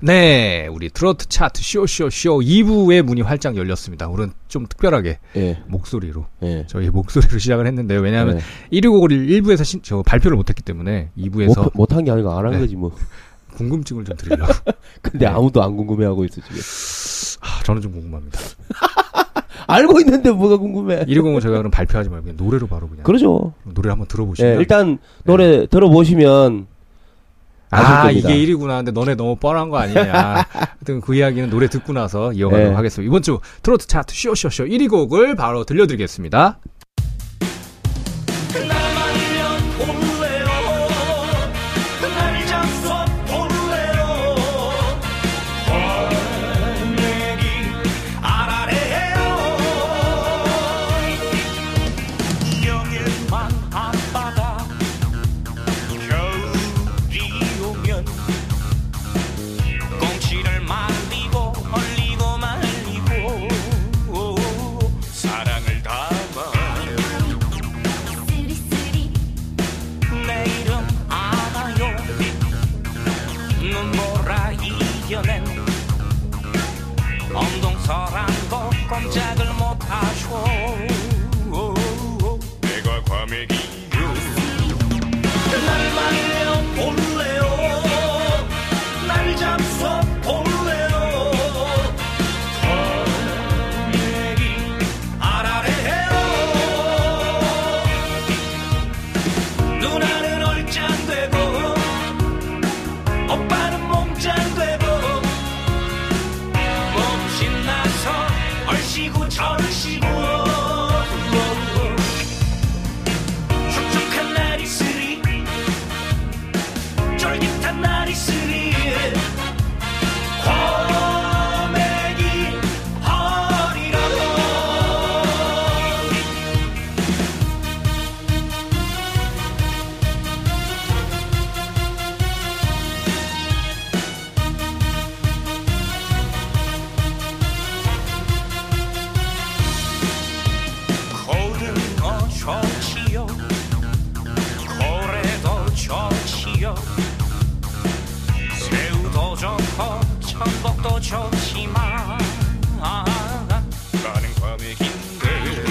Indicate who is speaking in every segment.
Speaker 1: 네, 우리 트로트 차트 쇼쇼쇼 2부의 문이 활짝 열렸습니다. 오늘은 좀 특별하게
Speaker 2: 예.
Speaker 1: 목소리로
Speaker 2: 예.
Speaker 1: 저희 목소리로 시작을 했는데요. 왜냐하면
Speaker 2: 네.
Speaker 1: 1위 곡을 1부에서 신, 저 발표를 못했기 때문에 2부에서
Speaker 2: 못, 못한 게 아니고 안 한
Speaker 1: 네.
Speaker 2: 거지 뭐.
Speaker 1: 궁금증을 좀 드리려고. 네.
Speaker 2: 근데 아무도 안 궁금해하고 있어 지금.
Speaker 1: 아, 저는 좀 궁금합니다.
Speaker 2: 알고 있는데 뭐가 궁금해?
Speaker 1: 1위 곡은 제가 그럼 발표하지 말고 그냥 노래로 바로 그냥
Speaker 2: 그러죠.
Speaker 1: 노래 한번 들어보시면
Speaker 2: 예,
Speaker 1: 네.
Speaker 2: 일단 노래 들어보시면
Speaker 1: 아
Speaker 2: 아실 겁니다.
Speaker 1: 이게 1위구나. 근데 너네 너무 뻔한 거 아니냐. 하여튼 그 이야기는 노래 듣고 나서 이어가도록
Speaker 2: 네.
Speaker 1: 하겠습니다. 이번 주 트로트 차트 쇼쇼쇼 1위 곡을 바로 들려드리겠습니다.
Speaker 3: 그날만이면 볼래요 그날 장소 볼래요 헐 얘기 안 하래요 영일만 앞바다 겨울이 오면 꽁치를 말리고 얼리고 말리고 사랑을 담아
Speaker 4: 쓰리쓰리
Speaker 3: 내 이름 알아요 눈보라 이겨낸 엉덩설한거 꼼짝을 못하셔 내가 과메기요 날 말려 볼래요 날 잡숴 볼래요 과메기 알아래요 누나는 얼짱되고 오빠는 몸짱되고 몸신 나서 얼씨구 절씨구 축축한 날이 쓰리 쫄깃한 날이 쓰리 과메기 허리라고 고등어 좋지요 고래도 좋지요 새우도 좋고 천복도 좋지만 아, 나는 과메기인데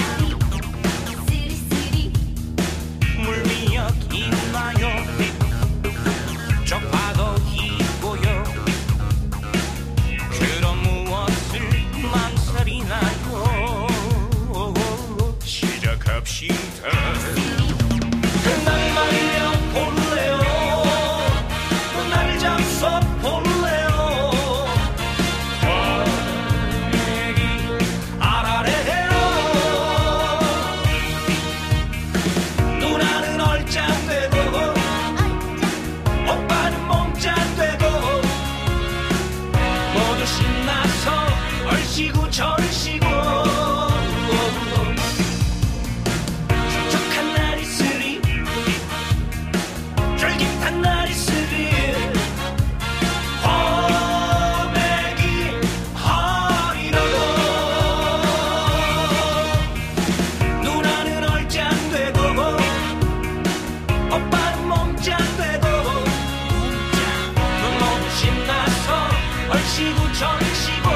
Speaker 4: 쓰리쓰리
Speaker 3: 물미역 있나요 쪽파도 있고요 그럼 무엇을 망설이나요 시작합시다 그날 말려 볼래요 날 잡숴 볼래요 아, 과메기 알아래요 누나는 얼짱되고 오빠는 몸짱되고 모두 신나서 얼씨구 절씨구 축축한 날이 쓰리 쫄깃한 날이 쓰리 허맥이 허리라고 누나는 얼짱되고 오빠는 몸짱되고 너무 신나서 얼씨구 절씨구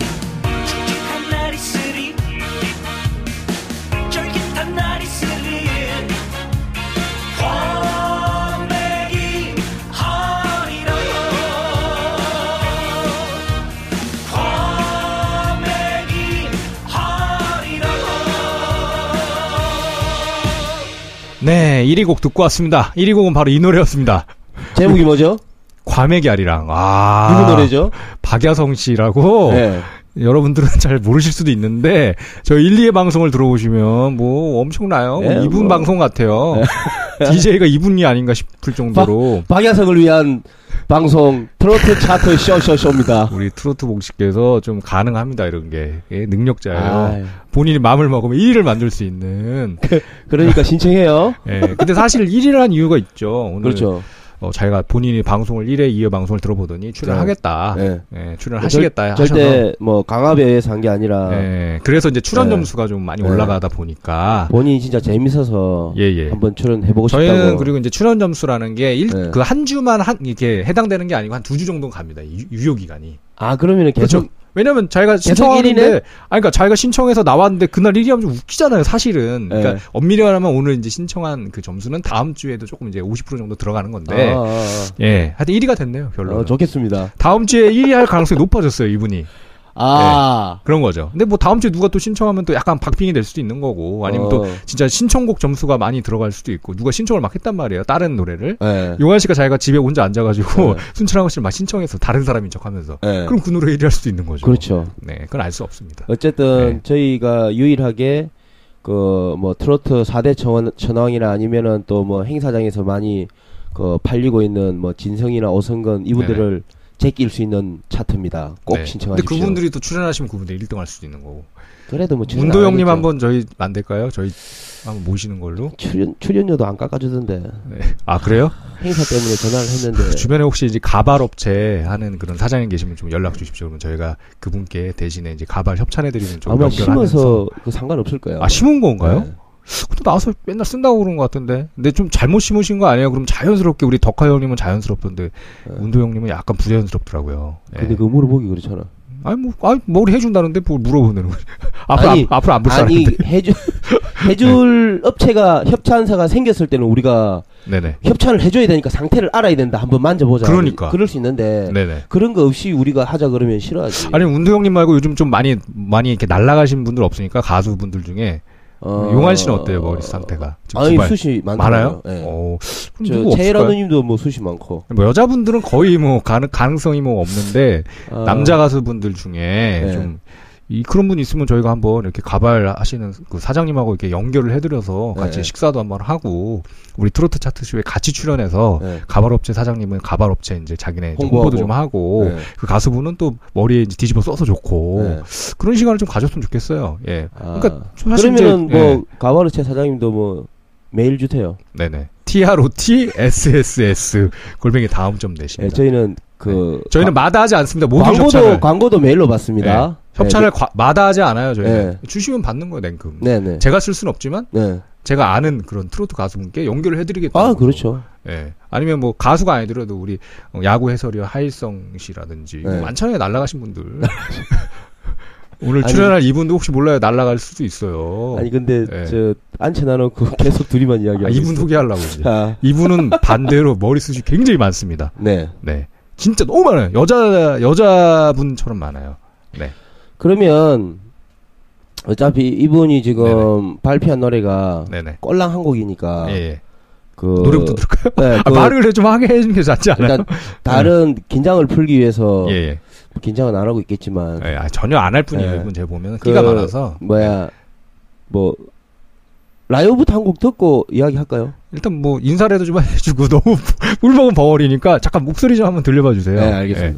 Speaker 3: 칙칙한 날이 쓰리 쫄깃한 날이 쓰리 화맥이 허리라고 과메기 허리라고
Speaker 1: 네, 1위 곡 듣고 왔습니다. 1위 곡은 바로 이 노래였습니다.
Speaker 2: 제목이 뭐죠?
Speaker 1: 과메기 아리랑. 아. 어.
Speaker 2: 누구 노래죠?
Speaker 1: 박야성 씨라고
Speaker 2: 예.
Speaker 1: 여러분들은 잘 모르실 수도 있는데 저 1, 2의 방송을 들어보시면 뭐 엄청나요.
Speaker 2: 네,
Speaker 1: 이분
Speaker 2: 뭐. 네.
Speaker 1: 방송 같아요. DJ가 이분이 아닌가 싶을 정도로
Speaker 2: 방야성을 위한 방송 트로트 차트 쇼쇼쇼입니다.
Speaker 1: 우리 트로트 공식께서 좀 가능합니다 이런 게 예, 능력자예요.
Speaker 2: 아유,
Speaker 1: 본인이 마음을 먹으면 1위를 만들 수 있는.
Speaker 2: 그러니까 신청해요.
Speaker 1: 예. 근데 사실 1위를 한 이유가 있죠. 오늘
Speaker 2: 그렇죠.
Speaker 1: 어, 자기가 본인이 방송을 1회, 2회 방송을 들어보더니 출연하겠다. 예,
Speaker 2: 예.
Speaker 1: 출연하시겠다
Speaker 2: 절,
Speaker 1: 하셔서
Speaker 2: 절대 뭐 강압에 의해서 한 게 아니라
Speaker 1: 예, 그래서 이제 출연
Speaker 2: 네.
Speaker 1: 점수가 좀 많이
Speaker 2: 네.
Speaker 1: 올라가다 보니까
Speaker 2: 본인이 진짜 재밌어서
Speaker 1: 예, 예.
Speaker 2: 한번 출연해보고
Speaker 1: 저희는
Speaker 2: 싶다고.
Speaker 1: 그리고 이제 출연 점수라는 게 일
Speaker 2: 네.
Speaker 1: 그 한 주만 한 이렇게 해당되는 게 아니고 한 두 주 정도는 갑니다. 유, 유효 기간이. 그렇죠?
Speaker 2: 아 그러면은 계속
Speaker 1: 왜냐면 자기가 신청하는데
Speaker 2: 일이네?
Speaker 1: 아니 그러니까 자기가 신청해서 나왔는데 그날 1위 하면 좀 웃기잖아요, 사실은.
Speaker 2: 네.
Speaker 1: 그러니까 엄밀히 말하면 오늘 이제 신청한 그 점수는 다음 주에도 조금 이제 50% 정도 들어가는 건데.
Speaker 2: 아, 아, 아.
Speaker 1: 예. 하여튼 1위가 됐네요, 결론은.
Speaker 2: 어, 좋겠습니다.
Speaker 1: 다음 주에 1위 할 가능성이 높아졌어요, 이분이.
Speaker 2: 아
Speaker 1: 그런 거죠. 근데 뭐 다음 주에 누가 또 신청하면 또 약간 박빙이 될 수도 있는 거고 아니면 또
Speaker 2: 어.
Speaker 1: 진짜 신청곡 점수가 많이 들어갈 수도 있고 누가 신청을 막 했단 말이에요. 다른 노래를.
Speaker 2: 예.
Speaker 1: 용환 씨가 자기가 집에 혼자 앉아가지고
Speaker 2: 네.
Speaker 1: 순천하고 씨를 막 신청해서 다른 사람인 척하면서
Speaker 2: 예.
Speaker 1: 그럼 그 노래 1위 할 수도 있는 거죠.
Speaker 2: 그렇죠.
Speaker 1: 네, 그건 알 수 없습니다.
Speaker 2: 어쨌든
Speaker 1: 네.
Speaker 2: 저희가 유일하게 그 뭐 트로트 4대 천, 천왕이나 아니면은 또 뭐 행사장에서 많이 그 팔리고 있는 뭐 진성이나 오성근 이분들을 제낄 수 있는 차트입니다. 꼭
Speaker 1: 네.
Speaker 2: 신청하십시오.
Speaker 1: 근데 그분들이 또 출연하시면 그분들 1등 할 수도 있는 거고.
Speaker 2: 그래도 뭐 출연 안
Speaker 1: 문도영님
Speaker 2: 하겠죠.
Speaker 1: 한번 저희 안 될까요? 저희 한번 모시는 걸로.
Speaker 2: 출연 출연료도 안 깎아주던데
Speaker 1: 아 그래요?
Speaker 2: 행사 때문에 전화를 했는데
Speaker 1: 주변에 혹시 이제 가발 업체 하는 그런 사장님 계시면 좀 연락 주십시오. 그러면 저희가 그분께 대신에 이제 가발 협찬해 드리는 쪽으로
Speaker 2: 아마
Speaker 1: 연결하면서.
Speaker 2: 심어서 그 상관없을 거예요.
Speaker 1: 아 심은 건가요?
Speaker 2: 네.
Speaker 1: 근데 나와서 맨날 쓴다고 그런 것 같은데. 근데 좀 잘못 심으신 거 아니에요? 그럼 자연스럽게 우리 덕화 형님은 자연스럽던데 운도 형님은 약간 부자연스럽더라고요. 예.
Speaker 2: 네. 근데 그 물어보기 그렇잖아.
Speaker 1: 아니 뭐 아니 머리 해준다는데 뭘 물어보는 거지. 앞으로
Speaker 2: 아니,
Speaker 1: 앞, 앞으로 안 볼
Speaker 2: 아니
Speaker 1: 사람인데. 네.
Speaker 2: 해줄 해줄 업체가 협찬사가 생겼을 때는 우리가
Speaker 1: 네네.
Speaker 2: 협찬을 해줘야 되니까 상태를 알아야 된다. 한번 만져보자.
Speaker 1: 그러니까.
Speaker 2: 그럴 수 있는데
Speaker 1: 네네.
Speaker 2: 그런 거 없이 우리가 하자 그러면 싫어하지.
Speaker 1: 아니 운도 형님 말고 요즘 좀 많이 많이 이렇게 날라가신 분들 없으니까 가수분들 중에
Speaker 2: 어...
Speaker 1: 용환 씨는 어때요 머리 상태가? 지금
Speaker 2: 아니
Speaker 1: 두발
Speaker 2: 숱이 많아요.
Speaker 1: 많아요?
Speaker 2: 예.
Speaker 1: 어. 그럼
Speaker 2: 저
Speaker 1: 누구
Speaker 2: 체이라
Speaker 1: 없을까요?
Speaker 2: 누님도 뭐 숱이 많고
Speaker 1: 뭐 여자분들은 거의 뭐 가능, 가능성이 뭐 없는데
Speaker 2: 어,
Speaker 1: 남자 가수분들 중에
Speaker 2: 네.
Speaker 1: 좀 이, 그런 분 있으면 저희가 한번 이렇게 가발 하시는 그 사장님하고 이렇게 연결을 해드려서 같이
Speaker 2: 네.
Speaker 1: 식사도 한번 하고 우리 트로트 차트쇼에 같이 출연해서
Speaker 2: 네.
Speaker 1: 가발업체 사장님은 가발업체 이제 자기네 좀
Speaker 2: 홍보하고.
Speaker 1: 홍보도 좀 하고
Speaker 2: 네.
Speaker 1: 그 가수분은 또 머리에 이제 뒤집어 써서 좋고
Speaker 2: 네.
Speaker 1: 그런 시간을 좀 가졌으면 좋겠어요. 예.
Speaker 2: 아.
Speaker 1: 그러니까 사실
Speaker 2: 그러면은
Speaker 1: 이제-
Speaker 2: 뭐 가바르체 사장님도 뭐 메일 주세요.
Speaker 1: 예. 네네. TROT SSS 골뱅이 다음 점
Speaker 2: 예,
Speaker 1: 내십니다.
Speaker 2: 저희는 그
Speaker 1: 네. 저희는 마다하지 않습니다. 모든
Speaker 2: 광고도
Speaker 1: 협찬을 네.
Speaker 2: 광고도 메일로 받습니다.
Speaker 1: 협찬을 과- 마다하지 않아요. 저희는
Speaker 2: 네.
Speaker 1: 주시면 받는 거예요. 냉큼.
Speaker 2: 네네.
Speaker 1: 제가 쓸 수는 없지만
Speaker 2: 네.
Speaker 1: 제가 아는 그런 트로트 가수분께 연결을 해드리겠다.
Speaker 2: 아 그렇죠.
Speaker 1: 예. 아니면 뭐 가수가 아니더라도 우리 어, 야구 해설위원 하일성 씨라든지
Speaker 2: 네.
Speaker 1: 많잖아요. 날라가신 분들. 오늘
Speaker 2: 아니.
Speaker 1: 출연할 이분도 혹시 몰라요. 날라갈 수도 있어요.
Speaker 2: 아니 근데
Speaker 1: 네.
Speaker 2: 저 앉혀놔놓고 계속 둘이만 이야기하고
Speaker 1: 아, 이분
Speaker 2: 있어.
Speaker 1: 소개하려고 이제.
Speaker 2: 아,
Speaker 1: 이분은 반대로 머리숱이 굉장히 많습니다.
Speaker 2: 네.
Speaker 1: 네. 진짜 너무 많아요. 여자 여자분처럼 많아요.
Speaker 2: 그러면 어차피 이분이 지금 발표한 노래가
Speaker 1: 네네.
Speaker 2: 꼴랑 한 곡이니까
Speaker 1: 예, 예.
Speaker 2: 그
Speaker 1: 노래부터 들을까요?
Speaker 2: 네,
Speaker 1: 아,
Speaker 2: 그
Speaker 1: 말을 그래 좀 하게 해주는 게 낫지 않아요?
Speaker 2: 일단 어. 다른 긴장을 풀기 위해서
Speaker 1: 예, 예.
Speaker 2: 긴장은 안 하고 있겠지만
Speaker 1: 예, 아, 전혀 안 할 뿐이에요.
Speaker 2: 예.
Speaker 1: 이분 제가 보면
Speaker 2: 그-
Speaker 1: 끼가 많아서.
Speaker 2: 뭐야 뭐 라이오부터 한 곡 듣고 이야기할까요?
Speaker 1: 일단 뭐 인사라도 좀 해주고 너무 울먹은 벙어리니까 잠깐 목소리 좀 한번 들려봐 주세요.
Speaker 2: 네,
Speaker 1: 예.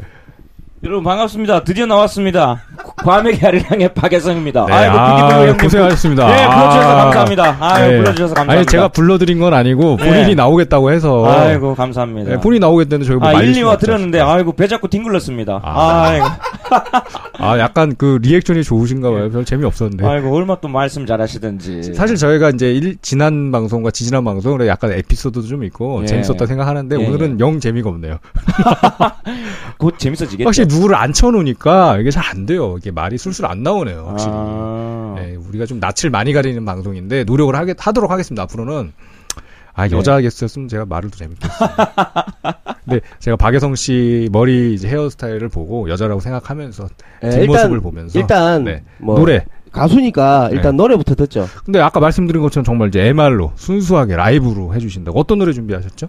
Speaker 5: 여러분 반갑습니다. 드디어 나왔습니다. 과메기 아리랑의 박예성입니다.
Speaker 1: 네,
Speaker 5: 아이고
Speaker 1: 아,
Speaker 5: 아, 형님.
Speaker 1: 고생하셨습니다.
Speaker 5: 네, 불러주셔서
Speaker 1: 아.
Speaker 5: 감사합니다. 아유
Speaker 1: 네.
Speaker 5: 불러주셔서 감사합니다.
Speaker 1: 아니 제가 불러드린 건 아니고 본인이
Speaker 5: 네.
Speaker 1: 나오겠다고 해서
Speaker 5: 아이고 감사합니다.
Speaker 1: 예, 본인이 나오겠다는 저희가 뭐
Speaker 5: 아,
Speaker 1: 말릴
Speaker 5: 1,
Speaker 1: 수는
Speaker 5: 2화
Speaker 1: 없지
Speaker 5: 들었는데
Speaker 1: 않습니까?
Speaker 5: 아이고 배 자꾸 뒹굴렀습니다.
Speaker 1: 아.
Speaker 5: 아, 이고
Speaker 1: 아 약간 그 리액션이 좋으신가 봐요. 별 재미 없었는데.
Speaker 5: 아이고 얼마 또 말씀 잘하시든지.
Speaker 1: 사실 저희가 이제 일, 지난 방송과 지지난 방송으로 약간 에피소드도 좀 있고
Speaker 5: 예.
Speaker 1: 재밌었다 생각하는데
Speaker 5: 예,
Speaker 1: 오늘은 영 재미가 없네요.
Speaker 5: 곧 재밌어지겠죠.
Speaker 1: 확실히 누구를 안 쳐놓으니까 이게 잘 안 돼요. 이게 말이 술술 안 나오네요. 확실히.
Speaker 5: 아.
Speaker 1: 예, 우리가 좀 낯을 많이 가리는 방송인데 노력을 하게, 하도록 하겠습니다. 앞으로는 아
Speaker 5: 네.
Speaker 1: 여자 게스트였으면 제가 말을 더 재밌게 했어요. 근데 제가 박예성 씨 머리 이제 헤어스타일을 보고 여자라고 생각하면서
Speaker 5: 네,
Speaker 2: 예,
Speaker 1: 뒷모습을 보면서
Speaker 2: 일단
Speaker 1: 네.
Speaker 2: 뭐
Speaker 1: 노래. 예.
Speaker 2: 가수니까 일단 노래부터 듣죠.
Speaker 1: 근데 아까 말씀드린 것처럼 정말 이제 MR로 순수하게 라이브로 해주신다고 어떤 노래 준비하셨죠?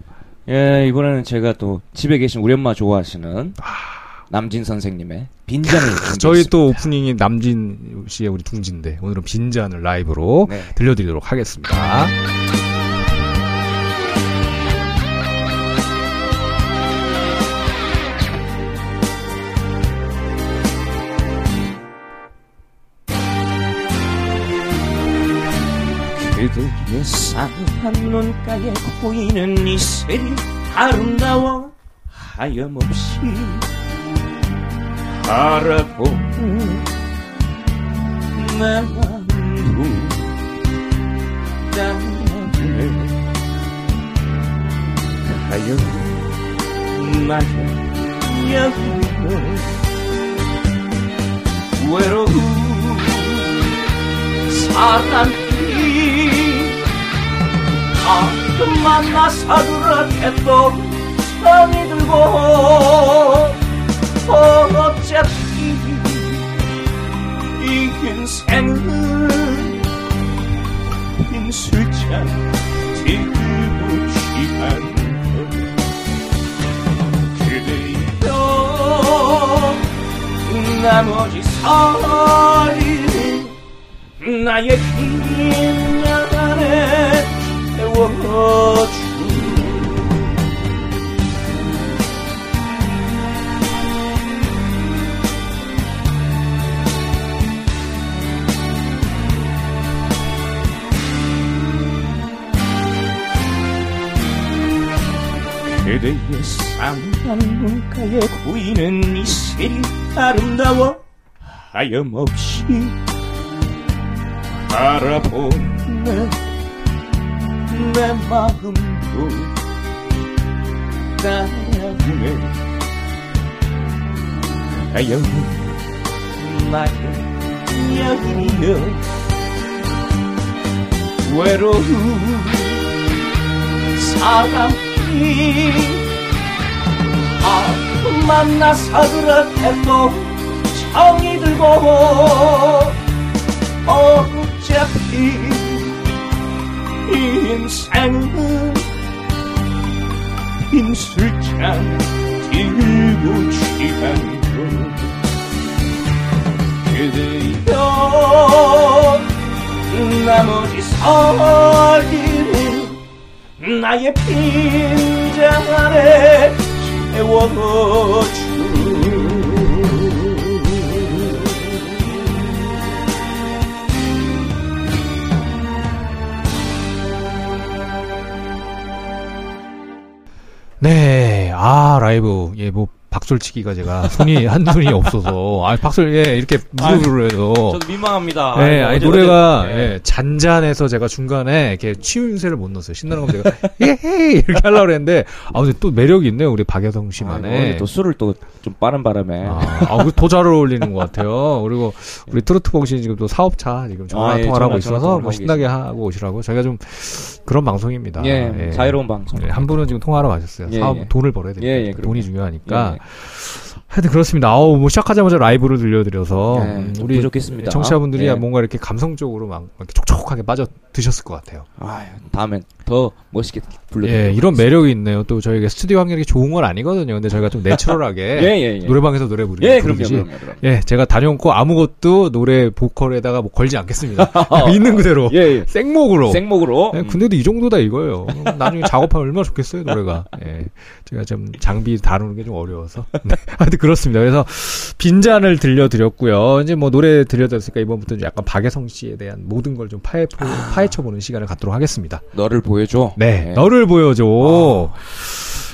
Speaker 5: 예 이번에는 제가 또 집에 계신 우리 엄마 좋아하시는 남진 선생님의 빈잔을
Speaker 1: 저희
Speaker 5: 준비했습니다.
Speaker 1: 또 오프닝이 남진 씨의 우리 둥지인데 오늘은 빈잔을 라이브로
Speaker 5: 네.
Speaker 1: 들려드리도록 하겠습니다.
Speaker 5: 그대의 싸한 눈가에 보이는 이슬이 아름다워 하염없이 바라보고 내맘후 땅을 가요 마요 외로운 사람이 가끔 만나 사그라했던 마음이 들고 어차피 이 인생은 빈술잔 들고 취한 그대여 나머지 살이 나의 긴 나간에 태워주 그대의 쌍방문가에 고이는 이슬이 아름다워 하염없이 바라보네 내 마음도 따라오네
Speaker 1: 어.
Speaker 5: 하염 나의 여인이여 외로운 사람이 아 만나 사그라했고 정이 들고 어차피 이 인생은 빈술잔 들고 취한 것 그대여 나머지 살기는 나의 빈장 아래 채워주
Speaker 1: 네, 아 라이브 예 뭐 박수치기가 제가 손이 한 손이 없어서 아 박수를 예 이렇게 무릎으로 해서
Speaker 5: 저도 민망합니다.
Speaker 1: 예,
Speaker 5: 아이고, 네.
Speaker 1: 아니
Speaker 5: 어제-
Speaker 1: 노래가
Speaker 5: 어제-
Speaker 1: 예, 잔잔해서 제가 중간에 이렇게 치음새를 못 넣었어요. 신나는 건 제가 예헤이 이렇게 하려고 그랬는데 아 근데 또 매력이 있네요 우리 박여성
Speaker 5: 아이고,
Speaker 1: 씨만의
Speaker 5: 오늘 또 술을 또 좀 빠른 바람에
Speaker 1: 네. 아더잘 어울리는 것 같아요. 그리고 우리 트로트 봉신 지금 또 사업차 지금 전화
Speaker 5: 아, 예,
Speaker 1: 통화를 하고
Speaker 5: 전화, 전화
Speaker 1: 있어서
Speaker 5: 통화를
Speaker 1: 뭐
Speaker 5: 하고
Speaker 1: 신나게 하고 오시라고 저희가 좀 그런 방송입니다.
Speaker 5: 예, 자유로운 방송.
Speaker 1: 아, 예, 한 분은 지금 통화하러 가셨어요.
Speaker 5: 예,
Speaker 1: 사업
Speaker 5: 예.
Speaker 1: 돈을 벌어야 되니까
Speaker 5: 예, 예,
Speaker 1: 돈이
Speaker 5: 그럼요.
Speaker 1: 중요하니까. 하여튼 그렇습니다. 아우 뭐 시작하자마자 라이브를 들려드려서
Speaker 5: 예,
Speaker 1: 음,
Speaker 5: 좀
Speaker 1: 우리
Speaker 5: 부족했습니다.
Speaker 1: 청취자분들이
Speaker 5: 예.
Speaker 1: 뭔가 이렇게 감성적으로 막 이렇게 촉촉하게 빠져 드셨을 것 같아요.
Speaker 5: 아유, 다음엔 더 멋있게 불러.
Speaker 1: 예, 이런 매력이 있네요. 또 저희가 스튜디오 환경이 좋은 건 아니거든요. 근데 저희가 좀
Speaker 5: 예,
Speaker 1: 내추럴하게
Speaker 5: 예, 예.
Speaker 1: 노래방에서 노래 부르기
Speaker 5: 예, 그럼요, 그럼요, 그럼요.
Speaker 1: 예, 제가 다녀온고 아무것도 노래 보컬에다가 뭐 걸지 않겠습니다. 있는 그대로
Speaker 5: 예, 예.
Speaker 1: 생목으로.
Speaker 5: 생목으로.
Speaker 1: 예, 근데도 이 정도다 이거예요. 나중에 작업하면 얼마나 좋겠어요 노래가. 예, 제가 좀 장비 다루는 게 좀 어려워서. 네, 하여튼 그렇습니다. 그래서 빈잔을 들려드렸고요. 이제 뭐 노래 들려드렸으니까 이번부터 는 약간 박예성 씨에 대한 모든 걸 좀 파헤 파헤쳐보는 시간을 갖도록 하겠습니다.
Speaker 5: 음. 너를 보여줘.
Speaker 1: 네,
Speaker 5: 예.
Speaker 1: 너를 보여줘.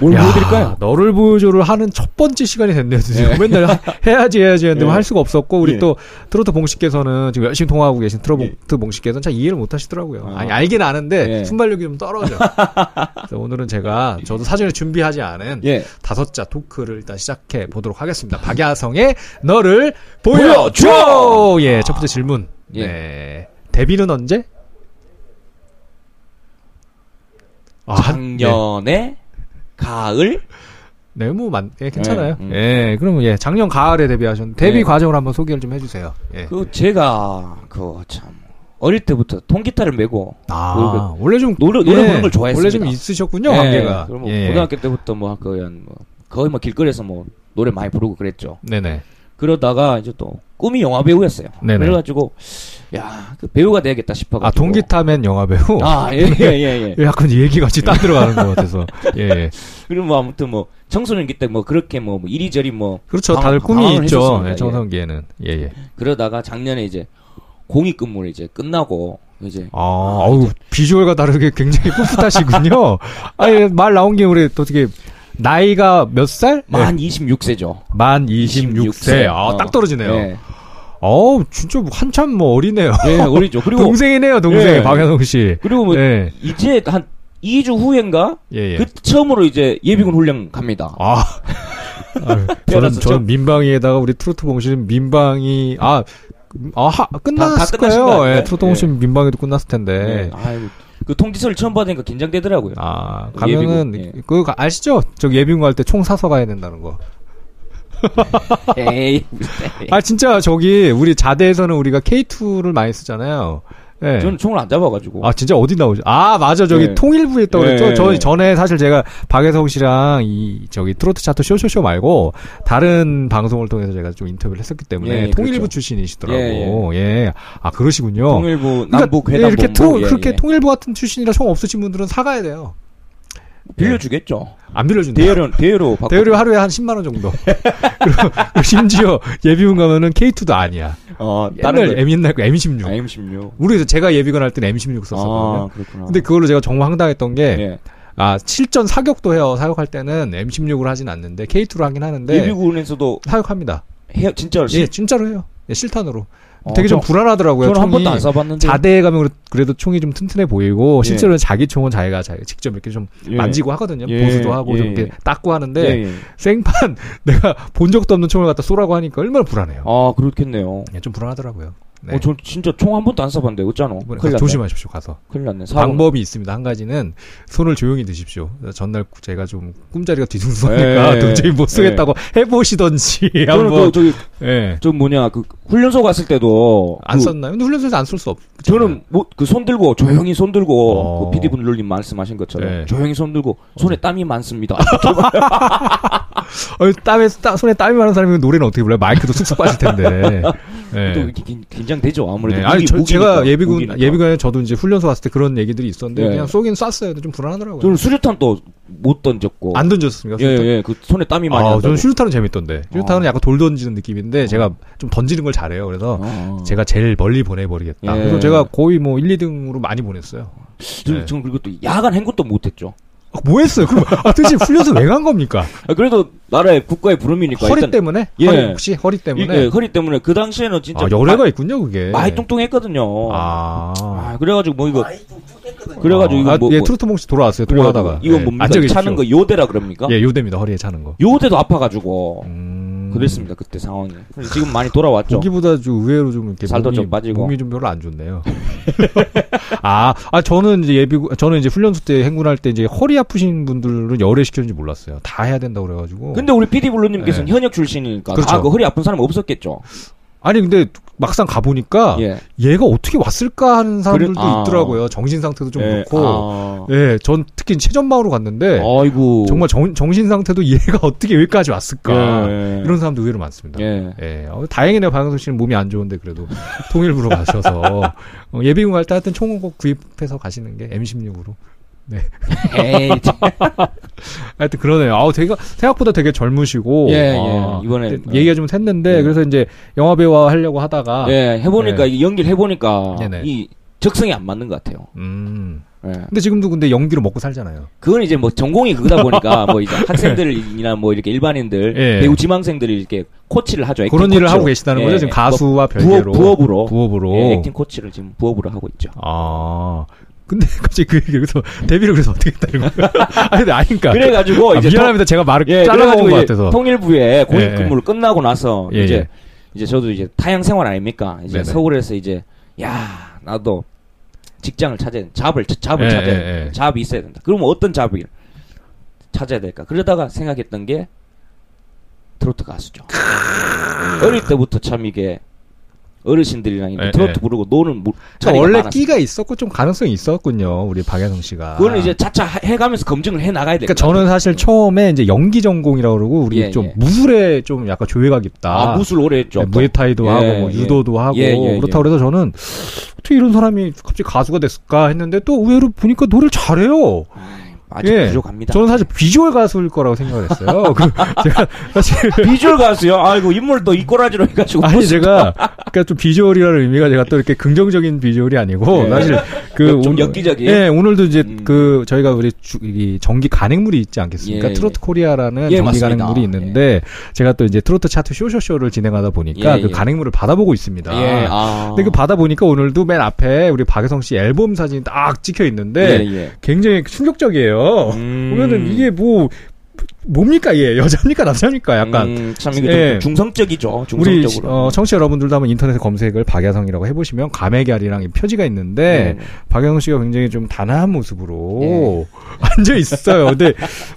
Speaker 5: 뭘
Speaker 1: 야,
Speaker 5: 보여드릴까요?
Speaker 1: 너를 보여줘를 하는 첫 번째 시간이 됐네요. 지금 맨날 하- 해야지 해야지 했는데 뭐
Speaker 5: 예.
Speaker 1: 할 수가 없었고 우리
Speaker 5: 예.
Speaker 1: 또 트로트 봉식께서는 지금 열심히 통화하고 계신 트로트 봉식께서는 참 이해를 못하시더라고요.
Speaker 5: 네. 아.
Speaker 1: 아. 니 알긴 아는데
Speaker 5: 예.
Speaker 1: 순발력이 좀 떨어져. 그래서 오늘은 제가 저도 사전에 준비하지 않은
Speaker 5: 예.
Speaker 1: 다섯자 토크를 일단 시작해 보도록 하겠습니다. 박야성의 너를 보여줘. 예, 첫 번째 질문.
Speaker 5: 예.
Speaker 1: 네. 데뷔는 언제? 아, 한- 예.
Speaker 5: 작년에 가을
Speaker 1: 네모만 예 괜찮아요.
Speaker 5: 네, 음.
Speaker 1: 예 그러면 예 작년 가을에 데뷔하셨는데 데뷔
Speaker 5: 네.
Speaker 1: 과정을 한번 소개를 좀 해주세요. 예.
Speaker 5: 그 제가 그 참 어릴 때부터 통기타를 메고
Speaker 1: 아 원래 좀 예,
Speaker 5: 노래- 노래 부르는 걸 좋아했습니다.
Speaker 1: 원래 좀 있으셨군요
Speaker 5: 예,
Speaker 1: 관계가.
Speaker 5: 그럼 뭐
Speaker 1: 예.
Speaker 5: 고등학교 때부터 뭐 거의 한뭐 거의 뭐 길거리에서 뭐 노래 많이 부르고 그랬죠.
Speaker 1: 네네.
Speaker 5: 그러다가 이제 또 꿈이 영화 배우였어요.
Speaker 1: 네네.
Speaker 5: 그래가지고 야그 배우가 돼야겠다 싶어가지고
Speaker 1: 아 동기타맨 영화 배우.
Speaker 5: 뭐. 아예예예 예, 예.
Speaker 1: 약간 얘기같이 딴 들어가는 것 같아서. 예.
Speaker 5: 그리고 뭐 아무튼 뭐 청소년기 때 뭐 그렇게 뭐, 뭐 이리저리 뭐
Speaker 1: 그렇죠.
Speaker 5: 방황-
Speaker 1: 다들 꿈이
Speaker 5: 방황을
Speaker 1: 있죠. 네,
Speaker 5: 했었습니다. 예.
Speaker 1: 예, 청성기에는. 예, 예.
Speaker 5: 그러다가 작년에 이제 공익 근무를 이제 끝나고 이제
Speaker 1: 아, 어우, 비주얼과 다르게 굉장히 풋풋하시군요. 아니, 말 나온 김에 우리 또 어떻게, 나이가 몇 살? 예,
Speaker 5: 만 26세죠.
Speaker 1: 만 26세. 아, 딱 떨어지네요.
Speaker 5: 네.
Speaker 1: 어우, 진짜 뭐 한참 뭐 어리네요.
Speaker 5: 예, 어리죠. 그리고
Speaker 1: 동생이네요, 동생.
Speaker 5: 예.
Speaker 1: 박현웅 씨.
Speaker 5: 그리고 뭐
Speaker 1: 예.
Speaker 5: 이제 한 2주 후엔가
Speaker 1: 예, 예.
Speaker 5: 그 처음으로 이제 예비군 훈련 갑니다.
Speaker 1: 아. 아유, 저는,
Speaker 5: 태어나서
Speaker 1: 저는 민방위에다가 우리 트로트 봉신 민방위, 아, 아, 하,
Speaker 5: 다
Speaker 1: 끝났을
Speaker 5: 끝나신 거
Speaker 1: 거예요.
Speaker 5: 아닌가요?
Speaker 1: 예, 트로트 봉신 민방위도 끝났을 텐데.
Speaker 5: 예. 아유, 그 통지서를 처음 받으니까 긴장되더라고요.
Speaker 1: 아, 가면은,
Speaker 5: 예비군, 예.
Speaker 1: 그거 아시죠? 저 예비군 갈 때 총 사서 가야 된다는 거.
Speaker 5: 에이, 예.
Speaker 1: 아 진짜 저기 우리 자대에서는 우리가 K2를 많이 쓰잖아요. 예.
Speaker 5: 저는 총을 안 잡아가지고.
Speaker 1: 아 진짜 어디 나오죠? 아 맞아 저기
Speaker 5: 예.
Speaker 1: 통일부에 있다고 그랬죠.
Speaker 5: 예,
Speaker 1: 저
Speaker 5: 예.
Speaker 1: 전에 사실 제가 박예성 씨랑 이 저기 트로트 차트 쇼쇼쇼 말고 다른 방송을 통해서 제가 좀 인터뷰를 했었기 때문에
Speaker 5: 예, 예,
Speaker 1: 통일부
Speaker 5: 그렇죠.
Speaker 1: 출신이시더라고. 예. 아 그러시군요.
Speaker 5: 통일부
Speaker 1: 그러니까
Speaker 5: 남북
Speaker 1: 예,
Speaker 5: 회담
Speaker 1: 이렇게
Speaker 5: 본부,
Speaker 1: 통-
Speaker 5: 예,
Speaker 1: 그렇게
Speaker 5: 예.
Speaker 1: 통일부 같은 출신이라 총 없으신 분들은 사가야 돼요.
Speaker 5: 빌려주겠죠. 네.
Speaker 1: 안 빌려준다.
Speaker 5: 대여로 대여로 바꿔.
Speaker 1: 네. 대여료 하루에 한 10만 원 정도. 그리고 심지어 예비군 가면은 K2도 아니야.
Speaker 5: 어,
Speaker 1: 옛날 M 옛날 거 M16.
Speaker 5: 아, M16.
Speaker 1: 우리 제가 예비군 할 때는 M16 썼었거든요.
Speaker 5: 아, 그렇구나.
Speaker 1: 근데 그걸로 제가 정말 황당했던 게,
Speaker 5: 예.
Speaker 1: 아, 실전 사격도 해요. 사격할 때는 M16으로 하진 않는데, K2로 하긴 하는데,
Speaker 5: 예비군에서도
Speaker 1: 사격합니다.
Speaker 5: 해, 진짜
Speaker 1: 예, 진짜로 해요. 예, 실탄으로.
Speaker 5: 어,
Speaker 1: 되게 좀
Speaker 5: 저-
Speaker 1: 불안하더라고요.
Speaker 5: 저는 한
Speaker 1: 총이.
Speaker 5: 번도 안 쏴봤는데
Speaker 1: 자대에 가면 그래- 그래도 총이 좀 튼튼해 보이고,
Speaker 5: 예.
Speaker 1: 실제로는 자기 총은 자기가 자- 직접 이렇게 좀
Speaker 5: 예.
Speaker 1: 만지고 네. 하거든요.
Speaker 5: 예.
Speaker 1: 보수도 하고, 좀
Speaker 5: 예.
Speaker 1: 이렇게 닦고 하는데,
Speaker 5: 예, 예.
Speaker 1: 생판 내가 본 적도 없는 총을 갖다 쏘라고 하니까 얼마나 불안해요.
Speaker 5: 아 그렇겠네요.
Speaker 1: 예, 좀 불안하더라고요. 네.
Speaker 5: 어, 전 진짜 총 한 번도 안 쏴봤는데 어쩌노?
Speaker 1: 이번에
Speaker 5: 큰일
Speaker 1: 가서
Speaker 5: 났네.
Speaker 1: 조심하십시오, 가서.
Speaker 5: 큰일 났네. 사고.
Speaker 1: 방법이 있습니다. 한 가지는 손을 조용히 드십시오. 전날 제가 좀 꿈자리가 뒤숭숭하니까
Speaker 5: 예,
Speaker 1: 도저히 못
Speaker 5: 예.
Speaker 1: 쓰겠다고 해보시던지
Speaker 5: 저는
Speaker 1: 한번
Speaker 5: 그 저기
Speaker 1: 예.
Speaker 5: 저 뭐냐 그 훈련소 갔을 때도
Speaker 1: 안
Speaker 5: 그,
Speaker 1: 썼나요? 근데 훈련소에서 안 쓸 수 없.
Speaker 5: 저는 뭐그손 들고 조용히 손 들고
Speaker 1: 어.
Speaker 5: 그 PD 분들님 말씀하신 것처럼
Speaker 1: 네.
Speaker 5: 조용히 손 들고 손에 땀이 많습니다. 아,
Speaker 1: 어, 땀에 따- 손에 땀이 많은 사람이 노래는 어떻게 불러요? 마이크도 쑥쑥 빠질 텐데. 예.
Speaker 5: 또 이렇게 긴- 긴장되죠 아무래도.
Speaker 1: 예. 아니
Speaker 5: 무기-
Speaker 1: 저- 제가
Speaker 5: 무기니까,
Speaker 1: 예비군
Speaker 5: 무기니까.
Speaker 1: 예비군에 저도 이제 훈련소 갔을 때 그런 얘기들이 있었는데
Speaker 5: 예.
Speaker 1: 그냥 쏘긴 쐈어요. 좀 불안하더라고요.
Speaker 5: 저는 수류탄 또 못 던졌고.
Speaker 1: 안 던졌습니까?
Speaker 5: 예예 그 손에 땀이 많이
Speaker 1: 아,
Speaker 5: 난다고.
Speaker 1: 저는 슈루타는 재밌던데. 슈루타는
Speaker 5: 아.
Speaker 1: 약간 돌 던지는 느낌인데 제가 좀 던지는 걸 잘해요. 그래서
Speaker 5: 아.
Speaker 1: 제가 제일 멀리 보내버리겠다.
Speaker 5: 예.
Speaker 1: 그래서 제가 거의 뭐 1, 2등으로 많이 보냈어요.
Speaker 5: 저는
Speaker 1: 네.
Speaker 5: 저는 그리고 또 야간 행군도 못했죠.
Speaker 1: 아, 뭐 했어요? 그럼, 아, 도대체 훈련소 왜 간 겁니까?
Speaker 5: 아, 그래도 나라의 국가의 부름이니까
Speaker 1: 허리
Speaker 5: 일단
Speaker 1: 때문에?
Speaker 5: 예.
Speaker 1: 허리, 혹시 허리 때문에?
Speaker 5: 이- 예, 허리 때문에 그 당시에는 진짜
Speaker 1: 아, 열애가 있군요, 그게.
Speaker 5: 마- 많이 뚱뚱했거든요.
Speaker 1: 아.
Speaker 5: 아, 그래가지고 뭐 이거 그래가지고 이거
Speaker 1: 아,
Speaker 5: 뭐
Speaker 1: 예,
Speaker 5: 뭐-
Speaker 1: 트로트 몽씨 돌아왔어요,
Speaker 5: 그래가지고
Speaker 1: 돌아가다가.
Speaker 5: 이거
Speaker 1: 예.
Speaker 5: 뭡니까
Speaker 1: 앉아 계십시오.
Speaker 5: 차는 거 요대라 그럽니까?
Speaker 1: 예, 요대입니다, 허리에 차는 거.
Speaker 5: 요대도 아파가지고
Speaker 1: 음.
Speaker 5: 그랬습니다 그때 상황이. 그래서 지금 많이 돌아왔죠.
Speaker 1: 보기보다 좀 의외로 좀 이렇게
Speaker 5: 살도
Speaker 1: 몸이,
Speaker 5: 좀 빠지고.
Speaker 1: 몸이 좀 별로 안 좋네요. 아, 아 저는 이제 예비 저는 이제 훈련소 때 행군할 때 이제 허리 아프신 분들은 열애 시켰는지 몰랐어요. 다 해야 된다고 그래가지고.
Speaker 5: 근데 우리 PD 블루님께서는
Speaker 1: 예.
Speaker 5: 현역 출신이니까
Speaker 1: 뭐. 그렇죠.
Speaker 5: 아, 그 허리 아픈 사람 없었겠죠.
Speaker 1: 아니 근데 막상 가 보니까
Speaker 5: 예.
Speaker 1: 얘가 어떻게 왔을까 하는 사람들도
Speaker 5: 그래- 아.
Speaker 1: 있더라고요. 정신 상태도 좀
Speaker 5: 예,
Speaker 1: 그렇고.
Speaker 5: 아. 어.
Speaker 1: 예, 전 특히 최전방으로 갔는데
Speaker 5: 이고
Speaker 1: 정말 정, 정신 상태도 얘가 어떻게 여기까지 왔을까
Speaker 5: 예.
Speaker 1: 이런 사람도 의외로 많습니다.
Speaker 5: 예.
Speaker 1: 예, 어, 다행이네요. 박영석 씨는 몸이 안 좋은데 그래도 통일부로 가셔서 어, 예비군 갈 때 하여튼 총은 꼭 구입해서 가시는 게 M16으로.
Speaker 5: 에이, 참.
Speaker 1: 하여튼 그러네요. 아우 되게 생각보다 되게 젊으시고
Speaker 5: 예, 예.
Speaker 1: 아,
Speaker 5: 이번에,
Speaker 1: 근데
Speaker 5: 어.
Speaker 1: 얘기가 좀 샜는데
Speaker 5: 예.
Speaker 1: 그래서 이제 영화 배우 하려고 하다가
Speaker 5: 예, 해보니까 이 연기를 해보니까
Speaker 1: 네. 네네.
Speaker 5: 이 적성이 안 맞는 것 같아요.
Speaker 1: 음.
Speaker 5: 예.
Speaker 1: 근데 지금도 근데 연기로 먹고 살잖아요.
Speaker 5: 그건 이제 뭐 전공이 그거다 보니까 뭐 이제 학생들이나 뭐 이렇게 일반인들
Speaker 1: 네. 예.
Speaker 5: 배우 지망생들이 이렇게 코치를 하죠. 액팅
Speaker 1: 그런 일을
Speaker 5: 코치로.
Speaker 1: 하고 계시다는
Speaker 5: 예.
Speaker 1: 거죠. 지금 가수와 별개로
Speaker 5: 부업, 부업으로
Speaker 1: 부업으로.
Speaker 5: 예, 액팅 코치를 지금 부업으로 하고 있죠.
Speaker 1: 아. 근데 갑자기 그 얘기를 그래서 데뷔를 그래서 어떻게 했다는 거야? 아니, 근데 아니까.
Speaker 5: 그래가지고
Speaker 1: 아,
Speaker 5: 이제
Speaker 1: 미안합니다. 제가 말을
Speaker 5: 통, 예,
Speaker 1: 잘라먹은 것
Speaker 5: 그래가지고 이제
Speaker 1: 같아서.
Speaker 5: 통일부에
Speaker 1: 예,
Speaker 5: 공익근무를 끝나고 나서
Speaker 1: 예,
Speaker 5: 이제
Speaker 1: 예.
Speaker 5: 이제 저도 이제 타양 생활 아닙니까? 이제
Speaker 1: 네네.
Speaker 5: 서울에서 이제 야 나도 직장을 찾아야 된 잡을 잡을
Speaker 1: 예,
Speaker 5: 찾아야
Speaker 1: 예,
Speaker 5: 된다.
Speaker 1: 예.
Speaker 5: 잡이 있어야 된다. 그러면 어떤 잡을 찾아야 될까? 그러다가 생각했던 게 트로트 가수죠. 어릴 때부터 참 이게 어르신들이랑 이렇게
Speaker 1: 예,
Speaker 5: 트로트
Speaker 1: 예.
Speaker 5: 부르고 노는 무,
Speaker 1: 저
Speaker 5: 자리가
Speaker 1: 원래
Speaker 5: 많았어요.
Speaker 1: 끼가 있었고 좀 가능성이 있었군요. 우리 박야성 씨가.
Speaker 5: 그거는 이제 차차 하- 해가면서 검증을 해 나가야 될
Speaker 1: 그러니까
Speaker 5: 것 같아요.
Speaker 1: 저는 사실 처음에 이제 연기 전공이라고 그러고 우리
Speaker 5: 예,
Speaker 1: 좀
Speaker 5: 예.
Speaker 1: 무술에 좀 약간 조예가 깊다.
Speaker 5: 아, 무술 오래 했죠.
Speaker 1: 네, 무에타이도
Speaker 5: 예,
Speaker 1: 하고 뭐
Speaker 5: 예.
Speaker 1: 유도도 하고
Speaker 5: 예, 예,
Speaker 1: 그렇다고 그래서 저는 어떻게 이런 사람이 갑자기 가수가 됐을까 했는데 또 의외로 보니까 노래를 잘해요.
Speaker 5: 아직
Speaker 1: 예.
Speaker 5: 부족합니다.
Speaker 1: 저는 사실 비주얼 가수일 거라고 생각을 했어요. 그, 제가 사실
Speaker 5: 비주얼 가수요. 아이고 인물 또 이꼬라지로 해가지고
Speaker 1: 아니 제가 그러니까 좀 비주얼이라는 의미가 제가 또 이렇게 긍정적인 비주얼이 아니고
Speaker 5: 예.
Speaker 1: 사실 그
Speaker 5: 좀
Speaker 1: 오늘-
Speaker 5: 엽기적인.
Speaker 1: 예 오늘도 이제
Speaker 5: 음.
Speaker 1: 그 저희가 우리 주, 이 정기 간행물이 있지 않겠습니까?
Speaker 5: 예, 예.
Speaker 1: 트로트 코리아라는
Speaker 5: 예,
Speaker 1: 정기
Speaker 5: 맞습니다.
Speaker 1: 간행물이 있는데 제가 또 이제 트로트 차트 쇼쇼쇼를 진행하다 보니까
Speaker 5: 예,
Speaker 1: 그
Speaker 5: 예.
Speaker 1: 간행물을 받아보고 있습니다.
Speaker 5: 예. 아.
Speaker 1: 근데 그 받아보니까 오늘도 맨 앞에 우리 박혜성 씨 앨범 사진이 딱 찍혀 있는데
Speaker 5: 예, 예.
Speaker 1: 굉장히 충격적이에요.
Speaker 5: 음.
Speaker 1: 보면은 이게 뭐 뭡니까 얘 여자입니까 남자입니까 약간
Speaker 5: 음, 참 이게
Speaker 1: 예.
Speaker 5: 좀 중성적이죠.
Speaker 1: 우리
Speaker 5: 중성적으로.
Speaker 1: 어, 청취자 여러분들도 한번 인터넷에 검색을 박야성이라고 해보시면 감액알이랑 이 표지가 있는데
Speaker 5: 네. 예.
Speaker 1: 박야성 씨가 굉장히 좀 단아한 모습으로 앉아 있어요. 근데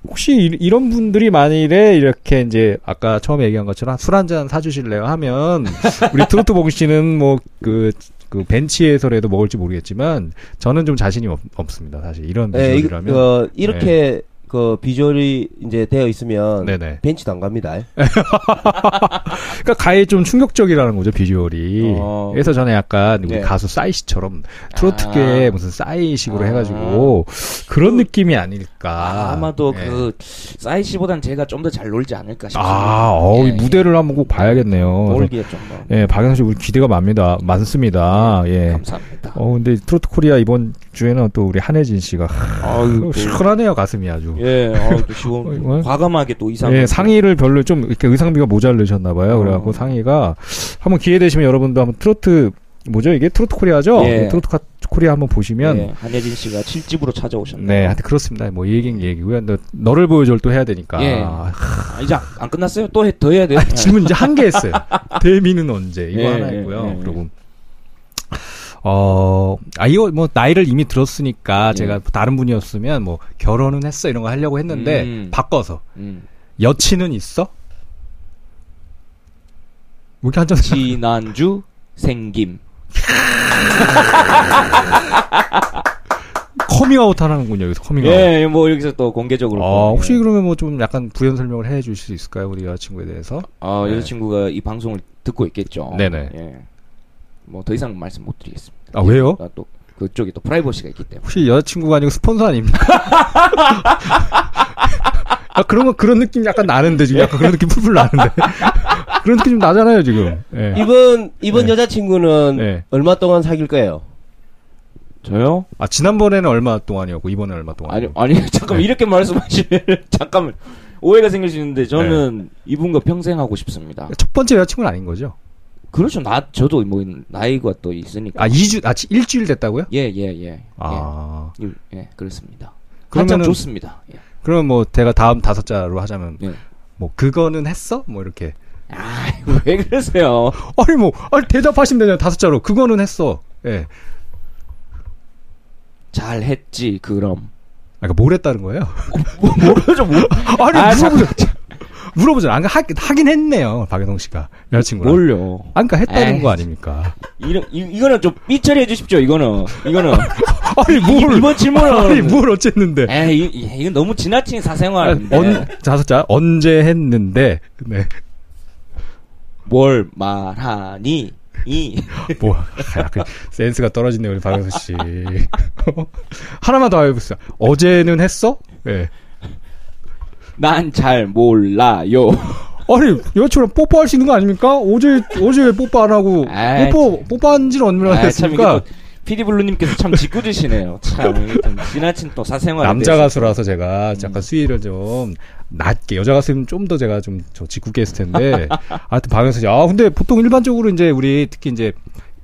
Speaker 1: 혹시 이, 런 분들이 만일에 이렇게 이제 아까 처음에 얘기한 것처럼 술 한 잔 사주실래요 하면 우리 트로트 봉 씨는 뭐그 그 벤치에서라도 먹을지 모르겠지만 저는 좀 자신이 없, 습니다 사실 이런
Speaker 5: 네,
Speaker 2: 예, 이,
Speaker 1: 비주얼이라면 네.
Speaker 2: 어, 이렇게 그 비주얼이 이제 되어 있으면
Speaker 1: 네네.
Speaker 2: 벤치도 안 갑니다.
Speaker 1: 그러니까 가히 좀 충격적이라는 거죠 비주얼이.
Speaker 5: 어.
Speaker 1: 그래서 저는 약간 우리
Speaker 5: 네.
Speaker 1: 가수 싸이씨처럼 트로트계
Speaker 5: 아.
Speaker 1: 무슨 싸이식으로 해가지고 그런 느낌이 아닐까.
Speaker 5: 아, 마도
Speaker 1: 예.
Speaker 5: 그 싸이 씨보단 제가 좀 더 잘 놀지 않을까 싶습니다.
Speaker 1: 아, 어우, 이
Speaker 5: 예,
Speaker 1: 무대를 한번 꼭
Speaker 5: 예.
Speaker 1: 봐야겠네요.
Speaker 5: 놀기에 좀 더.
Speaker 1: 예, 박영수 씨 우리 기대가 많습니다. 많습니다. 예.
Speaker 5: 감사합니다.
Speaker 1: 어 근데 트로트 코리아 이번 주에는 또 우리 한혜진 씨가
Speaker 5: 아유, 또-
Speaker 1: 시원하네요 가슴이 아주.
Speaker 5: 예, 아유, 또
Speaker 1: 어, 이거?
Speaker 5: 시원. 과감하게 또 이상.
Speaker 1: 예, 상의를 별로 좀 이렇게 의상비가 모자르셨나 봐요. 그래갖고
Speaker 5: 어.
Speaker 1: 상의가 한번 기회 되시면 여러분도 한번 트로트 뭐죠 이게 트로트 코리아죠?
Speaker 5: 예.
Speaker 1: 네, 트로트 카- 코리아 한번 보시면
Speaker 5: 예, 한예진 씨가 7집으로 찾아오셨네요.
Speaker 1: 네, 하여튼 그렇습니다. 뭐 얘기는 얘기고요. 너, 너를 보여줄 또 해야 되니까.
Speaker 5: 예.
Speaker 1: 아,
Speaker 5: 아, 이제 안- 안 끝났어요? 또 더 해야 돼요? 예.
Speaker 1: 질문 이제 한 개 했어요. 데미는 언제 이거
Speaker 5: 예,
Speaker 1: 하나
Speaker 5: 예,
Speaker 1: 했고요.
Speaker 5: 예, 예.
Speaker 1: 그리고 어, 아 이거 뭐 나이를 이미 들었으니까
Speaker 5: 예.
Speaker 1: 제가 다른 분이었으면 뭐 결혼은 했어 이런 거 하려고 했는데
Speaker 5: 음.
Speaker 1: 바꿔서
Speaker 5: 음.
Speaker 1: 여친은 있어? 왜 이렇게 한잔
Speaker 5: 지난주 생김.
Speaker 1: 커밍아웃 하는군요 여기서 커밍아웃.
Speaker 5: 예, 뭐 여기서 또 공개적으로.
Speaker 1: 아,
Speaker 5: 또,
Speaker 1: 혹시
Speaker 5: 예.
Speaker 1: 그러면 뭐 좀 약간 부연 설명을 해 주실 수 있을까요? 우리 여자친구에 대해서?
Speaker 5: 아,
Speaker 1: 네.
Speaker 5: 여자친구가 이 방송을 듣고 있겠죠.
Speaker 1: 네네.
Speaker 5: 예. 뭐 더 이상 말씀 못 드리겠습니다.
Speaker 1: 아, 왜요?
Speaker 5: 아, 또 그쪽에 또 프라이버시가 있기 때문에.
Speaker 1: 혹시 여자친구가 아니고 스폰서 아닙니까? 아, 그런 거, 그런 느낌 약간 나는데, 지금 약간 그런 느낌 풀풀 나는데. 그런 느낌 좀 나잖아요, 지금. 예.
Speaker 2: 이번 이번
Speaker 1: 네.
Speaker 2: 여자친구는
Speaker 1: 네.
Speaker 2: 얼마 동안 사귈 거예요?
Speaker 5: 저요?
Speaker 1: 아, 지난번에는 얼마 동안이었고, 이번에 얼마 동안.
Speaker 5: 아니, 아니, 잠깐
Speaker 1: 네.
Speaker 5: 만 이렇게 말씀하시면 잠깐만 오해가 생길 수 있는데
Speaker 1: 네.
Speaker 5: 저는 이분과 평생 하고 싶습니다.
Speaker 1: 첫 번째 여자친구는 아닌 거죠?
Speaker 5: 그렇죠. 나 저도 뭐 나이가 또 있으니까.
Speaker 1: 아, 2주, 아, 지- 일주일 됐다고요?
Speaker 5: 예, 예, 예.
Speaker 1: 아.
Speaker 5: 예, 예, 그렇습니다. 한참
Speaker 1: 그러면은,
Speaker 5: 좋습니다. 예.
Speaker 1: 그럼 뭐, 제가 다음 다섯 자로 하자면,
Speaker 5: 예.
Speaker 1: 뭐, 그거는 했어? 뭐, 이렇게.
Speaker 5: 아이고, 왜 그러세요?
Speaker 1: 아니, 뭐, 아니, 대답하시면 되잖아요, 다섯 자로. 그거는 했어. 예.
Speaker 5: 잘했지, 그럼.
Speaker 1: 아, 그러니까 뭘 했다는 거예요?
Speaker 5: 뭐, 모르죠, 뭐.
Speaker 1: 아니,
Speaker 5: 아,
Speaker 1: 물어보자. 물어보자. 아, 그러니까 하- 하긴 했네요, 박예동 씨가. 여자친구랑.
Speaker 5: 뭘요?
Speaker 1: 아, 그러니까 했다는
Speaker 5: 에이.
Speaker 1: 거 아닙니까?
Speaker 5: 이런, 이, 이거는 좀 삐처리해 주십시오, 이거는. 이거는.
Speaker 1: 아니 뭘?
Speaker 5: 이, 번 질문은.
Speaker 1: 아니 뭘 어쨌는데? 아,
Speaker 5: 에이, 이, 이- 이건 너무 지나친 사생활인데.
Speaker 1: 언 다섯 자 언제 했는데? 네.
Speaker 5: 뭘 말하니? 이.
Speaker 1: 뭐 아, 약간 센스가 떨어지네 우리 박영수 씨. 하나만 더 해보세요. 어제는 했어? 네.
Speaker 5: 난 잘 몰라요.
Speaker 1: 아니 여자친구랑 뽀뽀할 수 있는 거 아닙니까? 어제 어제 왜 뽀뽀 안 하고
Speaker 5: 아이,
Speaker 1: 뽀뽀 뽀뽀한 지는 얼마나
Speaker 5: 아, 참, 이게
Speaker 1: 됐습니까?
Speaker 5: 또, 피디블루님께서 참 짓궂으시네요. 참, 이게 좀 지나친 또 사생활.
Speaker 1: 남자 가수라서 제가 약간 수위를 좀 낮게 여자 가수는 좀 더 제가 좀저 짓궂게 했을 텐데 하여튼 박영수 씨 아 근데 보통 일반적으로 이제 우리 특히 이제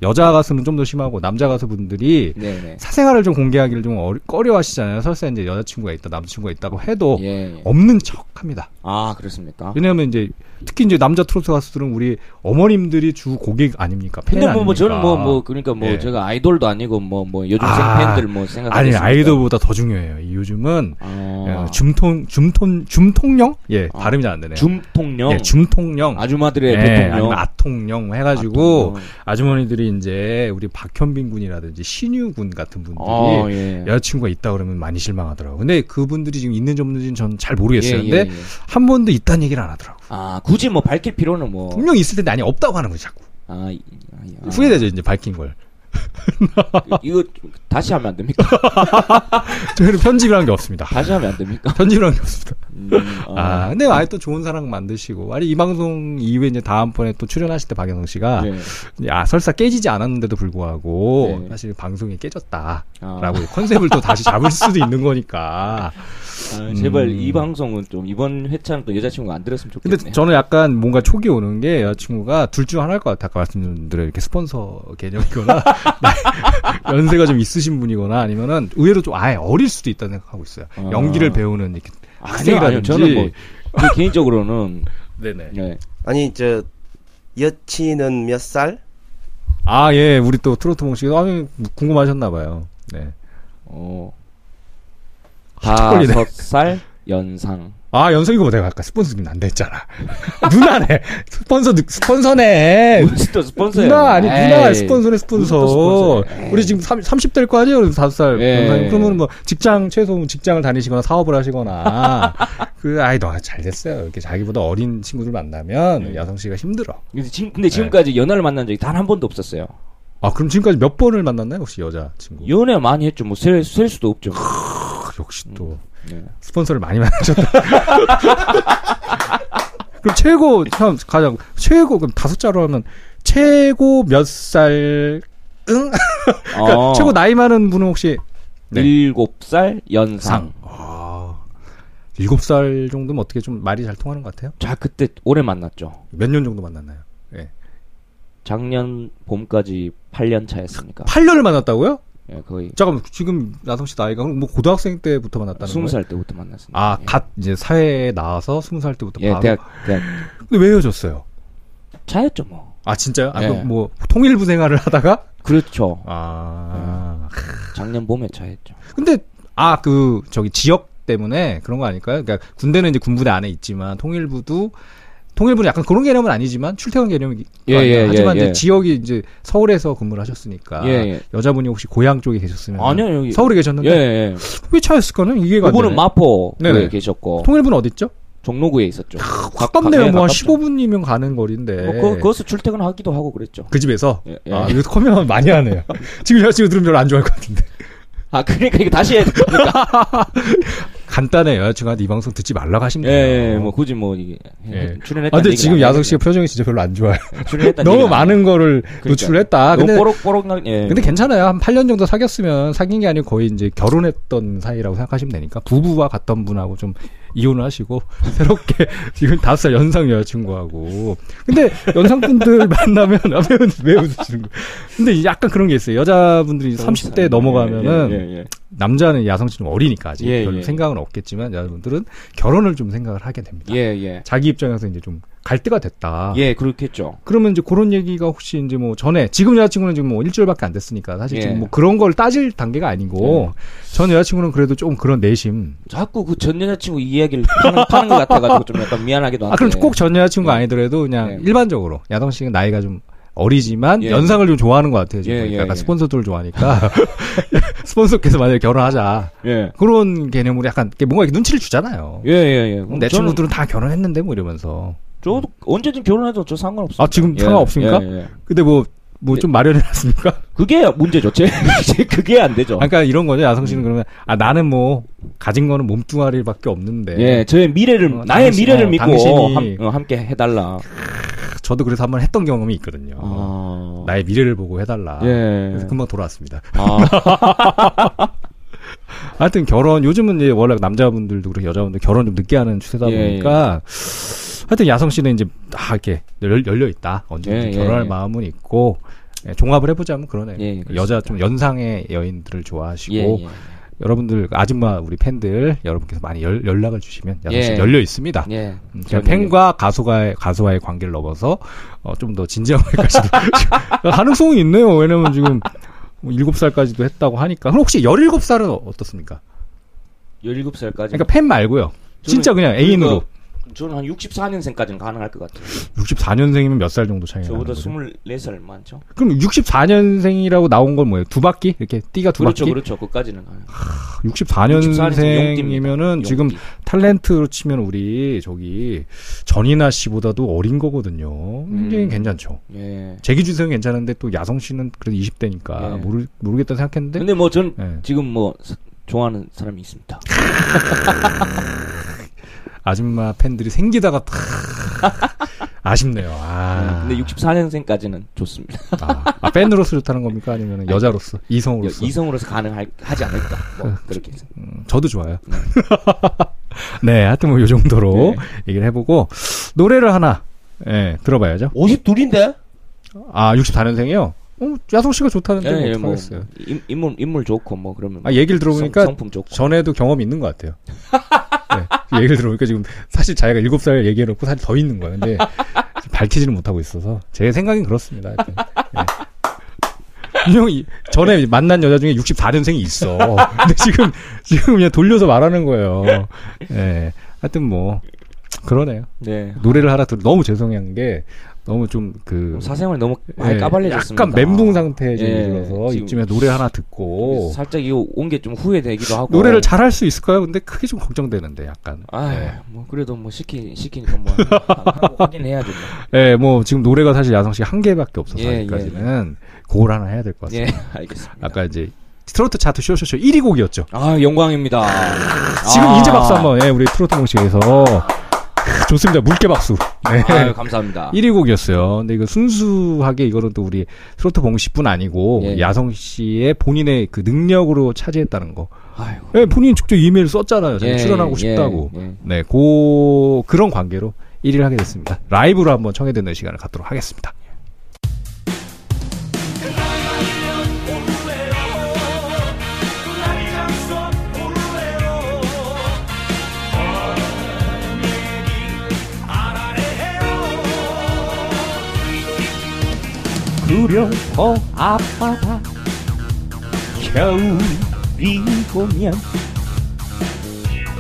Speaker 1: 여자 가수는 좀 더 심하고 남자 가수분들이
Speaker 5: 네네.
Speaker 1: 사생활을 좀 공개하기를 좀 어리- 꺼려하시잖아요 설사 이제 여자친구가 있다 남자친구가 있다고 해도
Speaker 5: 예, 예.
Speaker 1: 없는 척합니다
Speaker 5: 아, 그렇습니까?
Speaker 1: 왜냐하면 이제 특히 이제 남자 트로트 가수들은 우리 어머님들이 주 고객 아닙니까 팬
Speaker 5: 근데 뭐, 뭐
Speaker 1: 아닙니까?
Speaker 5: 저는 뭐, 뭐, 그러니까 뭐,
Speaker 1: 예.
Speaker 5: 제가 아이돌도 아니고 뭐, 뭐, 요즘
Speaker 1: 아,
Speaker 5: 팬들 뭐 생각
Speaker 1: 아니 아이돌보다 더 중요해요 이 요즘은
Speaker 5: 아,
Speaker 1: 예, 줌통 줌통 줌통령 예 발음이 잘 안 되네요.
Speaker 5: 어. 줌통령.
Speaker 1: 예, 줌통령
Speaker 5: 아주마들의
Speaker 1: 예,
Speaker 5: 대통령.
Speaker 1: 아니면 아통령 뭐 해가지고 아주머니들이 이제 우리 박현빈 군이라든지 신유 군 같은 분들이
Speaker 5: 아, 예.
Speaker 1: 여자친구가 있다 그러면 많이 실망하더라고. 요 근데 그분들이 지금 있는지 없는지는 전 잘 모르겠어요.
Speaker 5: 예, 예,
Speaker 1: 근데
Speaker 5: 예.
Speaker 1: 한 번도 있다는 얘기를 안 하더라고.
Speaker 5: 아, 굳이 뭐 밝힐 필요는 뭐.
Speaker 1: 분명 있을 텐데 아니 없다고 하는 거지 자꾸
Speaker 5: 아, 이- 아, 이- 아.
Speaker 1: 후회되죠 이제 밝힌 걸.
Speaker 5: 이거 다시 하면 안 됩니까?
Speaker 1: 저희는 편집을 한 게 없습니다.
Speaker 5: 다시 하면 안 됩니까?
Speaker 1: 편집을 한 게 없습니다.
Speaker 5: 음,
Speaker 1: 아, 근데 아예 또 좋은 사랑 만드시고, 아니, 이 방송 이후에 이제 다음번에 또 출연하실 때 박영성 씨가,
Speaker 5: 예.
Speaker 1: 아, 설사 깨지지 않았는데도 불구하고,
Speaker 5: 네.
Speaker 1: 사실 방송이 깨졌다라고
Speaker 5: 아,
Speaker 1: 컨셉을 또 다시 잡을 수도 있는 거니까.
Speaker 5: 아, 제발
Speaker 1: 음.
Speaker 5: 이 방송은 좀 이번 회차는 또 여자친구가 안 들었으면
Speaker 1: 근데
Speaker 5: 좋겠네요.
Speaker 1: 저는 약간 뭔가 촉이 오는 게 여자친구가 둘 중 하나일 것 같아요. 아까 말씀드린 대로 이렇게 스폰서 개념이거나 네. 연세가 좀 있으신 분이거나 아니면은 의외로 좀 아예 어릴 수도 있다고 생각하고 있어요.
Speaker 5: 아.
Speaker 1: 연기를 배우는 이렇게
Speaker 5: 아니요, 아니요. 저는 뭐
Speaker 1: 학생이라든지.
Speaker 5: 그 개인적으로는
Speaker 1: 네네.
Speaker 5: 예.
Speaker 6: 아니 저 여친은 몇 살?
Speaker 1: 아, 예. 우리 또 트로트 몽씨가 아니, 궁금하셨나 봐요. 네.
Speaker 5: 어,
Speaker 1: 턱 걸리네.
Speaker 5: 다섯 살 연상.
Speaker 1: 아, 연석이고 내가 아까 스폰서님 안 됐잖아. 누나네. 스폰서 느- 스폰서네.
Speaker 5: 또 스폰서예요.
Speaker 1: 누나 아니 누나
Speaker 5: 에이,
Speaker 1: 스폰서네 스폰서.
Speaker 5: 무슨 또 스폰서예요. 예.
Speaker 1: 우리 지금 30 될 거 아니에요? 그래서 5살.
Speaker 5: 에이.
Speaker 1: 그러면 뭐 직장 최소 직장을 다니시거나 사업을 하시거나 그 아이 너잘 됐어요. 이렇게 자기보다 어린 친구들 만나면
Speaker 5: 음.
Speaker 1: 야성 씨가 힘들어.
Speaker 5: 근데 지금
Speaker 1: 네.
Speaker 5: 근데 지금까지 연애를 만난 적이 단 한 번도 없었어요.
Speaker 1: 아, 그럼 지금까지 몇 번을 만났나요? 혹시 여자 친구? 아,
Speaker 5: 연애 많이 했죠. 뭐셀 셀 수도 없죠.
Speaker 1: 역시 또
Speaker 5: 네.
Speaker 1: 스폰서를 많이 만나셨다. 그럼 최고 참 가장 최고 그럼 다섯 자로 하면 최고 몇 살 응?
Speaker 5: 어,
Speaker 1: 그러니까 최고 나이 많은 분은 혹시 네.
Speaker 5: 일곱 살 연상.
Speaker 1: 아. 일곱 살 정도면 어떻게 좀 말이 잘 통하는 것 같아요?
Speaker 5: 자 그때 오래 만났죠.
Speaker 1: 몇 년 정도 만났나요? 예.
Speaker 5: 작년 봄까지 8년 차였으니까.
Speaker 1: 8년을 만났다고요?
Speaker 5: 예, 거의
Speaker 1: 잠깐만, 지금 나성 씨 나이가 그럼 뭐 고등학생 때부터 만났다는 거예요?
Speaker 5: 20살 때부터 만났습니다.
Speaker 1: 아,
Speaker 5: 예.
Speaker 1: 갓 이제 사회에 나와서 스무 살 때부터
Speaker 5: 예,
Speaker 1: 바로.
Speaker 5: 대학 대학
Speaker 1: 근데 왜 헤어졌어요?
Speaker 5: 차였죠 뭐.
Speaker 1: 아, 진짜요? 아,
Speaker 5: 예.
Speaker 1: 그럼 뭐 통일부 생활을 하다가
Speaker 5: 그렇죠. 음.
Speaker 1: 아.
Speaker 5: 작년 봄에 차였죠.
Speaker 1: 근데 아, 그 저기 지역 때문에 그런 거 아닐까요? 그러니까 군대는 이제 군부대 안에 있지만 통일부도 통일부는 약간 그런 개념은 아니지만 출퇴근 개념이 그
Speaker 5: 예, 예,
Speaker 1: 하지만
Speaker 5: 예,
Speaker 1: 이제
Speaker 5: 예.
Speaker 1: 지역이 이제 서울에서 근무를 하셨으니까
Speaker 5: 예, 예.
Speaker 1: 여자분이 혹시 고향 쪽에 계셨으면
Speaker 5: 아니요, 여기-
Speaker 1: 서울에
Speaker 5: 예,
Speaker 1: 계셨는데
Speaker 5: 예.
Speaker 1: 왜 차였을까는 이해가 안
Speaker 5: 그분은
Speaker 1: 되네.
Speaker 5: 마포에
Speaker 1: 네네.
Speaker 5: 계셨고
Speaker 1: 통일부는 어디 있죠?
Speaker 5: 종로구에 있었죠.
Speaker 1: 가깝네요. 뭐 한
Speaker 5: 가깝죠.
Speaker 1: 15분이면 예. 가는 거리인데.
Speaker 5: 뭐 거, 거기서 출퇴근하기도 하고 그랬죠.
Speaker 1: 그 집에서
Speaker 5: 예,
Speaker 1: 아,
Speaker 5: 예.
Speaker 1: 이거 커밍아웃 많이 하네요. 지금 여자친구 들으면 별로 안 좋아할 것 같은데.
Speaker 5: 아 그러니까 이거 다시 해야 됩니까?
Speaker 1: 간단해. 여자친구한테 이 방송 듣지 말라고 하시면
Speaker 5: 예,
Speaker 1: 돼요.
Speaker 5: 예, 뭐 굳이 뭐 이게
Speaker 1: 예.
Speaker 5: 출연했다.
Speaker 1: 아, 근데 지금 야석 씨의 표정이 진짜 별로 안 좋아요.
Speaker 5: 예. 출연했다.
Speaker 1: 너무 많은 거를
Speaker 5: 그러니까.
Speaker 1: 노출을 했다.
Speaker 5: 너무
Speaker 1: 근데,
Speaker 5: 뽀록뽀록 날. 예.
Speaker 1: 근데 괜찮아요. 한 8년 정도 사귀었으면 사귄 게 아니고 거의 이제 결혼했던 사이라고 생각하시면 되니까 부부와 같던 분하고 좀 이혼을 하시고 새롭게 지금 다섯 살 연상 여자친구하고. 근데 연상분들 만나면 아, 왜, 웃- 왜 웃으시는 거예요? 근데 이제 약간 그런 게 있어요. 여자분들이 30대 넘어가면은
Speaker 5: 예, 예, 예.
Speaker 1: 남자는 야성씨 좀 어리니까 아직
Speaker 5: 예,
Speaker 1: 별로
Speaker 5: 예.
Speaker 1: 생각은 없겠지만 여자분들은 결혼을 좀 생각을 하게 됩니다.
Speaker 5: 예, 예.
Speaker 1: 자기 입장에서 이제 좀 갈 때가 됐다.
Speaker 5: 예, 그렇겠죠.
Speaker 1: 그러면 이제 그런 얘기가 혹시 이제 뭐 전에 지금 여자친구는 지금 뭐 일주일밖에 안 됐으니까 사실
Speaker 5: 예.
Speaker 1: 지금 뭐 그런 걸 따질 단계가 아니고
Speaker 5: 네.
Speaker 1: 전 여자친구는 그래도 좀 그런 내심
Speaker 5: 자꾸 그 전 여자친구 이야기를 파는, 파는 것 같아가지고 좀 약간 미안하기도 한데.
Speaker 1: 아 그럼 꼭 전 여자친구가 아니더라도 그냥
Speaker 5: 예.
Speaker 1: 일반적으로 야동 씨는 나이가 좀 어리지만
Speaker 5: 예.
Speaker 1: 연상을 좀 좋아하는 것 같아요 지금
Speaker 5: 예,
Speaker 1: 보니까
Speaker 5: 예,
Speaker 1: 약간
Speaker 5: 예.
Speaker 1: 스폰서들을 좋아하니까 스폰서께서 만약에 결혼하자
Speaker 5: 예,
Speaker 1: 그런 개념으로 약간 이렇게 뭔가 이렇게 눈치를 주잖아요
Speaker 5: 예, 예, 예.
Speaker 1: 내 친구들은 다 결혼했는데 뭐 이러면서
Speaker 5: 저도 언제든 결혼해도 저 상관없어요.
Speaker 1: 아, 지금 상관없습니까?
Speaker 5: 예, 예.
Speaker 1: 근데 뭐 뭐 좀 마련해놨습니까?
Speaker 5: 그게 문제죠. 제, 제 그게 안 되죠.
Speaker 1: 아, 그러니까 이런 거죠. 야성
Speaker 5: 음.
Speaker 1: 씨는 그러면 아 나는 뭐 가진 거는 몸뚱아리밖에 없는데.
Speaker 5: 예, 저의 미래를
Speaker 1: 네. 어,
Speaker 5: 나의
Speaker 1: 당신-
Speaker 5: 미래를
Speaker 1: 어,
Speaker 5: 믿고
Speaker 1: 당신이-
Speaker 5: 함- 어, 함께 해달라.
Speaker 1: 저도 그래서 한번 했던 경험이 있거든요.
Speaker 5: 아,
Speaker 1: 나의 미래를 보고 해달라.
Speaker 5: 예.
Speaker 1: 그래서 금방 돌아왔습니다.
Speaker 5: 아,
Speaker 1: 하여튼 결혼 요즘은 이제 원래 남자분들도 그렇고 여자분들 결혼 좀 늦게 하는 추세다
Speaker 5: 예,
Speaker 1: 보니까 하여튼 야성 씨는 이제 다 이렇게 열, 열려 있다. 언제든지
Speaker 5: 예, 예,
Speaker 1: 결혼할
Speaker 5: 예.
Speaker 1: 마음은 있고 예, 종합을 해보자면 그러네요.
Speaker 5: 예, 그렇습니다.
Speaker 1: 여자 좀 연상의 여인들을 좋아하시고
Speaker 5: 예, 예.
Speaker 1: 여러분들 아줌마 우리 팬들 여러분께서 많이 열, 연락을 주시면 야성 씨
Speaker 5: 예.
Speaker 1: 열려 있습니다.
Speaker 5: 예.
Speaker 1: 음, 그냥 팬과 가수가의 가수와의 관계를 넘어서 좀 더 진지한까지도 가능성이 있네요. 왜냐면 지금 뭐 7살까지도 했다고 하니까. 그럼 혹시 17살은 어떻습니까?
Speaker 5: 17살까지.
Speaker 1: 그러니까 팬 말고요.
Speaker 5: 저는
Speaker 1: 진짜 그냥 애인으로.
Speaker 5: 그러니까 저는 한 64년생까지는 가능할 것 같아요.
Speaker 1: 64년생이면 몇 살 정도 차이가 나는
Speaker 5: 그러니까 저보다
Speaker 1: 거죠?
Speaker 5: 24살 많죠.
Speaker 1: 그럼 64년생이라고 나온 건 뭐예요? 두 바퀴? 이렇게 띠가 두
Speaker 5: 그렇죠,
Speaker 1: 바퀴?
Speaker 5: 그렇죠. 그까지는 가능.
Speaker 1: 64년생이면은 지금
Speaker 5: 용띠.
Speaker 1: 탤런트로 치면 우리 저기 전이나 씨보다도 어린 거거든요. 굉장히
Speaker 5: 음.
Speaker 1: 괜찮죠.
Speaker 5: 예.
Speaker 1: 재기준성은 괜찮은데 또 야성 씨는 그래도 20대니까
Speaker 5: 예.
Speaker 1: 모르 모르겠다 생각했는데
Speaker 5: 근데 뭐 전
Speaker 1: 예.
Speaker 5: 지금 뭐 사- 좋아하는 사람이 있습니다.
Speaker 1: 아줌마 팬들이 생기다가 탁 아쉽네요. 아.
Speaker 5: 근데 64년생까지는 좋습니다.
Speaker 1: 아, 아, 팬으로서 좋다는 겁니까 아니면 여자로서
Speaker 5: 여-
Speaker 1: 이성으로서?
Speaker 5: 이성으로서 가능하지 않을까. 뭐 그렇게 해서.
Speaker 1: 음, 저도 좋아요. 네, 하여튼 뭐 요
Speaker 5: 네.
Speaker 1: 정도로 얘기를 해보고 노래를 하나 예, 들어봐야죠.
Speaker 2: 52인데?
Speaker 1: 아, 64년생이요? 어, 야성 씨가 좋다는데
Speaker 5: 예,
Speaker 1: 뭐
Speaker 5: 예, 뭐
Speaker 1: 어떡하겠어요.
Speaker 5: 인- 인물 인물 좋고 뭐 그러면
Speaker 1: 아, 얘기를 들어보니까
Speaker 5: 성, 품 좋고
Speaker 1: 전에도 경험이 있는 것 같아요. 네, 얘기를 들어보니까 지금 사실 자기가 7살 얘기해놓고 사실 더 있는 거예요. 근데 지금 밝히지는 못하고 있어서 제 생각엔 그렇습니다. 하여튼. 예. 이 형이 전에 만난 여자 중에 64년생이 있어. 근데 지금 지금 그냥 돌려서 말하는 거예요. 예. 하여튼 뭐 그러네요.
Speaker 5: 네.
Speaker 1: 노래를 하나 들 너무 죄송한 게 너무 좀그
Speaker 5: 뭐 사생활 너무 많이
Speaker 1: 음. 예,
Speaker 5: 까발려졌습니다.
Speaker 1: 약간 멘붕 상태에 지금
Speaker 5: 예,
Speaker 1: 이르러서
Speaker 5: 지금
Speaker 1: 이쯤에 노래 하나 듣고
Speaker 5: 살짝 이거 온 게 좀 후회되기도 하고
Speaker 1: 노래를 잘 할 수 있을까요? 근데 크게 좀 걱정되는데 약간. 예.
Speaker 5: 어. 아뭐 그래도 뭐 시키 시키니까 뭐 하고 하긴 해야죠.
Speaker 1: 예, 뭐 지금 노래가 사실 야성 씨 한 개밖에 없어서
Speaker 5: 예,
Speaker 1: 아직까지는 그걸 하나 해야 될 것 같습니다.
Speaker 5: 예, 알겠습니다.
Speaker 1: 아까 이제 트로트 차트 쇼쇼쇼 1위 곡이었죠.
Speaker 5: 아 영광입니다.
Speaker 1: 지금
Speaker 5: 아.
Speaker 1: 이제 박수 한번 예, 우리 트로트 공식에서 좋습니다. 물개 박수. 네.
Speaker 5: 아유, 감사합니다.
Speaker 1: 1위 곡이었어요. 근데 이거 순수하게 이거는 또 우리 트로트 공식뿐 아니고
Speaker 5: 예.
Speaker 1: 야성 씨의 본인의 그 능력으로 차지했다는 거.
Speaker 5: 아이고.
Speaker 1: 예, 본인이 직접 이메일 썼잖아요. 자기
Speaker 5: 예,
Speaker 1: 출연하고
Speaker 5: 예,
Speaker 1: 싶다고.
Speaker 5: 예.
Speaker 1: 네, 고 그런 관계로 1위를 하게 됐습니다. 라이브로 한번 청해 듣는 시간을 갖도록 하겠습니다.
Speaker 3: 날이 장수한 오르래요 뻔한 얘기 알아내요
Speaker 5: 두려워 아파라 겨울이 오면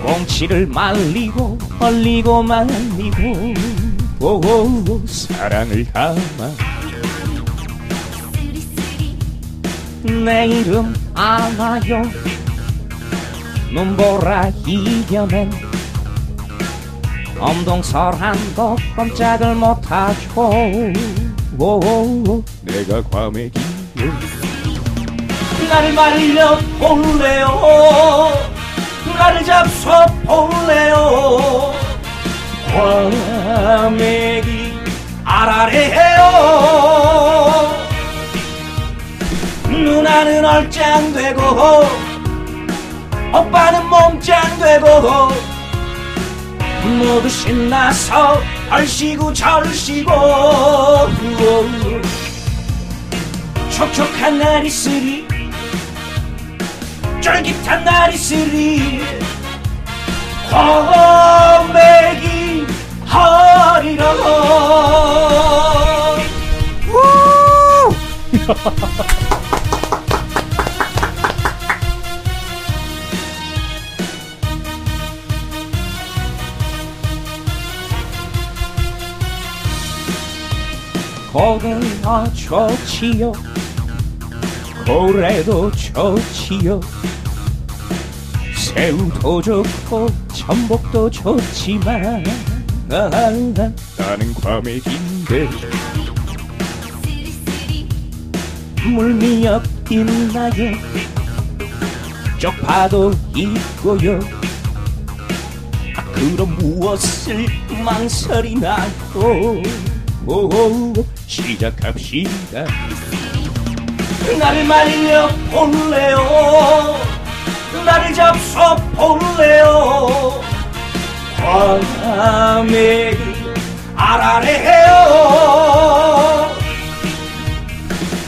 Speaker 5: 꽁치를 말리고 벌리고 말리고 오오오 사랑을 담아 내 이름 안아요 눈보라 이겨낸 엄동설한 것 꼼짝을 못하죠 오오오 내가 과메기
Speaker 3: 나를 말려 볼래요 나를 잡숴 볼래요 과메기 아라리해요 누나는 얼짱되고 오빠는 몸짱되고 모두 신나서 얼씨구 절씨고 촉촉한 날이 쓰리 쫄깃한 날이 쓰리 과메기 허리로
Speaker 5: 고등어 좋지요 고래도 좋지요 새우도 좋고 전복도 좋지만 아, 나는 과메기인데 물미역 있나요 쪽파도 있고요 아, 그럼 무엇을 망설이나요 오오 시작합시다
Speaker 3: 나를 말려 볼래요 나를 잡숴 볼래요 과메기 아라래해요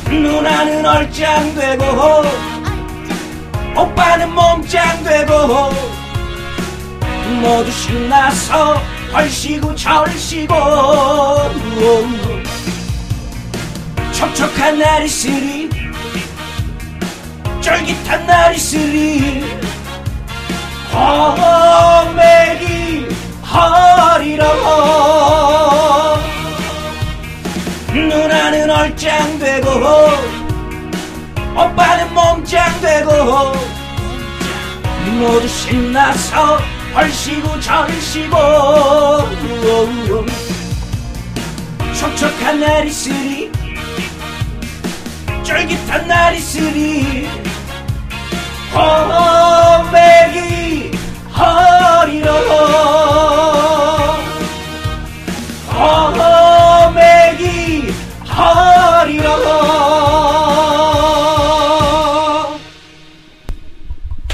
Speaker 3: 누나는 얼짱되고 오빠는 몸짱되고 모두 신나서 얼씨구 절씨고 촉촉한 날이 쓰리 쫄깃한 날이 쓰리 과메기 허리로 누나는 얼짱되고 오빠는 몸짱되고 모두 신나서 얼씨구 절씨고 촉촉한 날이 쓰리 쫄깃한 날이 쓰리 험배기 허리로 험배기 허리로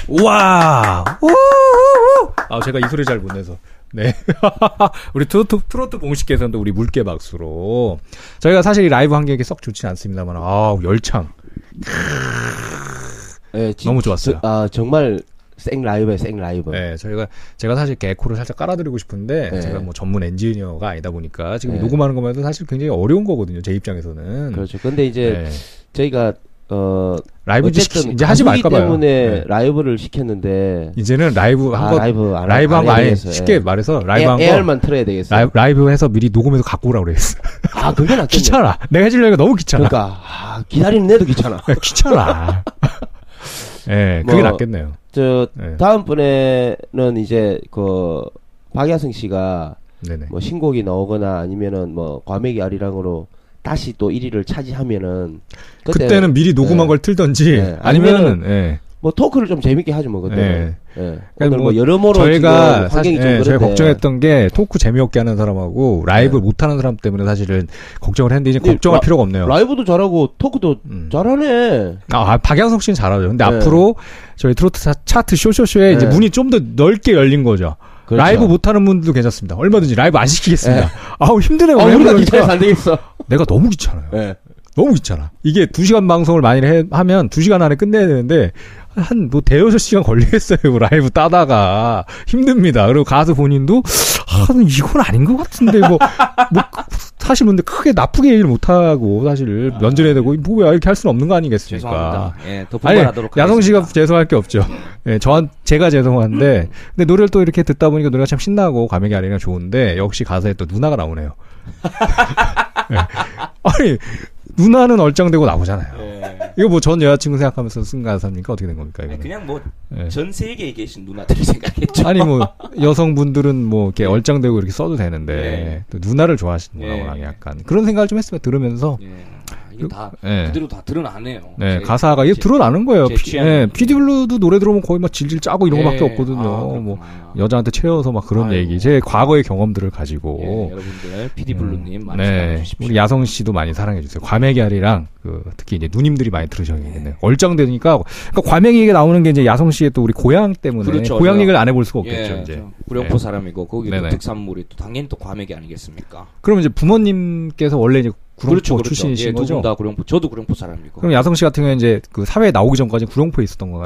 Speaker 1: 우와! 우우우우! 아, 제가 이 소리 잘 못 내서. 네. 우리 트로트, 트로트 공식께서는 우리 물개 박수로. 저희가 사실 이 라이브 환경이 썩 좋진 않습니다만, 아우, 열창.
Speaker 2: 예, 지-
Speaker 1: 너무 좋았어요.
Speaker 2: 저- 아 정말 생 라이브에 생 라이브.
Speaker 1: 네, 저희가, 제가 사실 개코를 살짝 깔아드리고 싶은데,
Speaker 2: 네.
Speaker 1: 제가 뭐 전문 엔지니어가 아니다 보니까, 지금
Speaker 2: 네.
Speaker 1: 녹음하는 것만 해도 사실 굉장히 어려운 거거든요, 제 입장에서는.
Speaker 2: 그렇죠. 근데 이제
Speaker 1: 네.
Speaker 2: 저희가 어
Speaker 1: 라이브 이제, 시키,
Speaker 2: 어쨌든
Speaker 1: 이제 하지
Speaker 2: 가수기
Speaker 1: 말까봐요. 네.
Speaker 2: 때문에 라이브를 시켰는데
Speaker 1: 이제는 라이브 한
Speaker 2: 아,
Speaker 1: 거,
Speaker 2: 라이브 안 하-
Speaker 1: 라이브
Speaker 2: 안
Speaker 1: 한 거
Speaker 2: 해야
Speaker 1: 아예
Speaker 2: 되겠어요.
Speaker 1: 쉽게
Speaker 2: 예.
Speaker 1: 말해서 라이브 한 거.
Speaker 2: 에알만 틀어야 되겠어요.
Speaker 1: 라이브, 라이브 해서 미리 녹음해서 갖고 오라고 그랬어.
Speaker 2: 아 그게 낫겠네.
Speaker 1: 귀찮아. 내가 해주려니까 너무 귀찮아. 네,
Speaker 2: 그러니까 아, 기다리는 애도 귀찮아.
Speaker 1: 귀찮아. 예, 그게
Speaker 2: 뭐,
Speaker 1: 낫겠네요.
Speaker 2: 저
Speaker 1: 예.
Speaker 2: 다음번에는 이제 그 박야승 씨가
Speaker 1: 네네.
Speaker 2: 뭐 신곡이 나오거나 아니면은 뭐 과메기 아리랑으로 다시 또 1위를 차지하면은
Speaker 1: 그때는, 미리 녹음한
Speaker 2: 예.
Speaker 1: 걸 틀던지
Speaker 2: 예.
Speaker 1: 아니면은 예.
Speaker 2: 뭐 토크를 좀 재밌게 하죠 뭐 그때는. 예. 오늘
Speaker 1: 뭐
Speaker 2: 뭐 여러모로
Speaker 1: 저희가
Speaker 2: 지금 환경이
Speaker 1: 사실
Speaker 2: 좀
Speaker 1: 예, 저희
Speaker 2: 그런데
Speaker 1: 걱정했던 게 토크 재미없게 하는 사람하고 라이브 못 하는 사람 때문에 사실은 걱정을 했는데 이제
Speaker 2: 예. 근데
Speaker 1: 걱정할
Speaker 2: 라-
Speaker 1: 필요가 없네요.
Speaker 2: 라이브도 잘하고 토크도
Speaker 1: 음.
Speaker 2: 잘하네.
Speaker 1: 아, 아, 박양석 씨는 잘하죠. 근데
Speaker 2: 예.
Speaker 1: 앞으로 저희 트로트 차- 차트 쇼쇼쇼에 이제
Speaker 2: 예.
Speaker 1: 문이 좀 더 넓게 열린 거죠.
Speaker 2: 그렇죠.
Speaker 1: 라이브 뭐 못하는 분들도 괜찮습니다. 얼마든지 라이브 안 시키겠습니다.
Speaker 2: 예.
Speaker 1: 아우 힘드네.
Speaker 2: 어,
Speaker 1: 오늘
Speaker 2: 우리가
Speaker 1: 해보려니까.
Speaker 2: 기차에서 안 되겠어.
Speaker 1: 내가 너무 귀찮아요.
Speaker 2: 예.
Speaker 1: 너무 귀찮아. 이게 두시간 방송을 많이 해- 하면 두시간 안에 끝내야 되는데, 한 뭐 대여섯 시간 걸리겠어요. 라이브 따다가. 힘듭니다. 그리고 가수 본인도, 아, 이건 아닌 것 같은데, 뭐, 뭐, 사실 근데 크게 나쁘게 얘기를 못하고, 사실 면전에 대고, 뭐야, 이렇게 할 수는 없는 거 아니겠습니까. 네.
Speaker 5: 죄송합니다. 예, 더
Speaker 1: 아니,
Speaker 5: 분발하도록
Speaker 1: 야성 씨가
Speaker 5: 하겠습니다.
Speaker 1: 죄송할 게 없죠. 예, 저한, 제가 죄송한데, 근데 노래를 또 이렇게 듣다 보니까 노래가 참 신나고, 감명이 아니라 좋은데, 역시 가사에 또 누나가 나오네요. 예. 아니, 누나는 얼짱되고 나오잖아요. 이거 뭐 전 여자친구 생각하면서 쓴 가사입니까? 어떻게 된 겁니까?
Speaker 5: 예, 아니, 그
Speaker 1: 이거는?
Speaker 5: 그냥
Speaker 1: 예.
Speaker 5: 뭐 전 세계에 계신 누나들이 생각했죠.
Speaker 1: 아니, 뭐, 여성분들은 뭐, 이렇게 얼짱되고 이렇게 써도 되는데,
Speaker 5: 네.
Speaker 1: 또 누나를 좋아하시는구나,
Speaker 5: 네.
Speaker 1: 약간. 그런 생각을 좀 했으면 들으면서,
Speaker 5: 예. 아, 이거 다
Speaker 1: 예.
Speaker 5: 그대로 다 드러나네요. 예.
Speaker 1: 네,
Speaker 5: 제-
Speaker 1: 가사가 이게
Speaker 5: 제-
Speaker 1: 드러나는 거예요.
Speaker 5: 제
Speaker 1: 피-
Speaker 5: 취향이.
Speaker 1: 예, 피디블루도 노래 들어오면 거의 막 질질 짜고 이런
Speaker 5: 예.
Speaker 1: 거밖에 없거든요.
Speaker 5: 아, 그렇구나.
Speaker 1: 뭐 여자한테 채워서 막 그런
Speaker 5: 아이고.
Speaker 1: 얘기. 제 과거의 경험들을
Speaker 5: 예,
Speaker 1: 가지고.
Speaker 5: 여러분들 PD 블루님 많이 사랑해
Speaker 1: 음. 네,
Speaker 5: 주십시오.
Speaker 1: 우리 야성 씨도 많이 사랑해 주세요. 과메기알이랑 그 특히 이제 누님들이 많이
Speaker 5: 예.
Speaker 1: 들으셔야겠네요. 얼짱되니까 그러니까 과메기가 나오는 게 이제 야성 씨의 또 우리 고향 때문에
Speaker 5: 그렇죠.
Speaker 1: 고향
Speaker 5: 제가-
Speaker 1: 얘기를 안 해볼 수가 없겠죠.
Speaker 5: 예,
Speaker 1: 이제
Speaker 5: 저 구령포
Speaker 1: 예.
Speaker 5: 사람이고 거기 또
Speaker 1: 네네.
Speaker 5: 특산물이 또 당연히 또 과메기 아니겠습니까?
Speaker 1: 그럼 이제 부모님께서 원래 이제 구룡포 출신이신
Speaker 5: 예,
Speaker 1: 거죠?
Speaker 5: 두분다 구령포, 저도 구령포 사람이고.
Speaker 1: 그럼 야성 씨 같은 경우는 이제 그 사회에 나오기 전까지 구룡포에 있었던 거예요.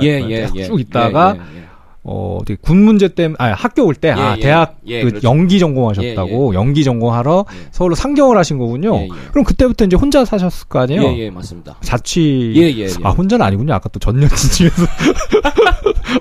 Speaker 1: 쭉 있다가
Speaker 5: 예, 예, 예.
Speaker 1: 어, 어떻게 군 문제 때문에, 아, 학교 올 때, 아,
Speaker 5: 예, 예.
Speaker 1: 대학
Speaker 5: 예,
Speaker 1: 그
Speaker 5: 그렇죠.
Speaker 1: 연기 전공하셨다고, 연기 전공하러
Speaker 5: 예.
Speaker 1: 서울로 상경을 하신 거군요.
Speaker 5: 예, 예.
Speaker 1: 그럼 그때부터 이제 혼자 사셨을 거 아니에요?
Speaker 5: 예, 예, 맞습니다.
Speaker 1: 자취.
Speaker 5: 예, 예, 예.
Speaker 1: 아, 혼자는 아니군요. 아까 또 전년지 집에서.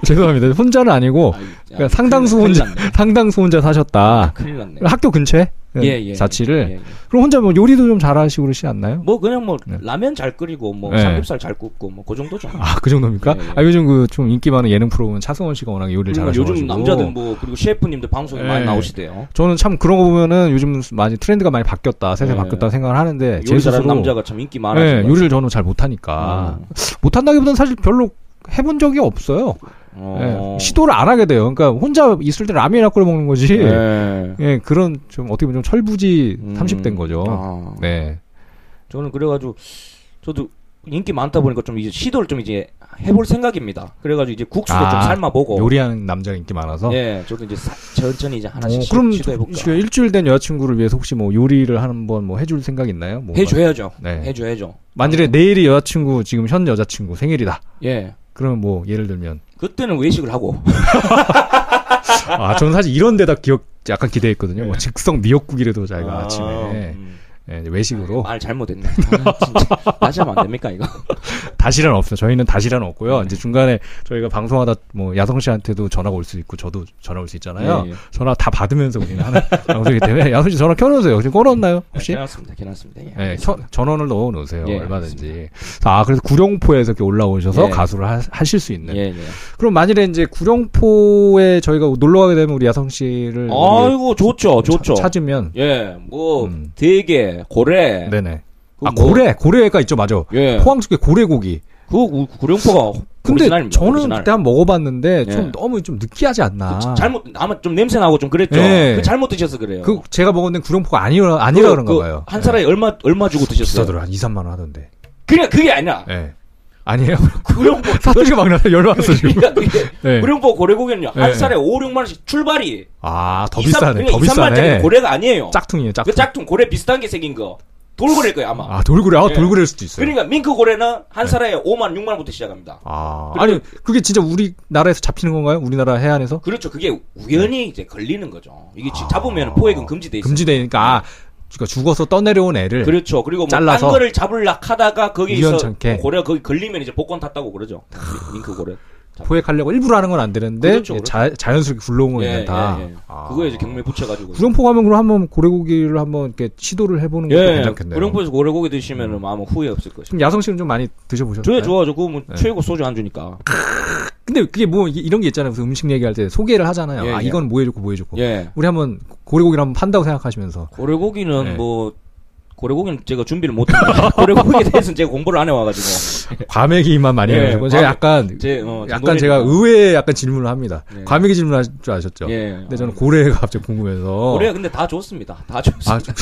Speaker 1: 죄송합니다. 혼자는 아니고,
Speaker 5: 아, 이- 아,
Speaker 1: 그러니까 상당수
Speaker 5: 큰일
Speaker 1: 혼자,
Speaker 5: 났네.
Speaker 1: 상당수 혼자 사셨다.
Speaker 5: 큰일 났네.
Speaker 1: 학교 근처에?
Speaker 5: 예, 예.
Speaker 1: 자취를.
Speaker 5: 예, 예.
Speaker 1: 그럼 혼자 뭐 요리도 좀 잘하시고 그러시지 않나요?
Speaker 5: 뭐 그냥 뭐
Speaker 1: 네.
Speaker 5: 라면 잘 끓이고 뭐
Speaker 1: 예.
Speaker 5: 삼겹살 잘 굽고 뭐 그 정도죠.
Speaker 1: 아, 그 정도입니까?
Speaker 5: 예, 예.
Speaker 1: 아, 요즘 그 좀 인기 많은 예능 프로 보면 차승원 씨가 워낙 요리를
Speaker 5: 그리고
Speaker 1: 잘하셔가지고.
Speaker 5: 요즘 남자들 뭐 그리고 셰프님들 방송에
Speaker 1: 예.
Speaker 5: 많이 나오시대요.
Speaker 1: 저는 참 그런 거 보면은 요즘 많이 트렌드가 많이 바뀌었다, 세세
Speaker 5: 네.
Speaker 1: 바뀌었다 생각을 하는데 제
Speaker 5: 요리 잘하는
Speaker 1: 스스로
Speaker 5: 남자가 참 인기 많아서. 음.
Speaker 1: 네, 요리를 저는 잘 못하니까 못한다기보다는 사실 별로 해본 적이 없어요. 예, 시도를 안 하게 돼요. 그러니까 혼자 있을 때 라면이나 끓여 먹는 거지. 예, 그런 좀 어떻게 보면 좀 철부지
Speaker 5: 네. 음.
Speaker 1: 30대인 거죠.
Speaker 5: 아.
Speaker 1: 네,
Speaker 5: 저는 그래가지고 저도 인기 많다 보니까 좀 이제 시도를 좀 이제 해볼 생각입니다. 그래가지고 이제 국수도
Speaker 1: 아,
Speaker 5: 좀 삶아보고.
Speaker 1: 요리하는 남자가 인기 많아서.
Speaker 5: 어. 예, 저도 이제 사- 천천히 이제 하나씩
Speaker 1: 어,
Speaker 5: 시-
Speaker 1: 그럼
Speaker 5: 시도해볼까.
Speaker 1: 지금 일주일 된 여자친구를 위해서 혹시 뭐 요리를 한번 뭐 해줄 생각 있나요? 뭔가?
Speaker 5: 해줘야죠.
Speaker 1: 네.
Speaker 5: 해줘야죠.
Speaker 1: 만일에 내일이 여자친구 지금 현 여자친구 생일이다.
Speaker 5: 예.
Speaker 1: 그러면 뭐 예를 들면
Speaker 5: 그때는 외식을 하고.
Speaker 1: 아, 저는 사실 이런 데다 기억 약간 기대했거든요.
Speaker 5: 네.
Speaker 1: 뭐 즉석 미역국이라도 자기가 아, 침에 네,
Speaker 5: 음.
Speaker 1: 외식으로
Speaker 5: 말 잘못했네. 아, 진짜. 다시 하면 안 됩니까, 이거?
Speaker 1: 다시란 없어요. 저희는 다시란
Speaker 5: 네.
Speaker 1: 없고요. 이제 중간에 저희가 방송하다 뭐 야성 씨한테도 전화가 올 수 있고 저도 전화 올 수 있잖아요.
Speaker 5: 예, 예.
Speaker 1: 전화 다 받으면서 우리는 하는 방송이기 때문에 야성 씨 전화 켜놓으세요. 지금 꺼놓나요 혹시?
Speaker 5: 괜찮습니다. 괜찮습니다. 예.
Speaker 1: 예, 켜- 전원을 넣어 놓으세요.
Speaker 5: 네. 예,
Speaker 1: 얼마든지. 아, 그래서 구룡포에서 이렇게 올라오셔서
Speaker 5: 예.
Speaker 1: 가수를 하, 실수 있는.
Speaker 5: 예, 예.
Speaker 1: 그럼 만일에 이제 구룡포에 저희가 놀러 가게 되면 우리 야성 씨를 우리
Speaker 5: 아이고 좋죠, 좋죠.
Speaker 1: 그, 차- 찾으면
Speaker 5: 예, 뭐
Speaker 1: 음.
Speaker 5: 대게 고래.
Speaker 1: 네네.
Speaker 5: 그
Speaker 1: 아,
Speaker 5: 뭐-
Speaker 1: 고래, 고래가 있죠, 맞아.
Speaker 5: 예.
Speaker 1: 포항숲에 고래고기.
Speaker 5: 그 우- 구룡포가
Speaker 1: 근데
Speaker 5: 오리지널입니다.
Speaker 1: 저는
Speaker 5: 오리지널.
Speaker 1: 그때 한 번 먹어봤는데
Speaker 5: 예.
Speaker 1: 좀 너무 좀 느끼하지 않나.
Speaker 5: 그 자- 잘못 아마 좀 냄새 나고 좀 그랬죠.
Speaker 1: 예.
Speaker 5: 그 잘못 드셔서 그래요.
Speaker 1: 그 제가 먹은 데는 구룡포가 아니라 아니라
Speaker 5: 그-
Speaker 1: 그런가
Speaker 5: 그
Speaker 1: 봐요.
Speaker 5: 한
Speaker 1: 예.
Speaker 5: 사람이 얼마 얼마 주고 드셨어요?
Speaker 1: 비싸더라, 한 2, 3만 원 하던데.
Speaker 5: 그냥 그게 아니라
Speaker 1: 예. 아니에요.
Speaker 5: 구룡포
Speaker 1: 사투리가 막 나서 열받았어 지금.
Speaker 5: 그 그러니까 그게
Speaker 1: 예.
Speaker 5: 구룡포 고래고기는요.
Speaker 1: 예.
Speaker 5: 한 살에 5, 6만 원씩 출발이
Speaker 1: 아, 더
Speaker 5: 2, 3,
Speaker 1: 비싸네. 더
Speaker 5: 2, 3만짜리
Speaker 1: 비싸네.
Speaker 5: 그러니까 고래가 아니에요.
Speaker 1: 짝퉁이에요, 짝퉁.
Speaker 5: 그 짝퉁 고래 비슷한 게 생긴 거 돌고래일 거예요 아마.
Speaker 1: 아, 네. 돌고래. 아,
Speaker 5: 예.
Speaker 1: 돌고래일 수도 있어요.
Speaker 5: 그러니까 밍크 고래는 한 살에 5만 6만 원부터 시작합니다.
Speaker 1: 아, 아니 그게 진짜 우리나라에서 잡히는 건가요? 우리나라 해안에서?
Speaker 5: 그렇죠. 그게
Speaker 1: 네.
Speaker 5: 우연히 이제 걸리는 거죠. 이게
Speaker 1: 아,
Speaker 5: 지- 잡으면 포획은 금지돼 네, 있어요.
Speaker 1: 금지되니까 아, 그러니까 죽어서 떠내려온 애를
Speaker 5: 그렇죠. 그리고 뭐딴
Speaker 1: 잘라서.
Speaker 5: 거를 잡으려 하다가 거기서 뭐
Speaker 1: 우연찮게.
Speaker 5: 고래가 거기 걸리면 이제 복권 탔다고 그러죠. 밍크 고래.
Speaker 1: 아, 포획하려고 일부러 하는 건 안 되는데
Speaker 5: 그렇죠, 그렇죠.
Speaker 1: 자, 자연스럽게 굴러온 건 괜찮다. 아.
Speaker 5: 예, 그거에 이제 경매 붙여가지고.
Speaker 1: 구룡포 가면 그럼 한번 고래고기를 한번 이렇게 시도를 해보는 것도
Speaker 5: 예,
Speaker 1: 괜찮겠네요.
Speaker 5: 구룡포에서 고래고기 드시면은 아마 후회 없을 것이고.
Speaker 1: 그럼 야성 씨는 좀 많이 드셔보셨나요?
Speaker 5: 저야 좋아하죠. 그거 뭐
Speaker 1: 네. 아,
Speaker 5: 최고 소주 안 주니까.
Speaker 1: 근데 그게 뭐 이- 이런 게 있잖아요. 무슨 음식 얘기할 때 소개를 하잖아요.
Speaker 5: 예,
Speaker 1: 아
Speaker 5: 예.
Speaker 1: 이건 뭐 해줬고 뭐 해줬고.
Speaker 5: 예.
Speaker 1: 우리 한번 고래고기를 한번 판다고 생각하시면서
Speaker 5: 고래고기는
Speaker 1: 네.
Speaker 5: 뭐 고래고기는 제가 준비를 못했는데 고래고기에 대해서는 제가 공부를 안 해와가지고.
Speaker 1: 과메기만 많이
Speaker 5: 예,
Speaker 1: 해가지고 제가
Speaker 5: 과메-
Speaker 1: 약간
Speaker 5: 제, 어,
Speaker 1: 약간 제가 의외의 약간 질문을 합니다.
Speaker 5: 예.
Speaker 1: 과메기 질문할 줄 아셨죠?
Speaker 5: 예.
Speaker 1: 근데 네, 저는 고래가 갑자기 궁금해서.
Speaker 5: 고래가 근데 다 좋습니다. 다 좋습니다.
Speaker 1: 아, 좀-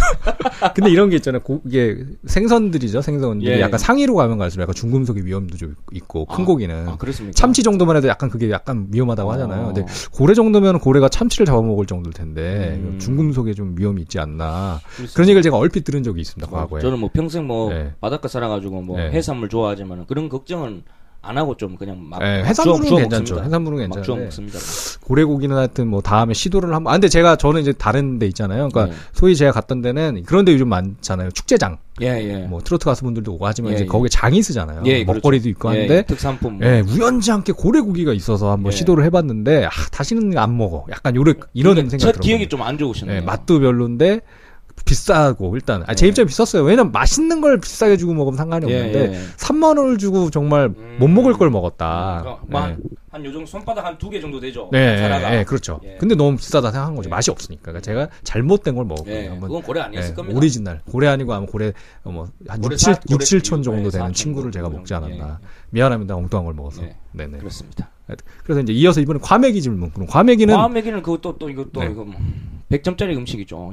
Speaker 1: 근데 이런 게 있잖아요. 고, 이게 생선들이죠, 생선들이.
Speaker 5: 예.
Speaker 1: 약간 상위로 가면 갈수록 약간 중금속의 위험도 좀 있고, 큰 고기는.
Speaker 5: 아, 그렇습니까?
Speaker 1: 네. 참치 정도만 해도 약간 그게 약간 위험하다고
Speaker 5: 어.
Speaker 1: 하잖아요. 근데 고래 정도면 고래가 참치를 잡아먹을 정도일 텐데, 그
Speaker 5: 음.
Speaker 1: 중금속에 좀 위험이 있지 않나.
Speaker 5: 그렇습니다.
Speaker 1: 그런 얘기를 제가 얼핏 들은 적이 있습니다, 과거에.
Speaker 5: 저는 뭐 평생 뭐
Speaker 1: 네.
Speaker 5: 바닷가 살아가지고 뭐
Speaker 1: 네.
Speaker 5: 해산물 좋아하지만 그런 걱정은 안 하고 좀 그냥 막
Speaker 1: 예,
Speaker 5: 막
Speaker 1: 해산물은
Speaker 5: 주워- 주워
Speaker 1: 괜찮죠.
Speaker 5: 먹습니다.
Speaker 1: 해산물은
Speaker 5: 막 주워
Speaker 1: 괜찮은데.
Speaker 5: 먹습니다.
Speaker 1: 고래고기는 하여튼 뭐 다음에 시도를 한번. 아, 근데 제가, 저는 이제 다른 데 있잖아요. 그러니까
Speaker 5: 네.
Speaker 1: 소위 제가 갔던 데는 그런 데 요즘 많잖아요. 축제장.
Speaker 5: 예, 예.
Speaker 1: 뭐 트로트 가수분들도 오고 하지만
Speaker 5: 예,
Speaker 1: 이제
Speaker 5: 예.
Speaker 1: 거기에 장이 쓰잖아요.
Speaker 5: 예, 그렇죠.
Speaker 1: 먹거리도 있고
Speaker 5: 예,
Speaker 1: 하는데
Speaker 5: 예, 특산품.
Speaker 1: 예, 우연치 않게 고래고기가 있어서 한번
Speaker 5: 예.
Speaker 1: 시도를 해봤는데 아, 다시는 안 먹어. 약간 요래 이런
Speaker 5: 그러니까
Speaker 1: 생각
Speaker 5: 첫
Speaker 1: 들어요.
Speaker 5: 기억이 좀 안 좋으시네요.
Speaker 1: 예, 맛도 별론데 비싸고 일단 아, 제
Speaker 5: 예.
Speaker 1: 입장에 비쌌어요. 왜냐면 맛있는 걸 비싸게 주고 먹으면 상관이
Speaker 5: 예,
Speaker 1: 없는데
Speaker 5: 예.
Speaker 1: 3만 원을 주고 정말 못
Speaker 5: 음.
Speaker 1: 먹을 걸 먹었다.
Speaker 5: 그러니까
Speaker 1: 예.
Speaker 5: 뭐 한, 한 요정 손바닥 한 두 개 정도 되죠.
Speaker 1: 네,
Speaker 5: 사라가.
Speaker 1: 예, 그렇죠.
Speaker 5: 예.
Speaker 1: 근데 너무 비싸다 생각한 거죠.
Speaker 5: 예.
Speaker 1: 맛이 없으니까 그러니까 제가 잘못된 걸 먹었거든요.
Speaker 5: 예,
Speaker 1: 한번
Speaker 5: 그건 고래 아니었을
Speaker 1: 예,
Speaker 5: 겁니다.
Speaker 1: 오리지널 고래 아니고 아마 고래 어, 뭐한
Speaker 5: 고래
Speaker 1: 6, 7,
Speaker 5: 사- 고래
Speaker 1: 촌
Speaker 5: 비율,
Speaker 1: 정도
Speaker 5: 예,
Speaker 1: 되는
Speaker 5: 사촌
Speaker 1: 친구를
Speaker 5: 정도
Speaker 1: 제가 먹지
Speaker 5: 정도.
Speaker 1: 않았나 미안합니다 엉뚱한 걸 먹어서
Speaker 5: 예.
Speaker 1: 네네
Speaker 5: 그렇습니다.
Speaker 1: 그래서 이제 이어서 이번에 과메기 질문 그럼 과메기는
Speaker 5: 과메기는 그것도 또 이거 또
Speaker 1: 네.
Speaker 5: 이거 뭐 100점짜리 음식이죠. 뭐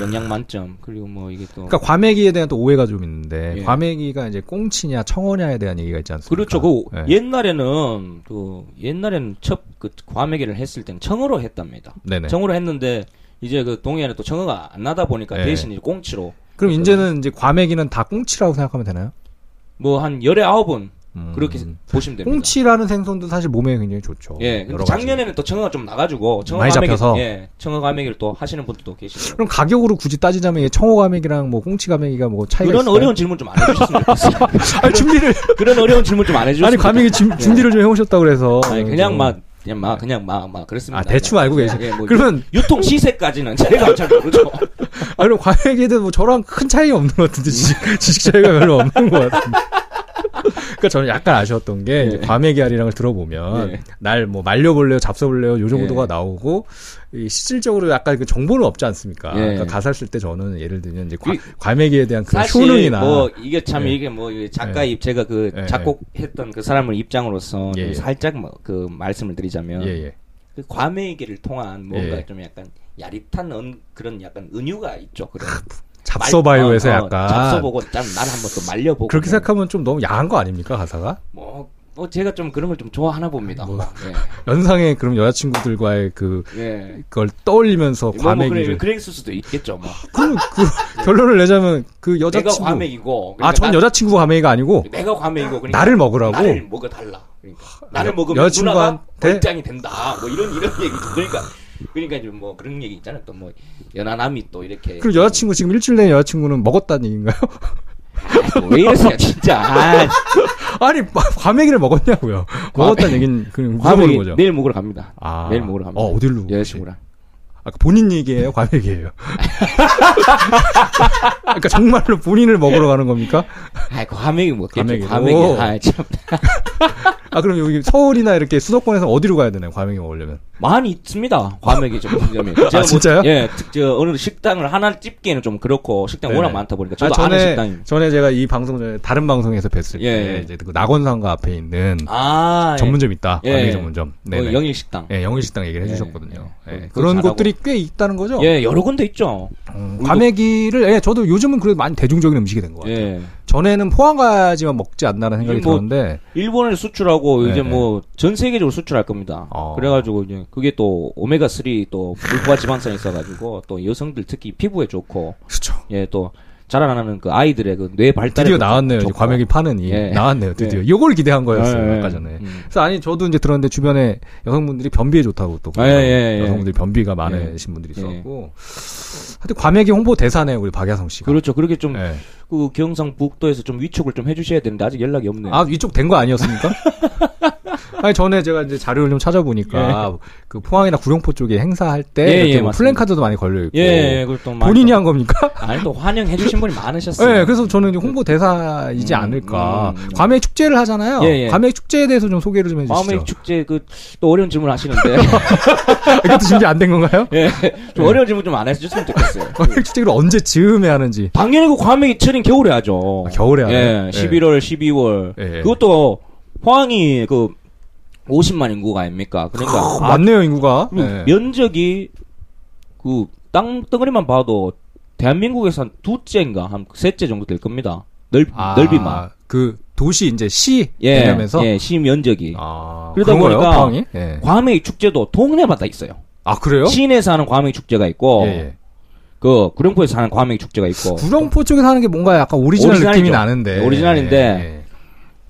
Speaker 5: 영양 만점. 그리고 뭐 이게 또
Speaker 1: 그러니까 과메기에 대한 또 오해가 좀 있는데
Speaker 5: 예.
Speaker 1: 과메기가 이제 꽁치냐 청어냐에 대한 얘기가 있지 않습니까?
Speaker 5: 그렇죠. 그
Speaker 1: 예.
Speaker 5: 옛날에는 그 옛날에는 첩그 과메기를 했을 땐 청어로 했답니다.
Speaker 1: 네네.
Speaker 5: 청어로 했는데 이제 그 동해안에 또 청어가 안 나다 보니까
Speaker 1: 예.
Speaker 5: 대신 이제 꽁치로
Speaker 1: 그럼 이제는 이제 과메기는 다 꽁치라고 생각하면 되나요?
Speaker 5: 뭐 한 열에 아홉은
Speaker 1: 음.
Speaker 5: 그렇게 보시면 됩니다.
Speaker 1: 꽁치라는 생선도 사실 몸에 굉장히 좋죠.
Speaker 5: 예. 근데
Speaker 1: 여러 가지.
Speaker 5: 작년에는 또 청어가 좀 나가지고 청어
Speaker 1: 많이
Speaker 5: 과메기
Speaker 1: 잡혀서.
Speaker 5: 예. 청어 과메기를 또 하시는 분들도 계시고.
Speaker 1: 그럼 가격으로 굳이 따지자면 이게 청어 과메기랑 뭐 꽁치 과메기가 뭐 차이가
Speaker 5: 그런
Speaker 1: 있을까요?
Speaker 5: 어려운 질문 좀 안 해주셨으면 좋겠어요.
Speaker 1: 아니, 준비를
Speaker 5: 그런 어려운 질문 좀 안 해주셨어요.
Speaker 1: 아니 과메기 준- 준비를 좀 해오셨다 네, 그래서
Speaker 5: 아니 그냥
Speaker 1: 좀-
Speaker 5: 막 그냥 막 그냥 막 막 그랬습니다.
Speaker 1: 아 대충 알고 계시.
Speaker 5: 예, 뭐
Speaker 1: 그러면
Speaker 5: 유통 시세까지는 제가 잘 모르죠.
Speaker 1: 아 그럼 과메기든 뭐 저랑 큰 차이 없는 것 같은데 지식,
Speaker 5: 네.
Speaker 1: 지식 차이가 별로 없는 것 같은데. 그러니까 저는 약간 아쉬웠던 게 이제
Speaker 5: 네.
Speaker 1: 과메기 알이랑을 들어보면
Speaker 5: 예.
Speaker 1: 날 뭐 말려볼래요, 잡숴볼래요 요 정도가
Speaker 5: 예.
Speaker 1: 나오고 이 실질적으로 약간 그 정보는 없지 않습니까?
Speaker 5: 예.
Speaker 1: 그러니까 가사 쓸 때 저는 예를 들면 이제 과,
Speaker 5: 이-
Speaker 1: 과메기에 대한 그
Speaker 5: 사실
Speaker 1: 효능이나
Speaker 5: 뭐 이게 참
Speaker 1: 예.
Speaker 5: 이게 뭐 이게 작가 입 제가 그
Speaker 1: 예,
Speaker 5: 작곡했던 그 사람의 입장으로서
Speaker 1: 예,
Speaker 5: 좀
Speaker 1: 예.
Speaker 5: 살짝 뭐 그 말씀을 드리자면
Speaker 1: 예, 예.
Speaker 5: 그 과메기를 통한 뭔가
Speaker 1: 예.
Speaker 5: 좀 약간 야릿한 은, 그런 약간 은유가 있죠. 그런
Speaker 1: 잡숴봐요에서
Speaker 5: 말- 어, 어,
Speaker 1: 약간
Speaker 5: 잡숴보고 짠날 한번 또 말려보고
Speaker 1: 그렇게
Speaker 5: 뭐,
Speaker 1: 생각하면 좀 너무 야한 거 아닙니까 가사가?
Speaker 5: 뭐, 뭐 제가 좀 그런 걸 좀 좋아하나 봅니다.
Speaker 1: 뭐.
Speaker 5: 예.
Speaker 1: 연상의 그럼 여자친구들과의 그
Speaker 5: 예.
Speaker 1: 그걸 떠올리면서
Speaker 5: 뭐, 뭐
Speaker 1: 과메기를
Speaker 5: 그래, 그랬을 수도 있겠죠. 뭐.
Speaker 1: 그럼 그 결론을 내자면 그
Speaker 5: 내가
Speaker 1: 여자친구
Speaker 5: 과메기고
Speaker 1: 아 전
Speaker 5: 그러니까
Speaker 1: 여자친구 과메기가 아니고
Speaker 5: 내가 과메이고 그러니까
Speaker 1: 나를 먹으라고?
Speaker 5: 나를 먹어 달라. 그러니까 나를
Speaker 1: 여-
Speaker 5: 먹으면
Speaker 1: 여자친구한테?
Speaker 5: 누나가 걸장이 된다. 뭐 이런 이런 얘기죠. 그러니까 그러니까 이제 뭐 그런 얘기 있잖아요. 또 뭐 연하남이 또 이렇게
Speaker 1: 그럼 여자친구 지금 일주일 내내 여자친구는 먹었다는 얘기인가요?
Speaker 5: 자꾸 왜뭐 이러세요 진짜 아,
Speaker 1: 아니 과메기를 먹었냐고요. 먹었다는 얘기는 그냥 물어보는
Speaker 5: 과메기
Speaker 1: 거죠.
Speaker 5: 내일 먹으러 갑니다
Speaker 1: 아,
Speaker 5: 내일 먹으러 갑니다
Speaker 1: 어 어디로?
Speaker 5: 여자친구랑
Speaker 1: 아, 본인 얘기예요, 과메기예요. 그러니까 정말로 본인을 먹으러 가는 겁니까?
Speaker 5: 아 과메기 먹겠죠
Speaker 1: 과메기로.
Speaker 5: 과메기 아참
Speaker 1: 아 그럼 여기 서울이나 이렇게 수도권에서 어디로 가야 되나요? 과메기 먹으려면?
Speaker 5: 많이 있습니다. 과메기 좀 점이.
Speaker 1: 아, 진짜요?
Speaker 5: 예, 특- 저 어느 식당을 하나 집기에는 좀 그렇고 식당
Speaker 1: 네네.
Speaker 5: 워낙 많다 보니까
Speaker 1: 아,
Speaker 5: 저도 아, 는 식당이.
Speaker 1: 전에 전에 제가 이 방송 전에 다른 방송에서 뵀을
Speaker 5: 예,
Speaker 1: 때
Speaker 5: 예.
Speaker 1: 이제 그 낙원상가 앞에 있는
Speaker 5: 아, 예.
Speaker 1: 전문점 있다.
Speaker 5: 예,
Speaker 1: 과메기
Speaker 5: 예.
Speaker 1: 전문점.
Speaker 5: 어,
Speaker 1: 네네.
Speaker 5: 영일 식당.
Speaker 1: 예, 영일 식당 얘기를
Speaker 5: 예,
Speaker 1: 해주셨거든요.
Speaker 5: 예,
Speaker 1: 예,
Speaker 5: 그거
Speaker 1: 그런
Speaker 5: 잘하고.
Speaker 1: 곳들이 꽤 있다는 거죠.
Speaker 5: 예, 여러 군데 있죠.
Speaker 1: 음, 과메기를 예, 저도 요즘은 그래도 많이 대중적인 음식이 된 것 같아요.
Speaker 5: 예.
Speaker 1: 전에는 포항가지만 먹지 않나라는 생각이
Speaker 5: 이게 뭐-
Speaker 1: 들었는데
Speaker 5: 일본을 수출하고
Speaker 1: 네,
Speaker 5: 이제
Speaker 1: 네.
Speaker 5: 뭐 전 세계적으로 수출할 겁니다.
Speaker 1: 어.
Speaker 5: 그래가지고 이제 그게 또 오메가 3또 불포화 지방산이 있어가지고 또 여성들 특히 피부에 좋고
Speaker 1: 그렇죠.
Speaker 5: 예 또 자라나는 그 아이들의 그 뇌 발달에
Speaker 1: 드디어
Speaker 5: 그
Speaker 1: 나왔네요. 이제
Speaker 5: 좋고.
Speaker 1: 과메기 파는 이
Speaker 5: 예.
Speaker 1: 나왔네요. 드디어 요걸 기대한 거였어요.
Speaker 5: 예, 예.
Speaker 1: 아까 전에.
Speaker 5: 음.
Speaker 1: 그래서 아니 저도 이제 들었는데 주변에 여성분들이 변비에 좋다고 또
Speaker 5: 예, 예, 예.
Speaker 1: 여성분들이 변비가 많으신 분들이
Speaker 5: 예.
Speaker 1: 있었고 하여튼 과메기 홍보 대사네요 우리 박야성 씨가.
Speaker 5: 그렇죠. 그렇게 좀
Speaker 1: 예.
Speaker 5: 그 경상북도에서 좀 위촉을 좀 해주셔야 되는데 아직 연락이 없네요.
Speaker 1: 아 이쪽 된 거 아니었습니까? 아니 전에 제가 이제 자료를 좀 찾아보니까 그 포항이나 구룡포 쪽에 행사할 때
Speaker 5: 예,
Speaker 1: 이렇게
Speaker 5: 예,
Speaker 1: 뭐
Speaker 5: 맞습니다.
Speaker 1: 플랜카드도 많이 걸려 있고
Speaker 5: 예, 예, 그걸 또 많이
Speaker 1: 본인이
Speaker 5: 또-
Speaker 1: 한 겁니까?
Speaker 5: 아니 또 환영해 주신 분이
Speaker 1: 예,
Speaker 5: 많으셨어요.
Speaker 1: 그래서 저는 이제 홍보 대사이지
Speaker 5: 음,
Speaker 1: 않을까.
Speaker 5: 음, 음.
Speaker 1: 과메기 축제를 하잖아요.
Speaker 5: 예, 예.
Speaker 1: 과메기 축제에 대해서 좀 소개를 좀 해주시죠.
Speaker 5: 마음의 축제 그 또 어려운 질문 하시는데
Speaker 1: 이것도 준비 안 된 건가요?
Speaker 5: 예, 좀 어려운 질문 좀 안 해주셨으면 좋겠어요.
Speaker 1: 과메기 축제를 언제 즈음에 하는지.
Speaker 5: 당연히 그 과메기 철인 겨울에 하죠.
Speaker 1: 아, 겨울에 하나요?
Speaker 5: 예, 11월, 12월.
Speaker 1: 예, 예.
Speaker 5: 그것도 포항이 그 50만 인구가 아닙니까? 그러니까 아,
Speaker 1: 맞네요, 인구가.
Speaker 5: 그리고
Speaker 1: 예.
Speaker 5: 면적이 그 땅덩어리만 봐도 대한민국에서 한 두째인가 한 셋째 정도 될 겁니다. 넓
Speaker 1: 아,
Speaker 5: 넓이만.
Speaker 1: 그 도시 이제 시
Speaker 5: 예,
Speaker 1: 개념에서.
Speaker 5: 예, 시 면적이.
Speaker 1: 아,
Speaker 5: 그러다
Speaker 1: 그런 거예요,
Speaker 5: 보니까
Speaker 1: 포항이? 예.
Speaker 5: 과메기 축제도 동네마다 있어요.
Speaker 1: 아, 그래요?
Speaker 5: 시내에서 어. 하는 과메기 축제가 있고
Speaker 1: 예, 예.
Speaker 5: 그 구룡포에서 하는 과메기 축제가 있고
Speaker 1: 구룡포 쪽에 사는 게 뭔가 약간 오리지널
Speaker 5: 뭐 오리지널이죠.
Speaker 1: 느낌이 나는데.
Speaker 5: 예, 오리지널인데.
Speaker 1: 예, 예.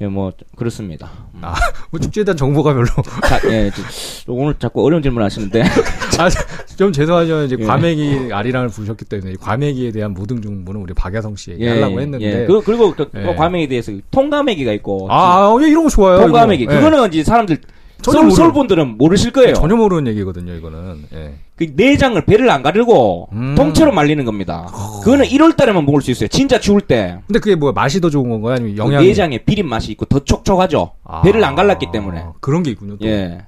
Speaker 5: 예, 뭐 그렇습니다. 음.
Speaker 1: 아, 뭐 축제에 대한 정보가 별로.
Speaker 5: 자, 예, 저- 저 오늘 자꾸 어려운 질문 하시는데
Speaker 1: 아, 좀 죄송하지만 이제
Speaker 5: 예.
Speaker 1: 과메기 아리랑을 부르셨기 때문에 이 과메기에 대한 모든 정보는 우리 박야성 씨에게
Speaker 5: 예,
Speaker 1: 하려고
Speaker 5: 예,
Speaker 1: 했는데.
Speaker 5: 예. 그, 리고그
Speaker 1: 예.
Speaker 5: 과메기에 대해서 통과메기가 있고
Speaker 1: 아, 아, 예, 이런 거 좋아요. 이거.
Speaker 5: 통과메기
Speaker 1: 예.
Speaker 5: 그거는 이제 사람들
Speaker 1: 전혀
Speaker 5: 서울,
Speaker 1: 모르는-
Speaker 5: 서울 분들은 모르실 거예요.
Speaker 1: 전혀 모르는 얘기거든요, 이거는. 예.
Speaker 5: 그 내장을 배를 안 가르고
Speaker 1: 음.
Speaker 5: 통째로 말리는 겁니다. 그거는 1월 달에만 먹을 수 있어요. 진짜 추울 때.
Speaker 1: 근데 그게 뭐 맛이 더 좋은 건가요? 아니면
Speaker 5: 그
Speaker 1: 영양이?
Speaker 5: 내장에 비린 맛이 있고 더 촉촉하죠.
Speaker 1: 아,
Speaker 5: 배를 안 갈랐기 때문에.
Speaker 1: 그런 게 있군요. 또.
Speaker 5: 예.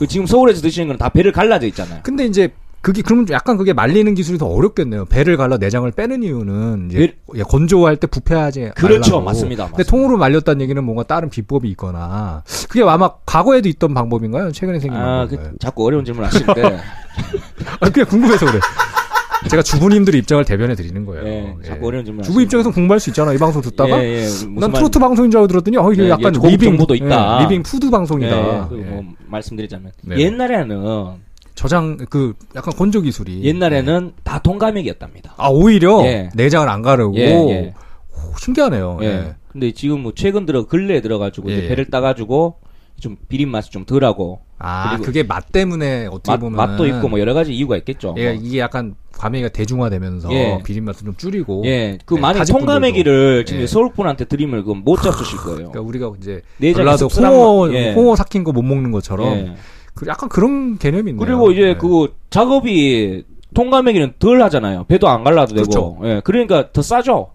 Speaker 5: 그 지금 서울에서 드시는 건 다 배를 갈라져 있잖아요.
Speaker 1: 근데 이제 그게 그러면 약간 그게 말리는 기술이 더 어렵겠네요. 배를 갈라 내장을 빼는 이유는 이제 예, 건조할 때 부패하지
Speaker 5: 그렇죠.
Speaker 1: 말라고.
Speaker 5: 맞습니다.
Speaker 1: 근데
Speaker 5: 맞습니다.
Speaker 1: 통으로 말렸다는 얘기는 뭔가 다른 비법이 있거나 그게 아마 과거에도 있던 방법인가요? 최근에 생긴
Speaker 5: 아,
Speaker 1: 방법인가요?
Speaker 5: 그, 자꾸 어려운 질문 하시는데. 예,
Speaker 1: 아, 그냥 궁금해서 그래. 제가 주부님들의 입장을 대변해 드리는 거예요.
Speaker 5: 예,
Speaker 1: 예.
Speaker 5: 자꾸 어려운 질문
Speaker 1: 주부 입장에서 공부할 수 있잖아. 이 방송 듣다가
Speaker 5: 예, 예, 무슨
Speaker 1: 난
Speaker 5: 말-
Speaker 1: 트로트 방송인 줄 알고 들었더니 어 이게
Speaker 5: 예,
Speaker 1: 약간
Speaker 5: 예, 고급
Speaker 1: 리빙
Speaker 5: 정보도 있다.
Speaker 1: 예, 리빙 푸드
Speaker 5: 예,
Speaker 1: 방송이다.
Speaker 5: 예, 그리고
Speaker 1: 예.
Speaker 5: 뭐 말씀드리자면
Speaker 1: 네.
Speaker 5: 옛날에는
Speaker 1: 저장 그 약간 건조 기술이
Speaker 5: 옛날에는 다 통감액이었답니다.
Speaker 1: 아 오히려
Speaker 5: 예.
Speaker 1: 내장을 안 가르고
Speaker 5: 예, 예.
Speaker 1: 오, 신기하네요.
Speaker 5: 예.
Speaker 1: 예.
Speaker 5: 근데 지금 뭐 최근 들어 근래에 들어가지고 이제
Speaker 1: 예, 예.
Speaker 5: 배를 따가지고 좀 비린 맛이 좀 덜하고
Speaker 1: 아
Speaker 5: 그리고
Speaker 1: 그게 맛 때문에 어떻게
Speaker 5: 맛,
Speaker 1: 보면
Speaker 5: 맛도 있고 뭐 여러 가지 이유가 있겠죠.
Speaker 1: 예,
Speaker 5: 뭐.
Speaker 1: 이게 약간 과메기가 대중화되면서
Speaker 5: 예.
Speaker 1: 비린 맛을 좀 줄이고
Speaker 5: 예, 그
Speaker 1: 예,
Speaker 5: 만약
Speaker 1: 타지
Speaker 5: 통감액이를
Speaker 1: 분들도.
Speaker 5: 지금
Speaker 1: 예.
Speaker 5: 서울 분한테 드리면 그건 못 잡수실 거예요.
Speaker 1: 그러니까 우리가 이제
Speaker 5: 내장에
Speaker 1: 전라도
Speaker 5: 씁쓸한
Speaker 1: 홍어
Speaker 5: 맛- 예.
Speaker 1: 홍어 삭힌 거 못 먹는 것처럼
Speaker 5: 예.
Speaker 1: 그 약간 그런 개념이네요.
Speaker 5: 그리고 이제
Speaker 1: 예.
Speaker 5: 그거 작업이 통감액이는 덜 하잖아요. 배도 안 갈라도
Speaker 1: 그렇죠.
Speaker 5: 되고. 예, 그러니까 더 싸죠.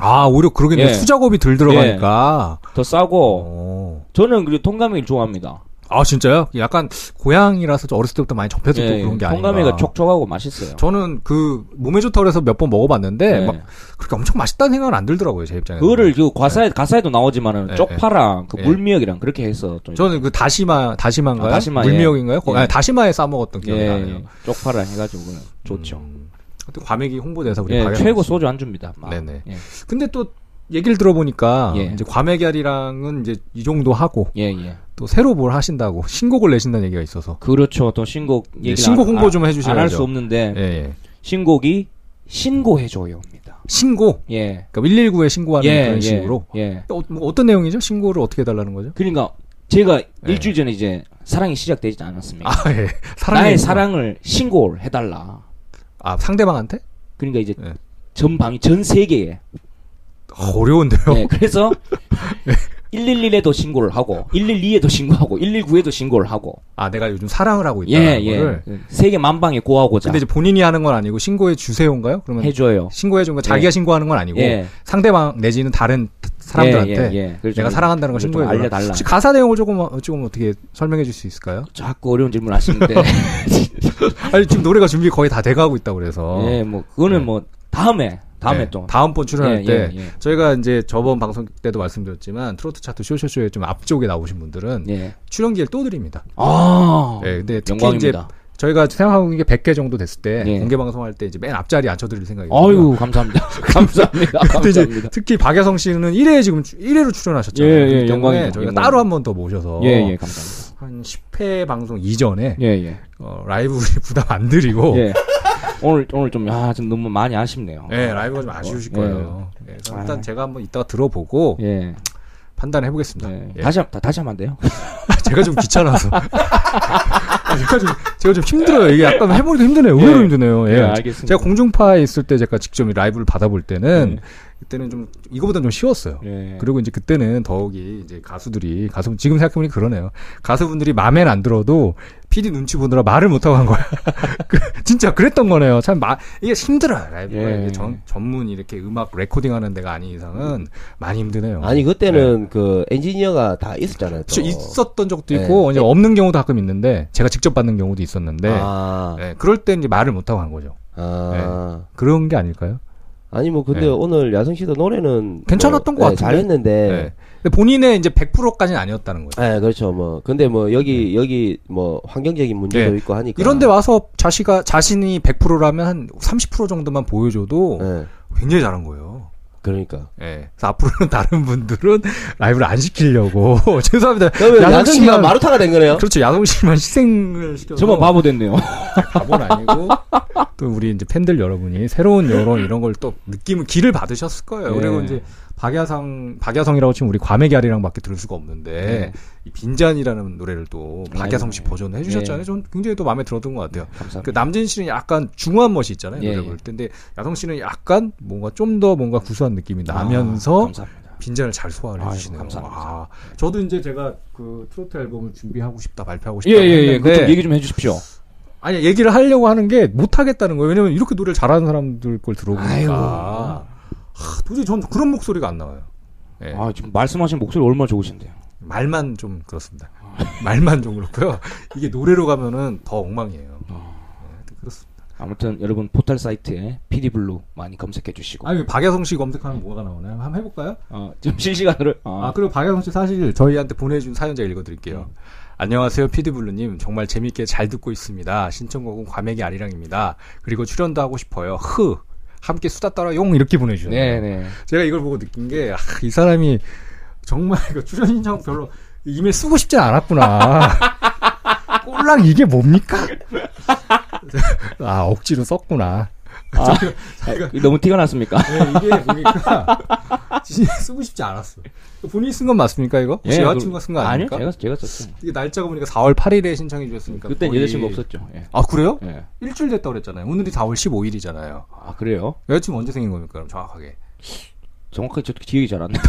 Speaker 1: 아 오히려 그러겠네 요
Speaker 5: 예.
Speaker 1: 수작업이 덜 들어가니까.
Speaker 5: 더 싸고.
Speaker 1: 어.
Speaker 5: 저는 그리고 통감액을 좋아합니다.
Speaker 1: 아 진짜요? 약간 고향이라서 좀 어렸을 때부터 많이 접해서
Speaker 5: 예,
Speaker 1: 또 그런 게 아닌가.
Speaker 5: 통감액이 촉촉하고 맛있어요.
Speaker 1: 저는 그 몸에 좋다고 해서 몇 번 먹어봤는데
Speaker 5: 예.
Speaker 1: 막 그렇게 엄청 맛있다는 생각은 안 들더라고요 제 입장에서.
Speaker 5: 그거를 그 과사에
Speaker 1: 예.
Speaker 5: 가사에도 나오지만은
Speaker 1: 네,
Speaker 5: 쪽파랑 그
Speaker 1: 네.
Speaker 5: 물미역이랑 그렇게 해서 좀
Speaker 1: 저는 그 다시마 다시마인가요?
Speaker 5: 아, 다시마,
Speaker 1: 물미역인가요?
Speaker 5: 예.
Speaker 1: 아니, 다시마에 싸 먹었던 기억이
Speaker 5: 예,
Speaker 1: 나네요.
Speaker 5: 쪽파랑 해가지고 그냥 좋죠.
Speaker 1: 음. 하여튼 과메기 홍보대사 우리
Speaker 5: 예,
Speaker 1: 박영선
Speaker 5: 최고
Speaker 1: 씨.
Speaker 5: 소주 안 줍니다. 막.
Speaker 1: 네네.
Speaker 5: 예,
Speaker 1: 근데 또 얘기를 들어보니까
Speaker 5: 예.
Speaker 1: 이제 과메기알이랑은 이제 이 정도 하고
Speaker 5: 예, 예.
Speaker 1: 또 새로 뭘 하신다고 신곡을 내신다는 얘기가 있어서
Speaker 5: 그렇죠. 또 신곡 얘기
Speaker 1: 네, 신곡 홍보 좀 해주셔야죠.
Speaker 5: 안할 수 없는데
Speaker 1: 예, 예.
Speaker 5: 신곡이 신고해줘요입니다.
Speaker 1: 신고
Speaker 5: 예,
Speaker 1: 그러니까 119에 신고하는
Speaker 5: 예,
Speaker 1: 그런
Speaker 5: 예,
Speaker 1: 식으로
Speaker 5: 예.
Speaker 1: 어, 뭐 어떤 내용이죠? 신고를 어떻게 해달라는 거죠?
Speaker 5: 그러니까 제가 일주일 전에 이제 사랑이 시작되지 않았습니까?
Speaker 1: 예. 아 예. 사랑의
Speaker 5: 네. 나의
Speaker 1: 얘기구나.
Speaker 5: 사랑을 신고를 해달라.
Speaker 1: 아 상대방한테?
Speaker 5: 그러니까 이제
Speaker 1: 예.
Speaker 5: 전 방이 전 세계에
Speaker 1: 어, 어려운데요.
Speaker 5: 네, 그래서
Speaker 1: 네.
Speaker 5: 111에도 신고를 하고 112에도 신고하고 119에도 신고를 하고
Speaker 1: 아 내가 요즘 사랑을 하고
Speaker 5: 예,
Speaker 1: 있다는
Speaker 5: 예.
Speaker 1: 거를.
Speaker 5: 세계 만방에 고하고자
Speaker 1: 근데 이제 본인이 하는 건 아니고 신고해 주세요인가요? 그러면
Speaker 5: 해 줘요.
Speaker 1: 신고해 준 거 자기가
Speaker 5: 예.
Speaker 1: 신고하는 건 아니고
Speaker 5: 예.
Speaker 1: 상대방 내지는 다른 사람들한테 내가 사랑한다는 걸 신고해
Speaker 5: 알려
Speaker 1: 달라.
Speaker 5: 달라.
Speaker 1: 혹시 가사 내용을 조금 어, 조금 어떻게 설명해 줄 수 있을까요?
Speaker 5: 자꾸 어려운 질문 하시는데
Speaker 1: 아니 지금 노래가 준비 거의 다 돼가고 있다 그래서
Speaker 5: 예, 뭐 그거는
Speaker 1: 네.
Speaker 5: 뭐 다음에 다음에
Speaker 1: 네,
Speaker 5: 또
Speaker 1: 다음번 출연할
Speaker 5: 예,
Speaker 1: 때
Speaker 5: 예, 예.
Speaker 1: 저희가 이제 저번 방송 때도 말씀드렸지만 트로트 차트 쇼쇼쇼에 좀 앞쪽에 나오신 분들은
Speaker 5: 예.
Speaker 1: 출연 기회를 또 드립니다.
Speaker 5: 아.
Speaker 1: 예, 근데 특히
Speaker 5: 영광입니다.
Speaker 1: 이제 저희가 생각하고 있는 게 100개 정도 됐을 때
Speaker 5: 예.
Speaker 1: 공개 방송할 때 이제 맨 앞자리에 앉혀드릴 생각이거든요.
Speaker 5: 아유, 감사합니다. 감사합니다.
Speaker 1: 근데 이제
Speaker 5: 감사합니다.
Speaker 1: 특히 박예성 씨는 1회에 지금 1회로 출연하셨잖아요.
Speaker 5: 예, 예,
Speaker 1: 그렇기 때문에
Speaker 5: 영광이죠,
Speaker 1: 저희가
Speaker 5: 영광.
Speaker 1: 따로 한 번 더 모셔서
Speaker 5: 예, 예, 감사합니다.
Speaker 1: 한 10회 방송 이전에
Speaker 5: 예, 예.
Speaker 1: 어, 라이브 부담 안 드리고 예.
Speaker 5: 예. 오늘 오늘 좀 아, 좀 너무 많이 아쉽네요.
Speaker 1: 라이브가 좀 아쉬우실
Speaker 5: 예.
Speaker 1: 거예요. 예, 그래서 일단
Speaker 5: 아.
Speaker 1: 제가 한번 이따가 들어보고
Speaker 5: 예.
Speaker 1: 판단해 보겠습니다.
Speaker 5: 예. 다시 한, 다, 다시 하면 안 돼요?
Speaker 1: 제가 좀 귀찮아서. 제가 좀, 제가 좀 힘들어요. 이게 약간 해보니까 힘드네요. 의외로
Speaker 5: 예.
Speaker 1: 힘드네요. 예.
Speaker 5: 예, 알겠습니다.
Speaker 1: 제가 공중파에 있을 때 제가 직접 이 라이브를 받아볼 때는, 그때는 좀, 이거보단 좀 쉬웠어요.
Speaker 5: 네. 예.
Speaker 1: 그리고 이제 그때는 더욱이 이제 가수들이, 가수, 지금 생각해보니 그러네요. 가수분들이 마음엔 안 들어도, PD 눈치 보느라 말을 못하고 한 거야. 그, 진짜 그랬던 거네요. 참, 마, 이게 힘들어요. 라이브가.
Speaker 5: 예.
Speaker 1: 이게 전, 전문 이렇게 음악 레코딩 하는 데가 아닌 이상은 많이 힘드네요.
Speaker 2: 아니 그때는 그 엔지니어가 다 있었잖아요. 또.
Speaker 1: 그쵸, 있었던 적도 있고
Speaker 2: 네.
Speaker 1: 이제 없는 경우도 가끔 있는데 제가 직접 받는 경우도 있었는데
Speaker 2: 아,
Speaker 1: 네, 그럴 때 이제 말을 못 하고 한 거죠.
Speaker 2: 아.
Speaker 1: 그런 게 아닐까요?
Speaker 2: 아니 뭐 근데
Speaker 1: 네.
Speaker 2: 오늘 야성 씨도 노래는
Speaker 1: 괜찮았던
Speaker 2: 뭐,
Speaker 1: 것
Speaker 2: 네,
Speaker 1: 같은데?
Speaker 2: 잘했는데.
Speaker 1: 네. 근데 본인의 이제 100%까지는 아니었다는 거죠.
Speaker 2: 네, 그렇죠. 뭐 근데 뭐 여기 여기 뭐 환경적인 문제도
Speaker 1: 네.
Speaker 2: 있고 하니까
Speaker 1: 이런데 와서 자시가 자신이 100%라면 한 30% 정도만 보여줘도
Speaker 2: 네,
Speaker 1: 굉장히 잘한 거예요.
Speaker 2: 그러니까.
Speaker 1: 예. 그래서 앞으로는 다른 분들은 라이브를 안 시키려고 죄송합니다.
Speaker 2: 그러면 야성 씨가
Speaker 1: 씨만-
Speaker 2: 마루타가 된 거네요.
Speaker 1: 그렇죠. 야성 씨만 희생을 시켜서
Speaker 5: 저만 바보 됐네요.
Speaker 1: 답은 아니고 또 우리 이제 팬들 여러분이 새로운 여론 이런 걸 또 느낌을 기를 받으셨을 거예요.
Speaker 5: 예.
Speaker 1: 그리고 이제 박야성 박야성이라고 치면 우리 과메기알이랑밖에 들을 수가 없는데
Speaker 5: 예.
Speaker 1: 이 빈잔이라는 노래를 또 박야성 씨
Speaker 5: 예.
Speaker 1: 버전을 해주셨잖아요.
Speaker 5: 예.
Speaker 1: 저는 굉장히 또 마음에 들었던 것 같아요. 그
Speaker 5: 감사합니다.
Speaker 1: 남진 씨는 약간 중후한 멋이 있잖아요.
Speaker 5: 예,
Speaker 1: 노래
Speaker 5: 예.
Speaker 1: 부를 때. 근데 야성 씨는 약간 뭔가 좀 더 뭔가 구수한 느낌이
Speaker 5: 아,
Speaker 1: 나면서
Speaker 5: 감사합니다.
Speaker 1: 빈잔을 잘 소화를
Speaker 5: 아이고,
Speaker 1: 해주시네요.
Speaker 5: 감사합니다.
Speaker 1: 아, 저도 이제 제가 그 트로트 앨범을 준비하고 싶다, 발표하고
Speaker 5: 예,
Speaker 1: 싶다.
Speaker 5: 예, 예.
Speaker 1: 했는데
Speaker 5: 그좀 얘기 좀 해주십시오.
Speaker 1: 아니 얘기를 하려고 하는 게 못 하겠다는 거예요. 왜냐면 이렇게 노래를 잘하는 사람들 걸 들어보니까
Speaker 5: 아이고.
Speaker 1: 하, 도저히 전 그런 목소리가 안 나와요. 예.
Speaker 5: 아, 지금 말씀하신 목소리 얼마나 좋으신데요.
Speaker 1: 말만 좀 그렇습니다. 말만 좀 그렇고요. 이게 노래로 가면은 더 엉망이에요. 예, 그렇습니다.
Speaker 5: 아무튼 여러분 포털 사이트에 PD블루 많이 검색해 주시고.
Speaker 1: 아니 박예성 씨 검색하면 뭐가 나오나요? 한번 해볼까요?
Speaker 5: 어, 지금 실시간으로.
Speaker 1: 아
Speaker 5: 아,
Speaker 1: 그리고 박예성 씨 사실 저희한테 보내준 사연자 읽어드릴게요. 안녕하세요 피디블루님 정말 재밌게 잘 듣고 있습니다. 신청곡은 과메기 아리랑입니다. 그리고 출연도 하고 싶어요. 흐 함께 수다 떨어 용 이렇게 그렇죠. 보내주셨네요.
Speaker 5: 네, 네.
Speaker 1: 제가 이걸 보고 느낀 게, 아, 이 사람이 정말 이거 출연 신청 별로 이메일 쓰고 싶지 않았구나. 꼴랑 이게 뭡니까? 아, 억지로 썼구나.
Speaker 5: 아, 너무 티가 났습니까?
Speaker 1: 네, 이게 보니까 진짜 쓰고 싶지 않았어. 본인이 쓴 건 맞습니까, 이거? 혹시 여자친구가 쓴 거 아닙니까?
Speaker 5: 예, 아니요, 제가 제가 썼어요.
Speaker 1: 이게 날짜가 보니까 4월 8일에 신청해 주셨으니까.
Speaker 5: 그때
Speaker 1: 거의-
Speaker 5: 여자친구 없었죠. 예.
Speaker 1: 아, 그래요?
Speaker 5: 예.
Speaker 1: 일주일 됐다고 그랬잖아요. 오늘이 4월 15일이잖아요.
Speaker 5: 아 그래요?
Speaker 1: 여자친구 언제 생긴 겁니까, 그럼 정확하게?
Speaker 5: 정확하게 저도 기억이 잘 안 나.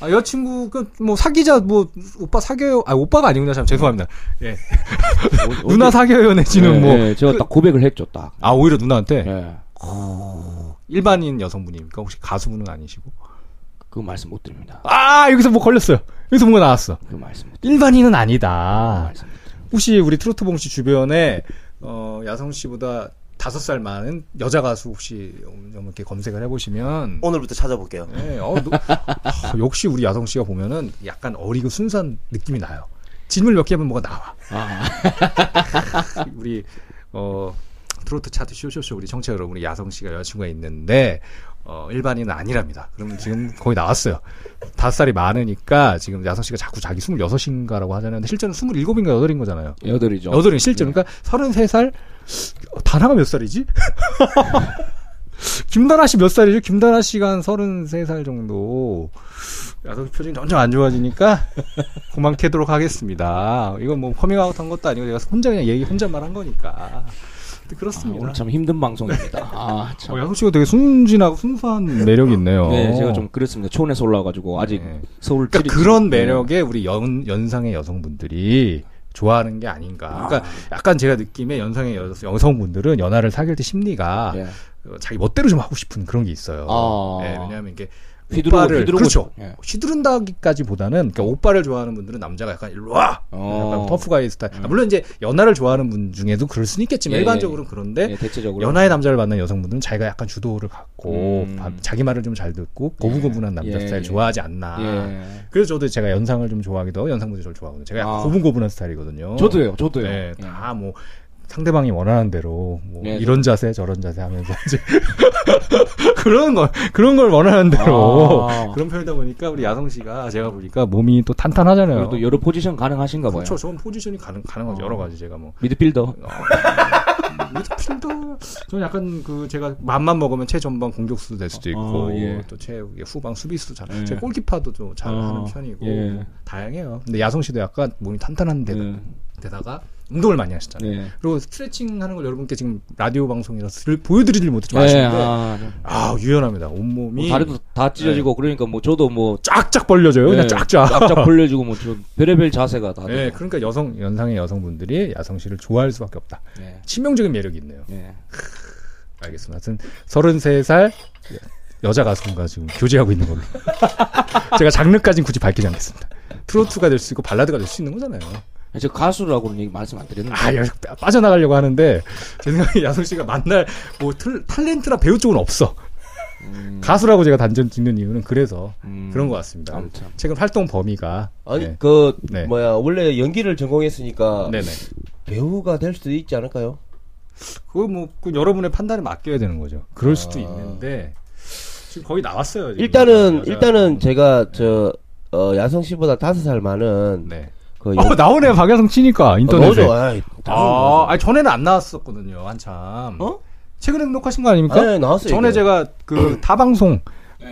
Speaker 1: 아, 여자친구가 뭐 사귀자, 뭐, 오빠 사겨요. 아, 오빠가 아니구나. 참, 죄송합니다. 예. 누나 사겨요 내지는
Speaker 5: 예,
Speaker 1: 뭐.
Speaker 5: 예, 제가 딱 고백을 했죠, 딱.
Speaker 1: 아 오히려 누나한테
Speaker 5: 예.
Speaker 1: 일반인 여성분입니까? 혹시 가수분은 아니시고?
Speaker 5: 그 말씀 못 드립니다.
Speaker 1: 아 여기서 뭐 걸렸어요. 여기서 뭔가 나왔어.
Speaker 5: 그 말씀 못.
Speaker 1: 일반인은
Speaker 5: 그
Speaker 1: 아니다.
Speaker 5: 말씀 못 드립니다.
Speaker 1: 혹시 우리 트로트봉 씨 주변에 어, 야성 씨보다 다섯 살 많은 여자 가수 혹시 좀 이렇게 검색을 해보시면
Speaker 6: 오늘부터 찾아볼게요.
Speaker 1: 예, 어, 노- 아, 역시 우리 야성 씨가 보면은 약간 어리고 순수한 느낌이 나요. 질문 몇 개 하면 뭐가 나와. 우리 어 트로트 차트 쇼쇼쇼 우리 청취자 여러분 우리 야성 씨가 여자친구가 있는데 어 일반인은 아니랍니다. 그럼 지금 거의 나왔어요. 다섯 살이 많으니까 지금 야성 씨가 자꾸 자기 26인가라고 하잖아요. 근데 실제는 27인가 8인 거잖아요.
Speaker 5: 여덟이죠.
Speaker 1: 여덟이 실제로 그러니까 33살 어, 다나가 몇 살이지? 김다나 씨 몇 살이죠? 김다나 씨가 한 33살 정도. 야성 표정이 점점 안 좋아지니까 그만 캐도록 하겠습니다. 이건 뭐 커밍아웃 한 것도 아니고 내가 혼자 그냥 얘기 혼잣말 한 거니까. 그렇습니다.
Speaker 5: 오늘 참 힘든 방송입니다. 아, 참.
Speaker 1: 어, 야수 씨가 되게 순진하고 순수한 매력이 있네요.
Speaker 5: 네, 제가 좀 그렇습니다. 초원에서 올라와가지고 아직
Speaker 1: 어. 네.
Speaker 5: 서울
Speaker 1: 그러니까
Speaker 5: 찌릿-
Speaker 1: 그런
Speaker 5: 네.
Speaker 1: 매력에 우리 연, 연상의 여성분들이 좋아하는 게 아닌가. 그러니까 약간 제가 느낌에 연상의 여, 성분들은 연하를 사귈 때 심리가
Speaker 5: 네.
Speaker 1: 어, 자기 멋대로 좀 하고 싶은 그런 게 있어요.
Speaker 5: 아.
Speaker 1: 예, 왜냐하면 이게
Speaker 5: 휘두르고,
Speaker 1: 오빠를
Speaker 5: 휘두르고
Speaker 1: 그렇죠.
Speaker 5: 예.
Speaker 1: 휘두른다기까지보다는 그러니까 오빠를 좋아하는 분들은 남자가 약간 일로 와.
Speaker 5: 어.
Speaker 1: 약간 터프가이 스타일. 아, 물론 이제 연하를 좋아하는 분 중에도 그럴 수는 있겠지만
Speaker 5: 예,
Speaker 1: 일반적으로는 그런데
Speaker 5: 네, 대체적으로
Speaker 1: 연하의 남자를 만난 여성분들은 자기가 약간 주도를 갖고
Speaker 5: 음.
Speaker 1: 바- 자기 말을 좀 잘 듣고 고분고분한 남자
Speaker 5: 예,
Speaker 1: 스타일
Speaker 5: 예.
Speaker 1: 좋아하지 않나.
Speaker 5: 예.
Speaker 1: 그래서 저도 제가 연상을 좀 좋아하기도 하고 연상분들 절 좋아하거든요. 제가 약간
Speaker 5: 아.
Speaker 1: 고분고분한 스타일이거든요.
Speaker 5: 저도요, 저도요.
Speaker 1: 어. 네,
Speaker 5: 예.
Speaker 1: 다 뭐 상대방이 원하는 대로 뭐
Speaker 5: 네,
Speaker 1: 이런 자세 저런 자세 하면서 이제 그런 걸 그런 걸 원하는 대로
Speaker 5: 아.
Speaker 1: 그런 편이다 보니까 우리 야성 씨가 제가 보니까 몸이 또 탄탄하잖아요.
Speaker 5: 그래도 여러 포지션 가능하신가 봐요. 어.
Speaker 1: 그렇죠. 저는 포지션이 가능 가능하죠. 여러 가지 제가 뭐
Speaker 5: 미드필더.
Speaker 1: 미드필더 저는 약간 그 제가 맘만 먹으면 최전방 공격수도 될 수도 있고
Speaker 5: 어, 예.
Speaker 1: 또 최후방 수비수도 잘.
Speaker 5: 예.
Speaker 1: 제가 골키파도 좀 잘하는
Speaker 5: 어,
Speaker 1: 편이고
Speaker 5: 예.
Speaker 1: 다양해요. 근데 야성 씨도 약간 몸이 탄탄한데
Speaker 5: 네.
Speaker 1: 데다가 운동을 많이 하시잖아요.
Speaker 5: 네.
Speaker 1: 그리고 스트레칭 하는 걸 여러분께 지금 라디오 방송이라서 보여드리질 못해 좀
Speaker 5: 네,
Speaker 1: 아쉬운데
Speaker 5: 아,
Speaker 1: 아 유연합니다. 온몸이
Speaker 5: 뭐 다리도 다 찢어지고 그러니까 뭐 저도 뭐
Speaker 1: 쫙쫙 벌려져요. 그냥 네.
Speaker 5: 예,
Speaker 1: 쫙쫙.
Speaker 5: 쫙쫙 벌려주고 뭐 저 별의별 자세가 다.
Speaker 1: 예,
Speaker 5: 돼요.
Speaker 1: 그러니까 여성 연상의 여성분들이 야성 씨를 좋아할 수밖에 없다.
Speaker 5: 예.
Speaker 1: 치명적인 매력이 있네요.
Speaker 5: 예.
Speaker 1: 알겠습니다. 하여튼 33살 여자 가수분과 지금 교제하고 있는 걸로. 제가 장르까지는 굳이 밝히지 않겠습니다. 트로트가 될 수 있고 발라드가 될 수 있는 거잖아요.
Speaker 5: 저 가수라고는 얘기 말씀 안 드렸는데.
Speaker 1: 아, 여기 빠- 빠져나가려고 하는데 제 생각에 야성 씨가 만날 뭐 틀- 탤런트나 배우 쪽은 없어.
Speaker 5: 음,
Speaker 1: 가수라고 제가 단전 찍는 이유는 그래서
Speaker 5: 음,
Speaker 1: 그런 것 같습니다.
Speaker 5: 아무튼.
Speaker 1: 최근 활동 범위가
Speaker 2: 아니
Speaker 1: 네.
Speaker 2: 그
Speaker 1: 네.
Speaker 2: 뭐야 원래 연기를 전공했으니까
Speaker 1: 네네.
Speaker 2: 배우가 될 수도 있지 않을까요?
Speaker 1: 그거 뭐그 여러분의 판단에 맡겨야 되는 거죠. 그럴 수도 있는데 지금 거의 나왔어요. 지금.
Speaker 2: 일단은
Speaker 1: 여자-
Speaker 2: 일단은 제가 저 어, 야성 씨보다 다섯 살 많은
Speaker 1: 네.
Speaker 2: 그 연-
Speaker 1: 어 나오네 박야성 치니까 인터넷에.
Speaker 2: 어, 나오죠. 아이,
Speaker 1: 아,
Speaker 2: 당연히
Speaker 1: 아니 전에는 안 나왔었거든요, 한참.
Speaker 2: 어?
Speaker 1: 최근에 등록하신 거 아닙니까?
Speaker 2: 나오죠. 아니, 네, 나왔어요.
Speaker 1: 전에
Speaker 2: 이게. 음.
Speaker 1: 제가 그 타방송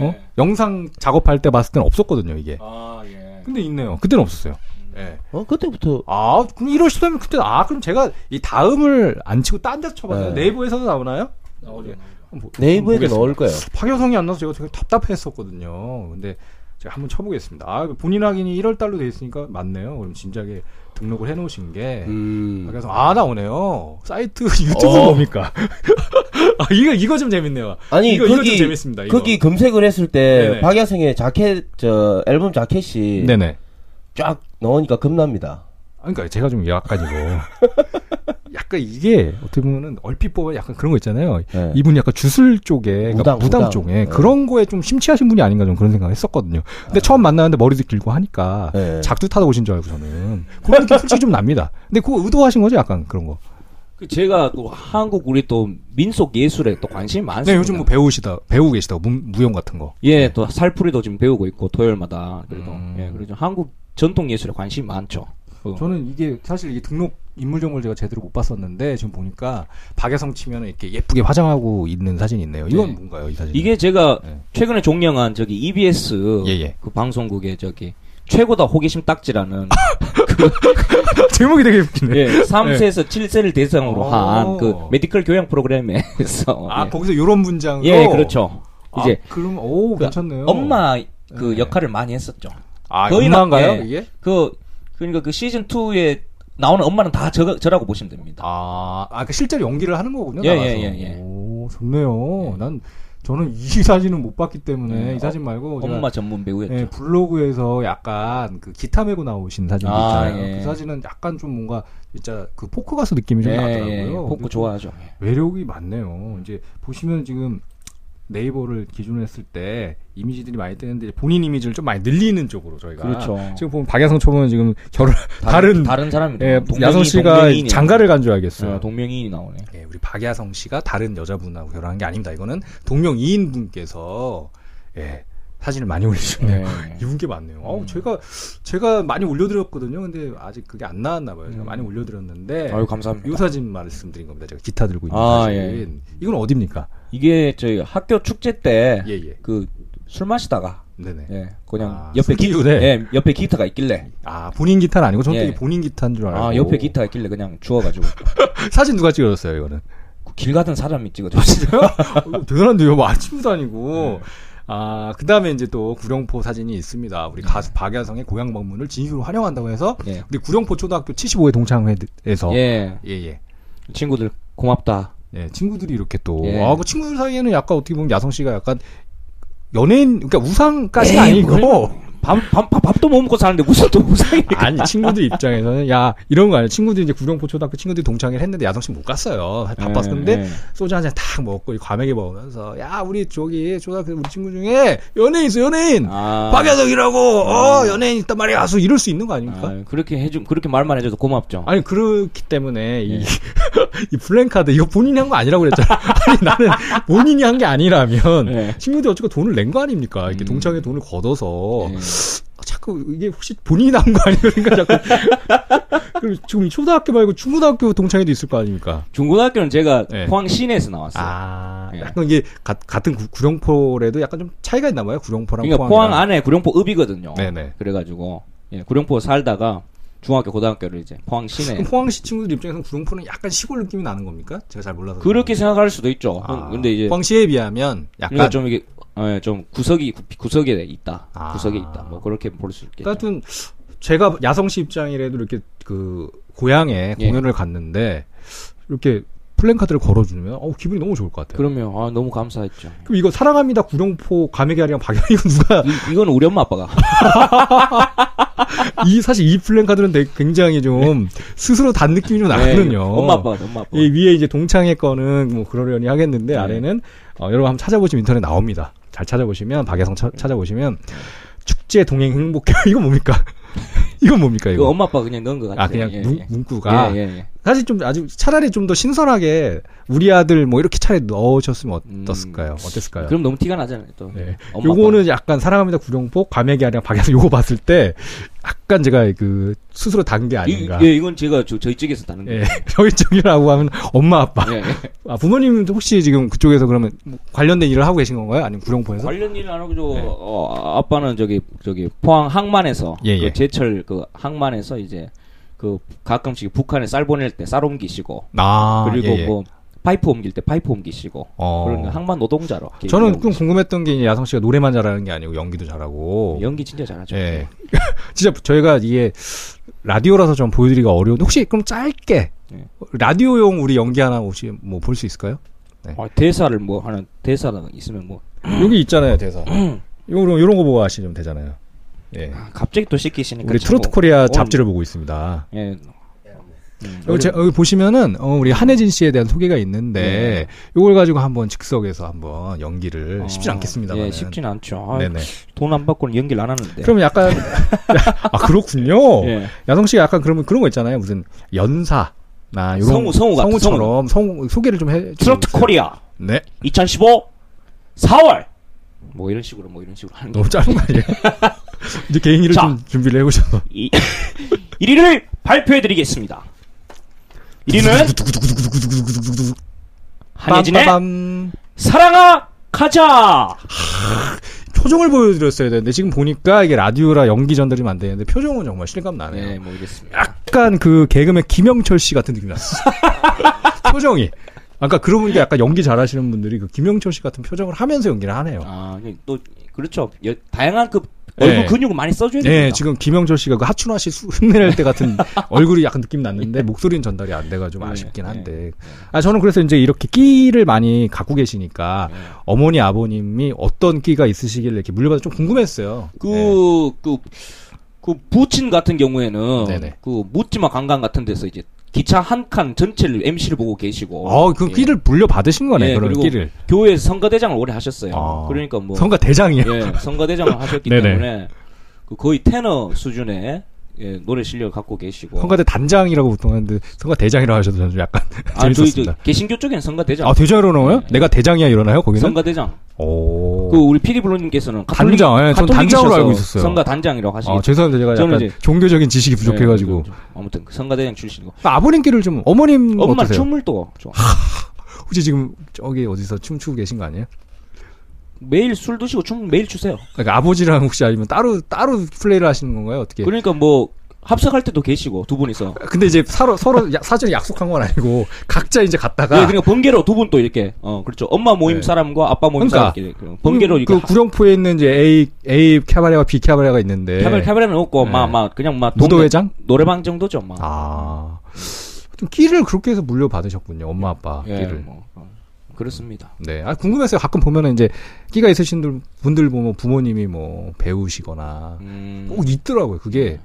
Speaker 1: 어? 영상 작업할 때 봤을 때는 없었거든요, 이게.
Speaker 5: 아, 예.
Speaker 1: 근데 있네요. 그때는 없었어요. 예.
Speaker 2: 어 그때부터
Speaker 1: 아, 그럼 이럴 시도면 그때 아, 그럼 제가 이 다음을 안 치고 딴 데서 쳐봤어요.
Speaker 2: 네.
Speaker 1: 네이버에서도 나오나요? 뭐, 나오죠.
Speaker 2: 네이버에도 넣을 거예요.
Speaker 1: 파교성이 안 나서 제가 되게 답답했었거든요. 근데 제가 한번 쳐보겠습니다. 아, 본인 확인이 1월 달로 돼 있으니까 맞네요. 그럼 진작에 등록을 해놓으신 게.
Speaker 2: 음. 어.
Speaker 1: 그래서 아 나오네요. 사이트 유튜브 뭡니까? 아 이거 이거 좀 재밌네요.
Speaker 2: 아니
Speaker 1: 이거, 이거 좀
Speaker 2: 거기
Speaker 1: 재밌습니다. 이거.
Speaker 2: 거기 검색을 했을 때
Speaker 1: 네네.
Speaker 2: 박야성의 자켓 저 앨범 자켓이
Speaker 1: 네네.
Speaker 2: 쫙 넣으니까 겁납니다.
Speaker 1: 아, 그러니까 제가 좀 약간 이거 약간 이게 어떻게 보면은 얼핏 보면 약간 그런 거 있잖아요.
Speaker 2: 네.
Speaker 1: 이분이 약간 주술 쪽에 그러니까
Speaker 2: 무당,
Speaker 1: 무당,
Speaker 2: 무당.
Speaker 1: 쪽에
Speaker 2: 네.
Speaker 1: 그런 거에 좀 심취하신 분이 아닌가 좀 그런 생각을 했었거든요. 근데 처음 만나는데 머리도 길고 하니까
Speaker 2: 네.
Speaker 1: 작두 타다 오신 줄 알고 저는 그런 느낌 솔직히 좀 납니다. 근데 그거 의도하신 거죠, 약간 그런 거.
Speaker 5: 그 제가 또 한국 우리 또 민속 예술에 또 관심이 많습니다.
Speaker 1: 네, 요즘 뭐 배우시다 배우고 계시다 무, 무용 같은 거.
Speaker 5: 예, 또 살풀이도 지금 배우고 있고 토요일마다 그래도
Speaker 1: 음.
Speaker 5: 예, 그래서 한국 전통 예술에 관심이 많죠. 어.
Speaker 1: 저는 이게 사실 이게 등록 인물 정보를 제가 제대로 못 봤었는데 지금 보니까 박예성 치면 이렇게 예쁘게 화장하고 있는 사진이 있네요. 이건
Speaker 5: 네.
Speaker 1: 뭔가요, 이 사진?
Speaker 5: 이게 제가
Speaker 1: 네.
Speaker 5: 최근에 종영한 저기 EBS
Speaker 1: 예, 예.
Speaker 5: 그 방송국의 저기 최고다 호기심 딱지라는
Speaker 1: 제목이 되게 아, 웃기네.
Speaker 5: 예, 3세에서 칠 7세를 대상으로
Speaker 1: 오.
Speaker 5: 한 그 메디컬 교양 프로그램에서
Speaker 1: 아
Speaker 5: 예.
Speaker 1: 거기서 이런 문장으로
Speaker 5: 예, 그렇죠.
Speaker 1: 아,
Speaker 5: 이제
Speaker 1: 그럼 오
Speaker 5: 그
Speaker 1: 괜찮네요.
Speaker 5: 엄마 그
Speaker 1: 네.
Speaker 5: 역할을 많이 했었죠.
Speaker 1: 아
Speaker 5: 거의
Speaker 1: 엄마인가요
Speaker 5: 나- 예.
Speaker 1: 이게?
Speaker 5: 그 그러니까 그 시즌 2에 나오는 엄마는 다 저, 저라고 보시면 됩니다.
Speaker 1: 아, 아, 그 실제로 연기를 하는 거군요.
Speaker 5: 예,
Speaker 1: 나가서.
Speaker 5: 예, 예, 예.
Speaker 1: 오, 좋네요. 난 저는 이 사진은 못 봤기 때문에
Speaker 5: 네.
Speaker 1: 이 사진 말고 어, 제가
Speaker 5: 엄마 전문 배우였죠.
Speaker 1: 예, 블로그에서 약간 그 기타 메고 나오신 사진
Speaker 5: 아,
Speaker 1: 있잖아요.
Speaker 5: 예.
Speaker 1: 그 사진은 약간 좀 뭔가 진짜 그 포크 가수 느낌이 좀
Speaker 5: 예,
Speaker 1: 나더라고요.
Speaker 5: 예, 복구
Speaker 1: 근데
Speaker 5: 좋아하죠.
Speaker 1: 매력이 많네요. 이제 보시면 지금 네이버를 기준으로 했을 때 이미지들이 많이 뜨는데 본인 이미지를 좀 많이 늘리는 쪽으로 저희가
Speaker 5: 그렇죠.
Speaker 1: 지금 보면 박야성 초보는 지금 결혼 다른,
Speaker 5: 다른 사람이
Speaker 1: 예, 야성 씨가 장가를 간 줄 알겠어요.
Speaker 5: 동명이인이 나오네.
Speaker 1: 예, 우리 박야성 씨가 다른 여자분하고 결혼한 게 아닙니다. 이거는 동명 이인 분께서 예, 사진을 많이 올리셨네요.
Speaker 5: 예.
Speaker 1: 이분 게 많네요. 어우, 제가 제가 많이 올려드렸거든요. 근데 아직 그게 안 나왔나 봐요. 제가
Speaker 5: 음.
Speaker 1: 많이 올려드렸는데
Speaker 5: 아유 감사합니다.
Speaker 1: 이 사진 말씀드린 겁니다. 제가 기타 들고 있는
Speaker 5: 아,
Speaker 1: 사진.
Speaker 5: 예.
Speaker 1: 이건 어딥니까?
Speaker 5: 이게 저희 학교 축제
Speaker 1: 예,
Speaker 5: 때
Speaker 1: 예.
Speaker 5: 그 술 마시다가
Speaker 1: 네네.
Speaker 5: 예, 그냥
Speaker 1: 아,
Speaker 5: 옆에
Speaker 1: 술
Speaker 5: 기,
Speaker 1: 끼우네.
Speaker 5: 예, 옆에 기타가 있길래
Speaker 1: 아 본인 기타는 아니고 저는
Speaker 5: 예.
Speaker 1: 되게 본인 기타인 줄 알고.
Speaker 5: 아 옆에 기타가 있길래 그냥 주워가지고
Speaker 1: 사진 누가 찍어줬어요 이거는?
Speaker 5: 길 가던 사람이
Speaker 1: 아,
Speaker 5: 찍어줬어요.
Speaker 1: 어, 대단한데요. 뭐 아침도
Speaker 5: 예.
Speaker 1: 아니고. 아, 그 다음에 이제 또 구룡포 사진이 있습니다. 우리 가수 박야성의 고향 방문을 진심으로 환영한다고 해서
Speaker 5: 예.
Speaker 1: 우리 구룡포 초등학교 75회 동창회에서 예,
Speaker 5: 예.
Speaker 1: 예. 예.
Speaker 5: 친구들 고맙다.
Speaker 1: 네, 친구들이 이렇게 또,
Speaker 5: 예.
Speaker 1: 아, 그 친구들 사이에는 약간 어떻게 보면 야성 씨가 약간 연예인, 그러니까 우상까지
Speaker 5: 에이,
Speaker 1: 아니고,
Speaker 5: 밥, 밥, 밥- 밥도 못 먹고 사는데 무슨 또 무상이니까.
Speaker 1: 아니 친구들 입장에서는 야 이런 거 아니야 친구들이 이제 구룡포 초등학교 친구들이 동창회를 했는데 야성씨 못 갔어요 바빴는데
Speaker 5: 예, 예.
Speaker 1: 소주 한 잔 딱 먹고 이 과메기 먹으면서 야 우리 저기 초등학교 우리 친구 중에 연예인 있어 연예인
Speaker 5: 아,
Speaker 1: 박야덕이라고
Speaker 5: 아.
Speaker 1: 어 연예인 있단 말이야 수 이럴 수 있는 거 아닙니까?
Speaker 5: 아, 그렇게 해주 그렇게 말만 해줘도 고맙죠.
Speaker 1: 아니 그렇기 때문에 이,
Speaker 5: 예.
Speaker 1: 이 블랭카드 이거 본인이 한 거 아니라고 그랬잖아. 아니 나는 본인이 한 게 아니라면
Speaker 5: 예.
Speaker 1: 친구들이 어쨌건 돈을 낸 거 아닙니까? 이렇게
Speaker 5: 음.
Speaker 1: 동창회 돈을 걷어서
Speaker 5: 예.
Speaker 1: 자꾸 이게 혹시 본인이 나온 거 아니니까 자꾸 그럼 지금 초등학교 말고 중고등학교 동창회도 있을 거 아닙니까?
Speaker 5: 중고등학교는 제가
Speaker 1: 네.
Speaker 5: 포항 시내에서 나왔어요.
Speaker 1: 아
Speaker 5: 예.
Speaker 1: 약간 이게 가- 같은 구- 구룡포래도 약간 좀 차이가 있나 봐요 구룡포랑
Speaker 5: 그러니까 포항
Speaker 1: 포항이랑.
Speaker 5: 안에 구룡포 읍이거든요.
Speaker 1: 네네.
Speaker 5: 그래가지고 예, 구룡포 살다가 중학교 고등학교를 이제 포항 시내.
Speaker 1: 그럼 포항시 친구들 입장에서는 구룡포는 약간 시골 느낌이 나는 겁니까? 제가 잘 몰라서
Speaker 5: 그렇게 생각할 수도 있죠. 음,
Speaker 1: 아,
Speaker 5: 근데 이제
Speaker 1: 포항시에 비하면 약간
Speaker 5: 그러니까 좀 이게 예, 좀 구석이 구- 구석에 있다.
Speaker 1: 아.
Speaker 5: 구석에 있다. 뭐 그렇게 볼 수 있겠죠.
Speaker 1: 하여튼 제가 야성 씨 입장이라도 이렇게 그 고향에
Speaker 5: 예.
Speaker 1: 공연을 갔는데 이렇게 플랜카드를 걸어주면 어 기분이 너무 좋을 것 같아요.
Speaker 5: 그러면 아, 너무 감사했죠.
Speaker 1: 그럼 이거 사랑합니다 구룡포 가메기아리랑 박연이 이거 누가
Speaker 5: 이, 이건 우리 엄마 아빠가
Speaker 1: 이 사실 이 플랜카드는 되게 굉장히 좀 스스로 단 느낌이 좀 나거든요.
Speaker 5: 예, 네. 엄마 아빠가 엄마 아빠.
Speaker 1: 이 위에 이제 동창회 거는 뭐 그러려니 하겠는데
Speaker 5: 네.
Speaker 1: 아래는 어, 여러분 한번 찾아보시면 인터넷 나옵니다. 잘 찾아보시면 박예성 차-
Speaker 5: 네.
Speaker 1: 찾아보면 축제 동행 행복해 이거 뭡니까? 이건 뭡니까
Speaker 5: 이거
Speaker 1: 이거?
Speaker 5: 엄마 아빠 그냥 넣은 것 같아요.
Speaker 1: 아 그냥
Speaker 5: 예,
Speaker 1: 문,
Speaker 5: 예.
Speaker 1: 문구가
Speaker 5: 예, 예, 예.
Speaker 1: 사실 좀 아주 차라리 좀 더 신선하게 우리 아들 뭐 이렇게 차라리 넣으셨으면
Speaker 5: 음.
Speaker 1: 어떻을까요? 어땠을까요?
Speaker 5: 그럼 너무 티가 나잖아요. 또
Speaker 1: 네.
Speaker 5: 엄마
Speaker 1: 요거는 약간 사랑합니다 구룡포 과메기 아니랑 박예성 요거 봤을 때 약간 제가 그 스스로 단 게
Speaker 5: 아빠. 이,
Speaker 1: 아닌가.
Speaker 5: 예, 이건 제가 저, 저희 쪽에서 다는
Speaker 1: 예,
Speaker 5: 거예요.
Speaker 1: 저희 쪽이라고 하면 엄마 아빠.
Speaker 5: 예, 예.
Speaker 1: 아, 부모님도 혹시 지금 그쪽에서 그러면 뭐 관련된 일을 하고 계신 건가요? 아니면 구룡포에서?
Speaker 5: 관련 일을 안 하고 저
Speaker 1: 네.
Speaker 5: 어, 아빠는 저기 저기 포항 항만에서
Speaker 1: 예, 예.
Speaker 5: 그 제철 그 항만에서 이제 그 가끔씩 북한에 쌀 보낼 때 쌀 옮기시고
Speaker 1: 아,
Speaker 5: 그리고
Speaker 1: 예, 예.
Speaker 5: 뭐 파이프 옮길 때 파이프 옮기시고
Speaker 1: 어.
Speaker 5: 그런 항만 노동자로 이렇게
Speaker 1: 저는 좀
Speaker 5: 옮기시고.
Speaker 1: 궁금했던 게 야성 씨가 노래만 잘하는 게 아니고 연기도 잘하고.
Speaker 5: 연기 진짜 잘하죠. 네.
Speaker 1: 예. 진짜 저희가 이게 라디오라서 좀 보여드리기가 어려운데 혹시 그럼 짧게
Speaker 5: 예.
Speaker 1: 라디오용 우리 연기 하나 혹시 뭐 볼 수 있을까요?
Speaker 5: 아, 대사를 뭐 하는 대사가 있으면 뭐
Speaker 1: 여기 있잖아요 대사. 요런 요런 거 보고 하시면 되잖아요. 예.
Speaker 5: 아, 갑자기 또 시키시니까
Speaker 1: 우리
Speaker 5: 참
Speaker 1: 트로트
Speaker 5: 뭐-
Speaker 1: 코리아
Speaker 5: 오늘-
Speaker 1: 잡지를 음. 보고 있습니다.
Speaker 5: 예.
Speaker 1: 여기, 제- 여기 보시면은 어, 우리 한혜진 씨에 대한 소개가 있는데 요걸 가지고 한번 즉석에서 한번 연기를 아, 쉽지 않겠습니다만.
Speaker 5: 예, 쉽진 않죠. 아,
Speaker 1: 네네.
Speaker 5: 돈안 받고는 연기를 안 하는데.
Speaker 1: 그럼 약간 아 그렇군요.
Speaker 5: 예.
Speaker 1: 야성 씨가 약간 그러면 그런 거 있잖아요. 무슨 연사. 나 요런
Speaker 5: 성우, 성우 같은
Speaker 1: 처럼 성우 소개를 좀 해.
Speaker 5: 트로트 코리아
Speaker 1: 네.
Speaker 5: 2015 4월 뭐 이런 식으로 뭐 이런 식으로 하는 거.
Speaker 1: 너무 짧은 거 아니에요? 이제 개인기를
Speaker 5: 자.
Speaker 1: 좀 준비를 해보셔서.
Speaker 5: 이 1위를 발표해 드리겠습니다. 1위는 한예진의
Speaker 1: 빰빠밤.
Speaker 5: 사랑아 가자.
Speaker 1: 표정을 보여드렸어야 되는데 지금 보니까 이게 라디오라 연기 전달이면 안 되는데 표정은 정말 실감 나네요.
Speaker 5: 네, 뭐 이랬습니다.
Speaker 1: 약간 그 개그맨 김영철 씨 같은 느낌이 났어. 표정이. 아까 그러고 보니까 약간 연기 잘하시는 분들이 그 김영철 씨 같은 표정을 하면서 연기를 하네요.
Speaker 5: 아, 이게 또 그렇죠. 여- 다양한 그
Speaker 1: 예.
Speaker 5: 얼굴 근육을 많이 써줘야 됩니다.
Speaker 1: 네, 지금 김영철 씨가 그 하춘화 씨 수- 흉내낼 때 같은 얼굴이 약간 느낌 났는데 목소리는 전달이 안 돼가 좀
Speaker 5: 네,
Speaker 1: 아쉽긴
Speaker 5: 네,
Speaker 1: 한데. 아 저는 그래서 이제 이렇게 끼를 많이 갖고 계시니까
Speaker 5: 네.
Speaker 1: 어머니 아버님이 어떤 끼가 있으시길래 이렇게 물려받아 좀 궁금했어요. 네.
Speaker 5: 그, 그, 그 부친 같은 경우에는
Speaker 1: 네네.
Speaker 5: 그 묻지마 관광 같은 데서 이제 기차 한 칸 전체를 MC를 보고 계시고.
Speaker 1: 어, 그 끼를 물려받으신 거네
Speaker 5: 예,
Speaker 1: 그런
Speaker 5: 그리고
Speaker 1: 끼를.
Speaker 5: 교회에서 성가대장을 오래 하셨어요.
Speaker 1: 아.
Speaker 5: 그러니까 뭐
Speaker 1: 성가 대장이요.
Speaker 5: 예, 성가대장을 하셨기
Speaker 1: 네네.
Speaker 5: 때문에 그 거의 테너 수준의 예, 노래 실력을 갖고 계시고.
Speaker 1: 성가대 단장이라고 보통 하는데 성가 대장이라고 하셔도 저는 좀 약간
Speaker 5: 아, 저희 저
Speaker 1: 재밌었습니다.
Speaker 5: 개신교 쪽엔 성가대장.
Speaker 1: 아 대장으로 나와요?
Speaker 5: 네.
Speaker 1: 내가 대장이야 이러나요 거기는?
Speaker 5: 성가대장.
Speaker 1: 오.
Speaker 5: 그 우리 피디 블루님께서는 가톨릭,
Speaker 1: 단장, 예, 전 단장으로
Speaker 5: 가톨릭이셔서
Speaker 1: 알고 있었어요.
Speaker 5: 성가 단장이라고 하시죠.
Speaker 1: 아 죄송합니다 제가
Speaker 5: 저는
Speaker 1: 약간
Speaker 5: 이제-
Speaker 1: 종교적인 지식이 부족해가지고
Speaker 5: 아무튼 그 성가대장 출신이고.
Speaker 1: 아버님 끼를 좀 어머님
Speaker 5: 엄마
Speaker 1: 음, 어떠세요?
Speaker 5: 춤을 또 좋아.
Speaker 1: 혹시 지금 저기 어디서 춤추고 계신 거 아니에요?
Speaker 5: 매일 술 드시고 춤 매일 추세요.
Speaker 1: 그러니까 아버지랑 혹시 아니면 따로 따로 플레이를 하시는 건가요? 어떻게?
Speaker 5: 그러니까 뭐 합석할 때도 계시고 두 분이서.
Speaker 1: 근데 이제 서로 서로 야- 사전에 약속한 건 아니고 각자 이제 갔다가
Speaker 5: 예, 그러니까 번개로 두 분 또 이렇게 어 그렇죠. 엄마 모임
Speaker 1: 네.
Speaker 5: 사람과 아빠 모임
Speaker 1: 그러니까.
Speaker 5: 사람 이렇게 돼요. 번개로
Speaker 1: 그,
Speaker 5: 이렇게
Speaker 1: 그 구룡포에 있는 이제 A A 캐바레와 B 캐바레가 있는데
Speaker 5: 카메라 카메라는 없고
Speaker 1: 네.
Speaker 5: 막막 그냥 막 동네
Speaker 1: 무도회장?
Speaker 5: 노래방 정도죠, 막.
Speaker 1: 아. 좀 끼를 그렇게 해서 물려받으셨군요. 엄마 아빠
Speaker 5: 예,
Speaker 1: 끼를.
Speaker 5: 뭐, 어, 그렇습니다.
Speaker 1: 네. 아, 궁금했어요. 가끔 보면은 이제 끼가 있으신 들- 분들 보면 부모님이 뭐 배우시거나
Speaker 5: 음,
Speaker 1: 꼭 있더라고요. 그게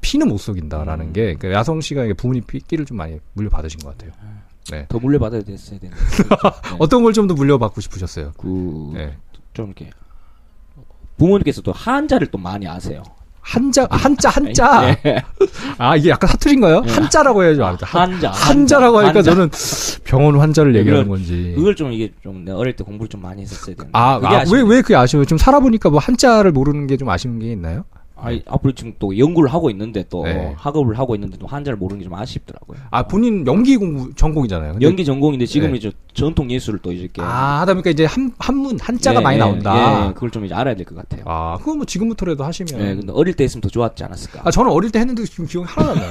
Speaker 1: 피는 못 속인다라는 게 그러니까 야성 씨가 이게 부모님 피- 끼를 좀 많이 물려받으신 것 같아요.
Speaker 5: 더 물려받아야 됐어야 되는데. 네.
Speaker 1: 어떤 걸 좀 더 물려받고 싶으셨어요?
Speaker 5: 그,
Speaker 1: 네.
Speaker 5: 좀 이렇게. 부모님께서도 한자를 또 많이 아세요.
Speaker 1: 한자 아, 한자 한자 아 이게 약간 사투리인가요?
Speaker 5: 예.
Speaker 1: 한자라고 해야죠. 아, 한,
Speaker 5: 한자.
Speaker 1: 한자라고 하니까
Speaker 5: 한자. 네,
Speaker 1: 저는 병원 환자를 얘기하는 건지
Speaker 5: 그걸 좀 이게 좀 내가 어릴 때 공부를 좀 많이 했었어야 되는데.
Speaker 1: 예. 아,
Speaker 5: 그게
Speaker 1: 아, 왜,
Speaker 5: 아쉽네요.
Speaker 1: 왜 그게 아쉬워요? 좀 살아보니까 뭐 한자를 모르는 게 좀 아쉬운 게 있나요?
Speaker 5: 아니, 앞으로 지금 또 연구를 하고 있는데 또
Speaker 1: 네.
Speaker 5: 학업을 하고 있는데 또 한자를 모르는 게 좀 아쉽더라고요.
Speaker 1: 아, 본인 연기 공부 전공이잖아요. 근데-
Speaker 5: 어. 연기 전공인데 지금
Speaker 1: 네.
Speaker 5: 이제 전통 예술을 또 이렇게
Speaker 1: 아, 하다 보니까 이제 한, 한문, 한자가
Speaker 5: 예,
Speaker 1: 많이
Speaker 5: 예,
Speaker 1: 나온다.
Speaker 5: 예, 그걸 좀 이제 알아야 될 것 같아요.
Speaker 1: 아, 그거 뭐 지금부터라도 하시면.
Speaker 5: 예, 근데 어릴 때 했으면 더 좋았지 않았을까.
Speaker 1: 아, 저는 어릴 때 했는데 지금 기억이 하나도 안 나요.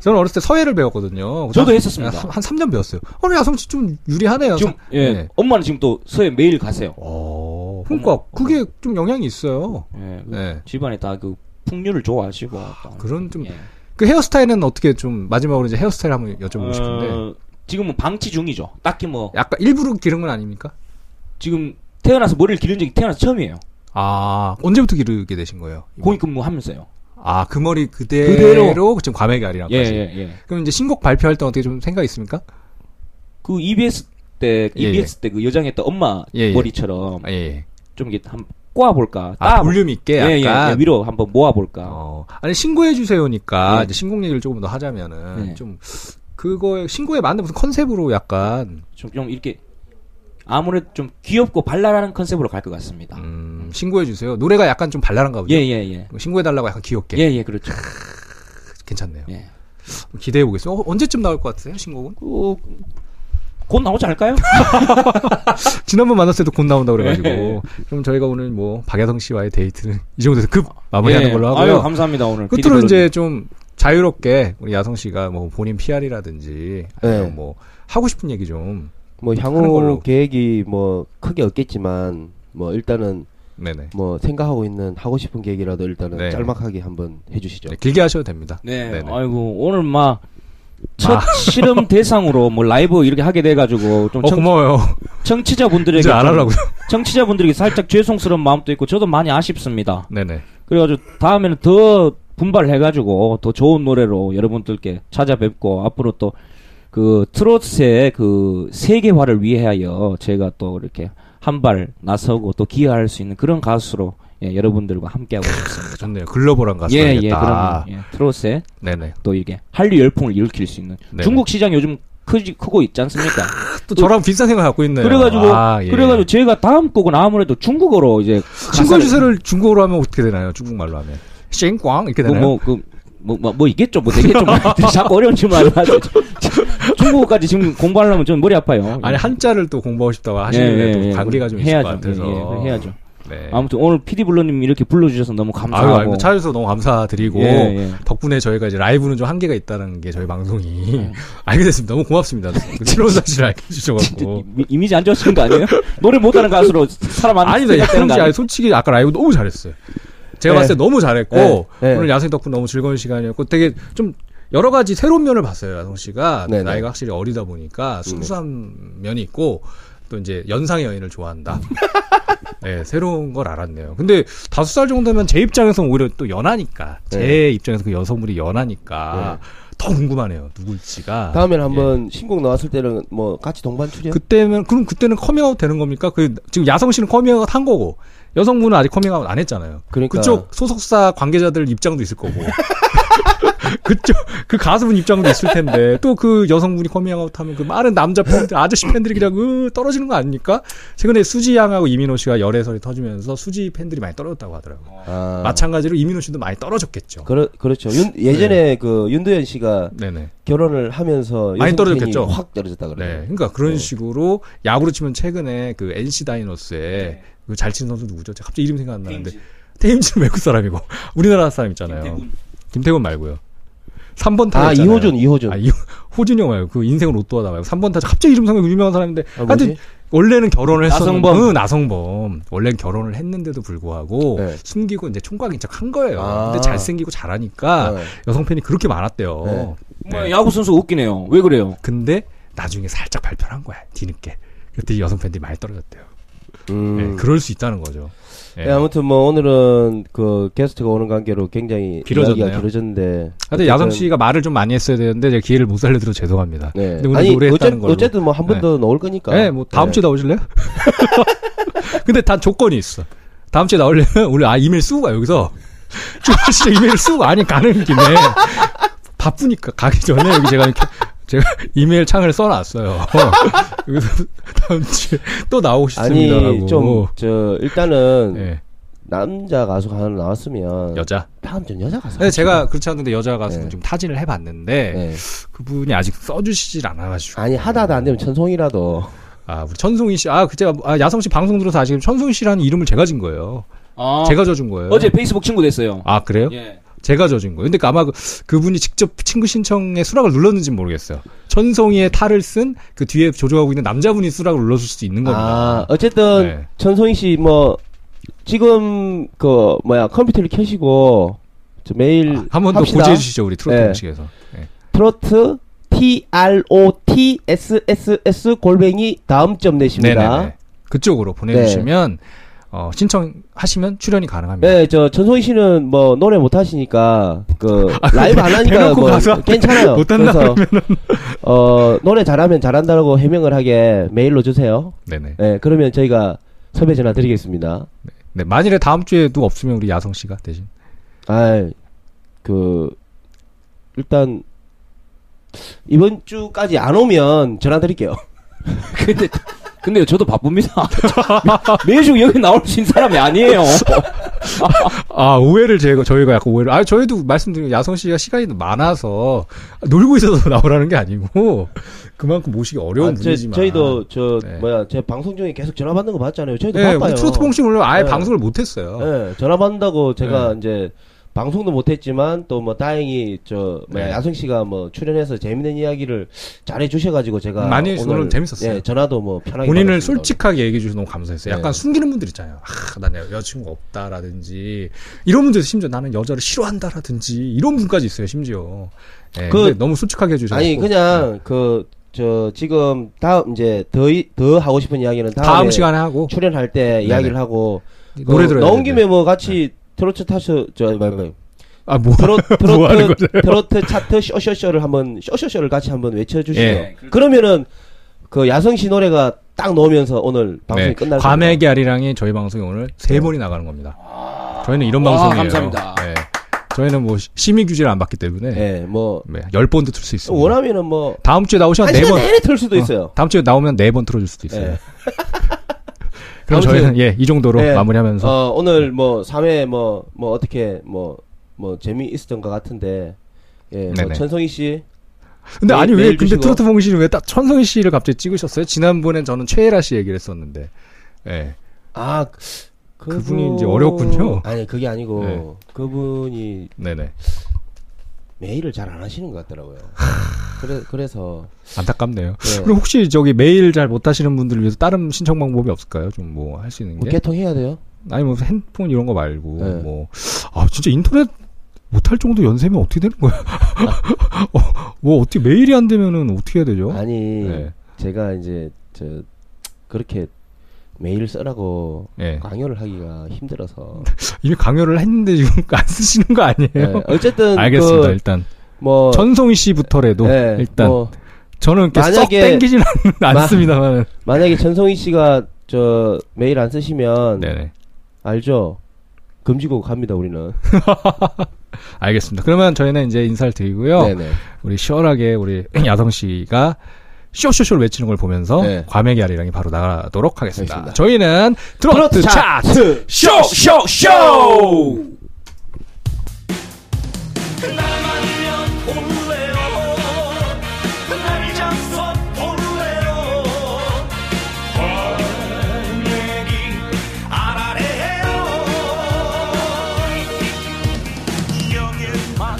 Speaker 1: 저는 어렸을 때 서예를 배웠거든요.
Speaker 5: 저도
Speaker 1: 한-
Speaker 5: 했었습니다.
Speaker 1: 한 3년 배웠어요. 어, 야성씨 좀 유리하네요.
Speaker 5: 지금
Speaker 1: 사-
Speaker 5: 예,
Speaker 1: 네.
Speaker 5: 엄마는 지금 또 서해 매일 가세요.
Speaker 1: 어, 그러니까
Speaker 5: 음.
Speaker 1: 그게 좀 영향이 있어요.
Speaker 5: 예, 그
Speaker 1: 네.
Speaker 5: 집안에 다 그 풍류를 좋아하시고 또.
Speaker 1: 그런 좀-
Speaker 5: 예.
Speaker 1: 그 헤어스타일은 어떻게 좀, 마지막으로 이제 헤어스타일 한번 여쭤보고 싶은데.
Speaker 5: 어, 지금은 방치 중이죠. 딱히 뭐
Speaker 1: 약간 일부러 기른 건 아닙니까?
Speaker 5: 지금 태어나서 머리를 기른 적이 태어나서 처음이에요.
Speaker 1: 아, 언제부터 기르게 되신 거예요? 이번-
Speaker 5: 공익근무하면서요.
Speaker 1: 아, 그 머리 그대로,
Speaker 5: 그대로.
Speaker 1: 지금 과메기 아리라고.
Speaker 5: 예예
Speaker 1: 예,
Speaker 5: 예, 예.
Speaker 1: 그럼 이제 신곡 발표할 때 어떻게 좀 생각 있습니까?
Speaker 5: 그 EBS 때
Speaker 1: 예,
Speaker 5: EBS 때 그 여장했던 엄마
Speaker 1: 예, 예.
Speaker 5: 머리처럼
Speaker 1: 아, 예, 예.
Speaker 5: 좀 이렇게 한번 어. 꼬아볼까.
Speaker 1: 아,
Speaker 5: 따-
Speaker 1: 볼륨 있게
Speaker 5: 예,
Speaker 1: 약간.
Speaker 5: 예, 예, 위로 한번 모아볼까.
Speaker 1: 어, 아니 신고해 주세요니까
Speaker 5: 네.
Speaker 1: 이제 신곡 얘기를 조금 더 하자면은
Speaker 5: 네.
Speaker 1: 좀 그거에 신고에 맞는 무슨 컨셉으로 약간
Speaker 5: 좀, 좀 이렇게 아무래도 좀 귀엽고 발랄한 컨셉으로 갈 것 같습니다.
Speaker 1: 음, 신고해 주세요. 노래가 약간 좀 발랄한가 보죠. 뭐
Speaker 5: 예, 예, 예.
Speaker 1: 신고해 달라고 약간 귀엽게.
Speaker 5: 예, 예, 그렇죠.
Speaker 1: 괜찮네요.
Speaker 5: 예.
Speaker 1: 기대해 보겠습니다. 어, 언제쯤 나올 것 같으세요? 신곡은?
Speaker 5: 그, 곧 나오지 않을까요?
Speaker 1: 지난번 만났을 때도 곧 나온다고
Speaker 5: 예.
Speaker 1: 그래가지고 그럼 저희가 오늘 뭐 박야성 씨와의 데이트는 이 정도에서 급 마무리하는
Speaker 5: 예.
Speaker 1: 걸로 하고요.
Speaker 5: 아유, 감사합니다, 오늘.
Speaker 1: 끝으로
Speaker 5: 피디블로님.
Speaker 1: 이제 좀 자유롭게 우리 야성 씨가 뭐 본인 PR이라든지
Speaker 2: 네.
Speaker 1: 뭐 하고 싶은 얘기 좀
Speaker 2: 뭐
Speaker 1: 하는 걸로.
Speaker 2: 향후 계획이 뭐 크게 없겠지만 뭐 일단은
Speaker 1: 네네
Speaker 2: 뭐 생각하고 있는 하고 싶은 계획이라도 일단은
Speaker 1: 네.
Speaker 2: 짤막하게 한번 해주시죠.
Speaker 1: 네, 길게 하셔도 됩니다.
Speaker 5: 예. 네,
Speaker 1: 네네.
Speaker 5: 아이고, 오늘 막, 첫 실험 대상으로 뭐 라이브 이렇게 하게 돼가지고 좀
Speaker 1: 어
Speaker 5: 청,
Speaker 1: 고마워요.
Speaker 5: 청취자분들에게
Speaker 1: 이제 안
Speaker 5: 좀-
Speaker 1: 하려고요.
Speaker 5: 청취자분들에게 살짝 죄송스러운 마음도 있고 저도 많이 아쉽습니다.
Speaker 1: 네네.
Speaker 5: 그래가지고 다음에는 더 분발해가지고 더 좋은 노래로 여러분들께 찾아뵙고 앞으로 또 그 트로트의 그 세계화를 위하여 제가 또 이렇게 한 발 나서고 또 기여할 수 있는 그런 가수로 예, 여러분들과 함께하고 싶습니다.
Speaker 1: 좋네요. 글로벌한 가수.
Speaker 5: 예, 예,
Speaker 1: 되겠다.
Speaker 5: 그럼 예, 트로트의
Speaker 1: 네네.
Speaker 5: 또 이게 한류 열풍을 일으킬 수 있는
Speaker 1: 네.
Speaker 5: 중국 시장 요즘 크지 크고 있지 않습니까?
Speaker 1: 또 저랑 비슷한 생각 갖고 있네요.
Speaker 5: 그래가지고
Speaker 1: 아, 예.
Speaker 5: 그래가지고 제가 다음 곡은 아무래도 중국어로 이제
Speaker 1: 신고
Speaker 5: 가사를-
Speaker 1: 주세를 중국어로 하면 어떻게 되나요? 중국말로 하면 싱꽝 이렇게 되나요?
Speaker 5: 뭐, 그, 뭐, 뭐, 뭐 있겠죠. 뭐 되겠죠. 뭐. 자꾸 어려운 질문을 하죠. 중국어까지 지금 공부하려면 좀 머리 아파요. 예,
Speaker 1: 아니 한자를 또 공부하고 싶다고 하시는데 또 관계가 좀 있을
Speaker 5: 해야죠.
Speaker 1: 것 같아서
Speaker 5: 예, 예, 그걸 해야죠.
Speaker 1: 네.
Speaker 5: 아무튼 오늘 피디블러님 이렇게 불러주셔서 너무
Speaker 1: 아유, 뭐
Speaker 5: 감사하고.
Speaker 1: 아유, 찾아주셔서 너무 감사드리고
Speaker 5: 예, 예.
Speaker 1: 덕분에 저희가 이제 라이브는 좀 한계가 있다는 게 저희 방송이
Speaker 5: 예.
Speaker 1: 알게 됐습니다. 너무 고맙습니다. 그 새로운 사실을 알게 해주셔가지고.
Speaker 5: 이- 이미지 안 좋으신 거 아니에요? 노래 못하는 가수로 사람 안
Speaker 1: 아니다,
Speaker 5: 생각되는
Speaker 1: 야성 씨,
Speaker 5: 거 아니에요?
Speaker 1: 아니, 솔직히 아까 라이브 너무 잘했어요. 제가
Speaker 2: 네.
Speaker 1: 봤을 때 너무 잘했고
Speaker 2: 네, 네.
Speaker 1: 오늘 야성 덕분 너무 즐거운 시간이었고 되게 좀 여러 가지 새로운 면을 봤어요. 야성 씨가
Speaker 2: 네, 음. 네.
Speaker 1: 나이가 확실히 어리다 보니까 순수한 면이 있고 또 이제 연상의 여인을 좋아한다.
Speaker 2: 음.
Speaker 1: 네, 새로운 걸 알았네요. 근데 다섯 살 정도면 제 입장에서는 오히려 또 연하니까 제
Speaker 2: 네.
Speaker 1: 입장에서 그 여성분이 연하니까 더 궁금하네요. 누굴지가
Speaker 2: 다음에는
Speaker 1: 예.
Speaker 2: 한번 신곡 나왔을 때는 뭐 같이 동반 출연.
Speaker 1: 그때면 그럼 그때는 커밍아웃 되는 겁니까? 그 지금 야성 씨는 커밍아웃 한 거고 여성분은 아직 커밍아웃 안 했잖아요.
Speaker 2: 그러니까.
Speaker 1: 쪽 소속사 관계자들 입장도 있을 거고 그쪽 그 가수분 입장도 있을 텐데 또 그 여성분이 커밍아웃하면 그 많은 남자 팬들 아저씨 팬들이 그냥 으, 떨어지는 거 아닙니까? 최근에 수지 양하고 이민호 씨가 열애설이 터지면서 수지 팬들이 많이 떨어졌다고 하더라고요.
Speaker 2: 아,
Speaker 1: 마찬가지로 이민호 씨도 많이 떨어졌겠죠.
Speaker 2: 그러, 그렇죠. 윤-
Speaker 1: 네.
Speaker 2: 예전에 그 윤도현 씨가
Speaker 1: 네네.
Speaker 2: 결혼을 하면서
Speaker 1: 많이
Speaker 2: 여성 팬이
Speaker 1: 떨어졌겠죠.
Speaker 2: 확 떨어졌다 그래요.
Speaker 1: 네, 그러니까 그런
Speaker 2: 네.
Speaker 1: 식으로 야구로 치면 최근에 그 NC 다이노스에 그 잘 치는 선수 누구죠? 제가 갑자기 이름 생각 안 나는데 테임즈는 외국 사람이고 우리나라 사람 있잖아요. 김태곤 말고요. 3번 타자.
Speaker 2: 아 이호준 이호준.
Speaker 1: 아, 이, 호준이 형 말고, 그 인생은 로또하다 말고, 3번 타자. 갑자기 이름 생각 유명한 사람인데,
Speaker 2: 아, 뭐지?
Speaker 1: 하여튼, 원래는 결혼을 했었는데,
Speaker 5: 나성범.
Speaker 1: 응, 나성범. 원래는 결혼을 했는데도 불구하고,
Speaker 2: 네.
Speaker 1: 숨기고 이제 총각인 척 한 거예요.
Speaker 2: 아.
Speaker 1: 근데 잘생기고 잘하니까,
Speaker 2: 네.
Speaker 1: 여성팬이 그렇게 많았대요.
Speaker 2: 네.
Speaker 1: 네.
Speaker 5: 뭐 야구 선수 웃기네요. 왜 그래요?
Speaker 1: 근데, 나중에 살짝 발표를 한 거야, 뒤늦게. 그랬더니 여성팬들이 많이 떨어졌대요.
Speaker 2: 음.
Speaker 1: 네, 그럴 수 있다는 거죠. 예.
Speaker 2: 네, 아무튼 뭐 오늘은 그 게스트가 오는 관계로 굉장히
Speaker 1: 길어졌네요.
Speaker 2: 이야기가 길어졌는데.
Speaker 1: 하여튼 야성 씨가 말을 좀 많이 했어야 되는데 제가 기회를 못 살려드려 죄송합니다.
Speaker 2: 네.
Speaker 1: 근데 오늘
Speaker 2: 아니
Speaker 1: 노래했다는
Speaker 2: 어쨌든,
Speaker 1: 걸로.
Speaker 2: 어쨌든 뭐 한 번 더 넣을 거니까.
Speaker 1: 네, 뭐 다음 주에 나오실래요? 근데 단 조건이 있어. 다음 주에 나오려면 우리 아 이메일 쓰고 가 여기서. 쭉 진짜 이메일 쓰고 가. 아니 가는 김에 바쁘니까 가기 전에 여기 제가 이렇게 제가 이메일 창을 써놨어요. 여기서 다음 주에 또 나오고 싶습니다라고.
Speaker 2: 아니 좀 저 일단은
Speaker 1: 예,
Speaker 2: 남자 가수가 하나 나왔으면
Speaker 1: 여자.
Speaker 2: 다음 주는 네. 여자 가수.
Speaker 1: 근데 어. 네, 제가 그렇지 않은데 여자 가수는
Speaker 2: 네.
Speaker 1: 좀 타진을 해봤는데
Speaker 2: 네.
Speaker 1: 그분이 아직 써주시질 않아가지고.
Speaker 2: 아니 하다도 안 되면 천송이라도.
Speaker 1: 아, 우리 천송이 씨. 아, 그제가 아, 야성 씨 방송 들어서 아시겠지만 천송이 씨라는 이름을 제가 진 거예요.
Speaker 5: 아,
Speaker 1: 제가 져준 거예요.
Speaker 5: 어제 페이스북 친구 됐어요.
Speaker 1: 아, 그래요?
Speaker 5: 예.
Speaker 1: 제가 져준 거예요. 근데 아마 그, 그분이 직접 친구 신청에 수락을 눌렀는지 는 모르겠어요. 천송이의 탈을 쓴 그 뒤에 조조하고 있는 남자분이 수락을 눌렀을 수도 있는
Speaker 2: 아
Speaker 1: 겁니다.
Speaker 2: 어쨌든
Speaker 1: 네.
Speaker 2: 천송이 씨 뭐 지금 그 뭐야 컴퓨터를 켜시고 저 메일
Speaker 1: 한 번 더
Speaker 2: 합시다.
Speaker 1: 고지해 주시죠, 우리 트로트
Speaker 2: 네.
Speaker 1: 음식에서. 네.
Speaker 2: 트로트 T R O T S S S 골뱅이 다음 점 내십니다.
Speaker 1: 네네네. 그쪽으로 보내주시면, 어, 신청하시면 출연이 가능합니다.
Speaker 2: 네, 저 전송희 씨는 뭐 노래 못 하시니까 그 라이브 안 하니까
Speaker 1: 아, 대놓고
Speaker 2: 뭐
Speaker 1: 가서
Speaker 2: 괜찮아요.
Speaker 1: 못한다
Speaker 2: 그래서 어 노래 잘하면 잘한다고 해명을 하게 메일로 주세요.
Speaker 1: 네네.
Speaker 2: 네, 그러면 저희가 섭외 전화 드리겠습니다.
Speaker 1: 네, 만일에 다음 주에도 없으면 우리 야성 씨가 대신.
Speaker 2: 아, 그 일단 이번 주까지 안 오면 전화 드릴게요.
Speaker 5: 근데 근데 저도 바쁩니다. 매주 여기 나올 수 있는 사람이 아니에요.
Speaker 1: 아, 오해를 제가, 저희가 약간 오해를. 아, 저희도 말씀드린 야성 씨가 시간이 많아서 놀고 있어서 나오라는 게 아니고 그만큼 모시기 어려운
Speaker 2: 아, 저,
Speaker 1: 분이지만.
Speaker 2: 저희도 저
Speaker 1: 네.
Speaker 2: 뭐야 제 방송 중에 계속 전화 받는 거 봤잖아요. 저희도
Speaker 1: 네,
Speaker 2: 바빠요.
Speaker 1: 우리 트로트 공식 물론 아예
Speaker 2: 네.
Speaker 1: 방송을 못 했어요.
Speaker 2: 예, 전화 받는다고 제가
Speaker 1: 네.
Speaker 2: 이제 방송도 못했지만 또 뭐 다행히 저 뭐야
Speaker 1: 네.
Speaker 2: 야성 씨가 뭐 출연해서 재밌는 이야기를 잘해 주셔가지고 제가
Speaker 1: 많이 오늘 재밌었어요.
Speaker 2: 예, 전화도 뭐 편하게
Speaker 1: 본인을
Speaker 2: 받았습니다.
Speaker 1: 솔직하게 얘기해 주셔서 너무 감사했어요. 약간
Speaker 2: 네.
Speaker 1: 숨기는 분들 있잖아요. 아, 난 여- 여자친구 없다라든지 이런 분들 심지어 나는 여자를 싫어한다라든지 이런 분까지 있어요. 심지어 네,
Speaker 2: 그-
Speaker 1: 근데 너무 솔직하게 해주셔서
Speaker 2: 아니
Speaker 1: 네.
Speaker 2: 그냥 그 저 지금 다음 이제 더 더 하고 싶은 이야기는 다음에
Speaker 1: 네. 다음 시간에 하고
Speaker 2: 출연할 때 이야기를 하고 그
Speaker 1: 네, 노래 네. 들어요.
Speaker 2: 나온 김에 뭐 같이 트로트 타셔 저 뭐, 뭐,
Speaker 1: 아 뭐?
Speaker 2: 트로,
Speaker 1: 뭐 하는
Speaker 2: 트로트 트로트 차트 쇼쇼쇼를 한번 쇼쇼쇼를 같이 한번 외쳐주시죠.
Speaker 1: 예.
Speaker 2: 네, 그러면은 그 야성 씨 노래가 딱 넣으면서 오늘 방송이
Speaker 1: 네.
Speaker 2: 끝날 네. 겁니다.
Speaker 1: 과메기 아리랑이 저희 방송에 오늘 세 번이 나가는 겁니다. 저희는 이런
Speaker 2: 아,
Speaker 5: 와,
Speaker 1: 방송이에요.
Speaker 5: 감사합니다.
Speaker 1: 네. 저희는 뭐 시- 심의 규제를 안 받기 때문에
Speaker 2: 예, 뭐
Speaker 1: 네, 열 번도 틀 수 있습니다.
Speaker 2: 원하면은 뭐
Speaker 1: 다음 주에 나오시면
Speaker 2: 한
Speaker 1: 네
Speaker 2: 시간
Speaker 1: 번.
Speaker 2: 내내 틀 수도 있어요.
Speaker 1: 어, 다음 주에 나오면 네 번 틀어줄 수도 있어요.
Speaker 2: 예.
Speaker 1: 그럼
Speaker 2: 아무튼-
Speaker 1: 저희는 예, 이 정도로
Speaker 2: 예.
Speaker 1: 마무리하면서
Speaker 2: 어, 오늘 뭐 3회 뭐, 뭐 어떻게 뭐, 뭐 재미있었던 것 같은데, 예, 뭐
Speaker 1: 네네.
Speaker 2: 천성희 씨,
Speaker 1: 근데
Speaker 2: 메일-
Speaker 1: 아니 왜
Speaker 2: 메일
Speaker 1: 근데
Speaker 2: 네, 주시고.
Speaker 1: 트로트 봉 씨는 왜딱 천성희 씨를 갑자기 찍으셨어요? 지난번엔 저는 최애라 씨 얘기를 했었는데. 예.
Speaker 2: 아, 그,
Speaker 1: 그분이 이제 어렵군요.
Speaker 2: 아니, 그게 아니고,
Speaker 1: 네.
Speaker 2: 그분이
Speaker 1: 네네.
Speaker 2: 메일을 잘 안 하시는 것 같더라고요. 그래, 그래서,
Speaker 1: 안타깝네요.
Speaker 2: 예,
Speaker 1: 그럼 혹시 저기 메일 잘 못 하시는 분들을 위해서 다른 신청 방법이 없을까요? 좀 뭐 할 수 있는
Speaker 2: 뭐
Speaker 1: 게?
Speaker 2: 개통해야 돼요?
Speaker 1: 아니 뭐 핸드폰 이런 거 말고
Speaker 2: 네.
Speaker 1: 뭐 아 진짜 인터넷 못할 정도 연세면 어떻게 되는 거야? 어, 뭐 어떻게 메일이 안 되면은 어떻게 해야 되죠?
Speaker 2: 아니,
Speaker 1: 네.
Speaker 2: 제가 이제, 저, 그렇게 메일 쓰라고
Speaker 1: 예.
Speaker 2: 강요를 하기가 힘들어서.
Speaker 1: 이미 강요를 했는데 지금 안 쓰시는 거
Speaker 2: 예,
Speaker 1: 아니에요?
Speaker 2: 어쨌든,
Speaker 1: 네. 알겠습니다.
Speaker 2: 그,
Speaker 1: 일단
Speaker 2: 뭐,
Speaker 1: 전송희 씨부터라도
Speaker 2: 예,
Speaker 1: 일단
Speaker 2: 뭐,
Speaker 1: 저는 이렇게 썩
Speaker 2: 만약에-
Speaker 1: 땡기진 않,
Speaker 2: 마-
Speaker 1: 않습니다만.
Speaker 2: 만약에 전송희 씨가 저 메일 안 쓰시면
Speaker 1: 네네.
Speaker 2: 알죠? 금지고 갑니다 우리는.
Speaker 1: 알겠습니다. 그러면 저희는 이제 인사를 드리고요.
Speaker 2: 네네.
Speaker 1: 우리 시원하게 우리 야성 씨가 쇼쇼쇼를 외치는 걸 보면서
Speaker 2: 네.
Speaker 1: 과메기 아리랑이 바로 나가도록 하겠습니다.
Speaker 2: 알겠습니다.
Speaker 1: 저희는 트로트 차트
Speaker 5: 쇼!
Speaker 3: 나만이면 볼래요 날 잡숴 볼래요 뻔한 얘기 알아래요 여길만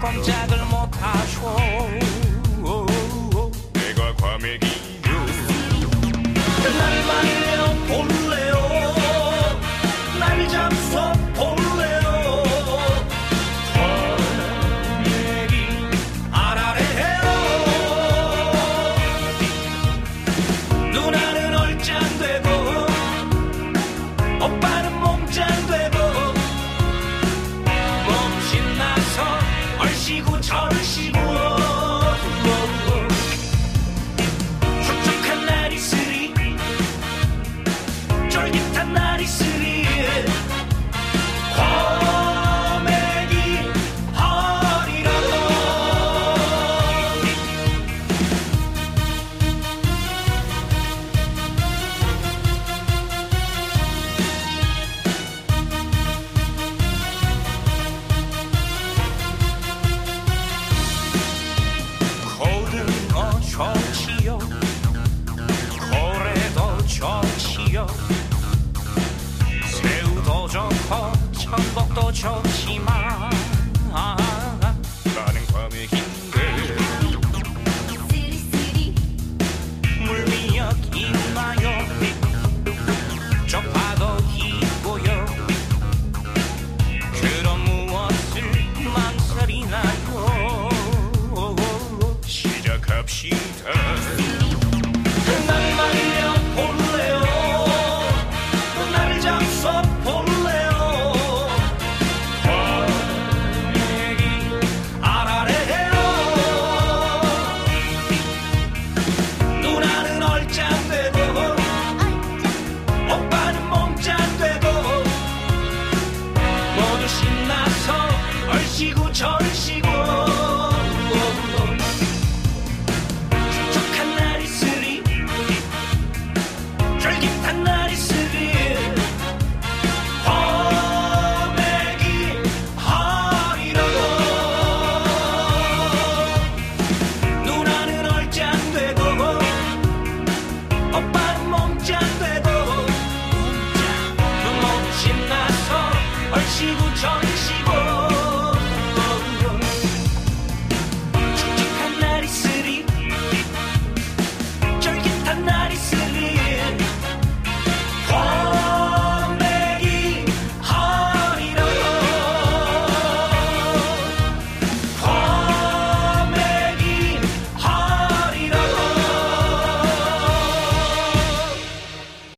Speaker 3: 꼼짝을 못하쇼 내가 과메기요 날 말려 볼래요 날 잡숴 볼래요 과메기 아라래요 누나는 얼짱되고 오빠는 몸짱되고 멈신 나서 얼씨구 절씨구 촉촉한 날이 쓰리 쫄깃한 날이 쓰리 과메기 허리라도 고등어 좋지요 고래도 좋지요 새우도 좋고 천복도 좋지만 아, 나는 과메기인데
Speaker 4: 쓰리쓰리
Speaker 3: 물미역 있나요 쪽파도 있고요 그럼 무엇을 망설이나요 시작합시다 날 말려 볼래요 날 잡숴 볼래요 과메기 아라래요 누나는 얼짱되고 오빠는 몸짱되고 모두 신나서 얼씨구 절씨구 축축한 날이 쓰리 쫄깃한 날이 쓰리 허맥이 허리라고 누나는 얼짱되고 오빠는 몸짱되고 몸짱 그 몸짓 나서 얼씨구 정치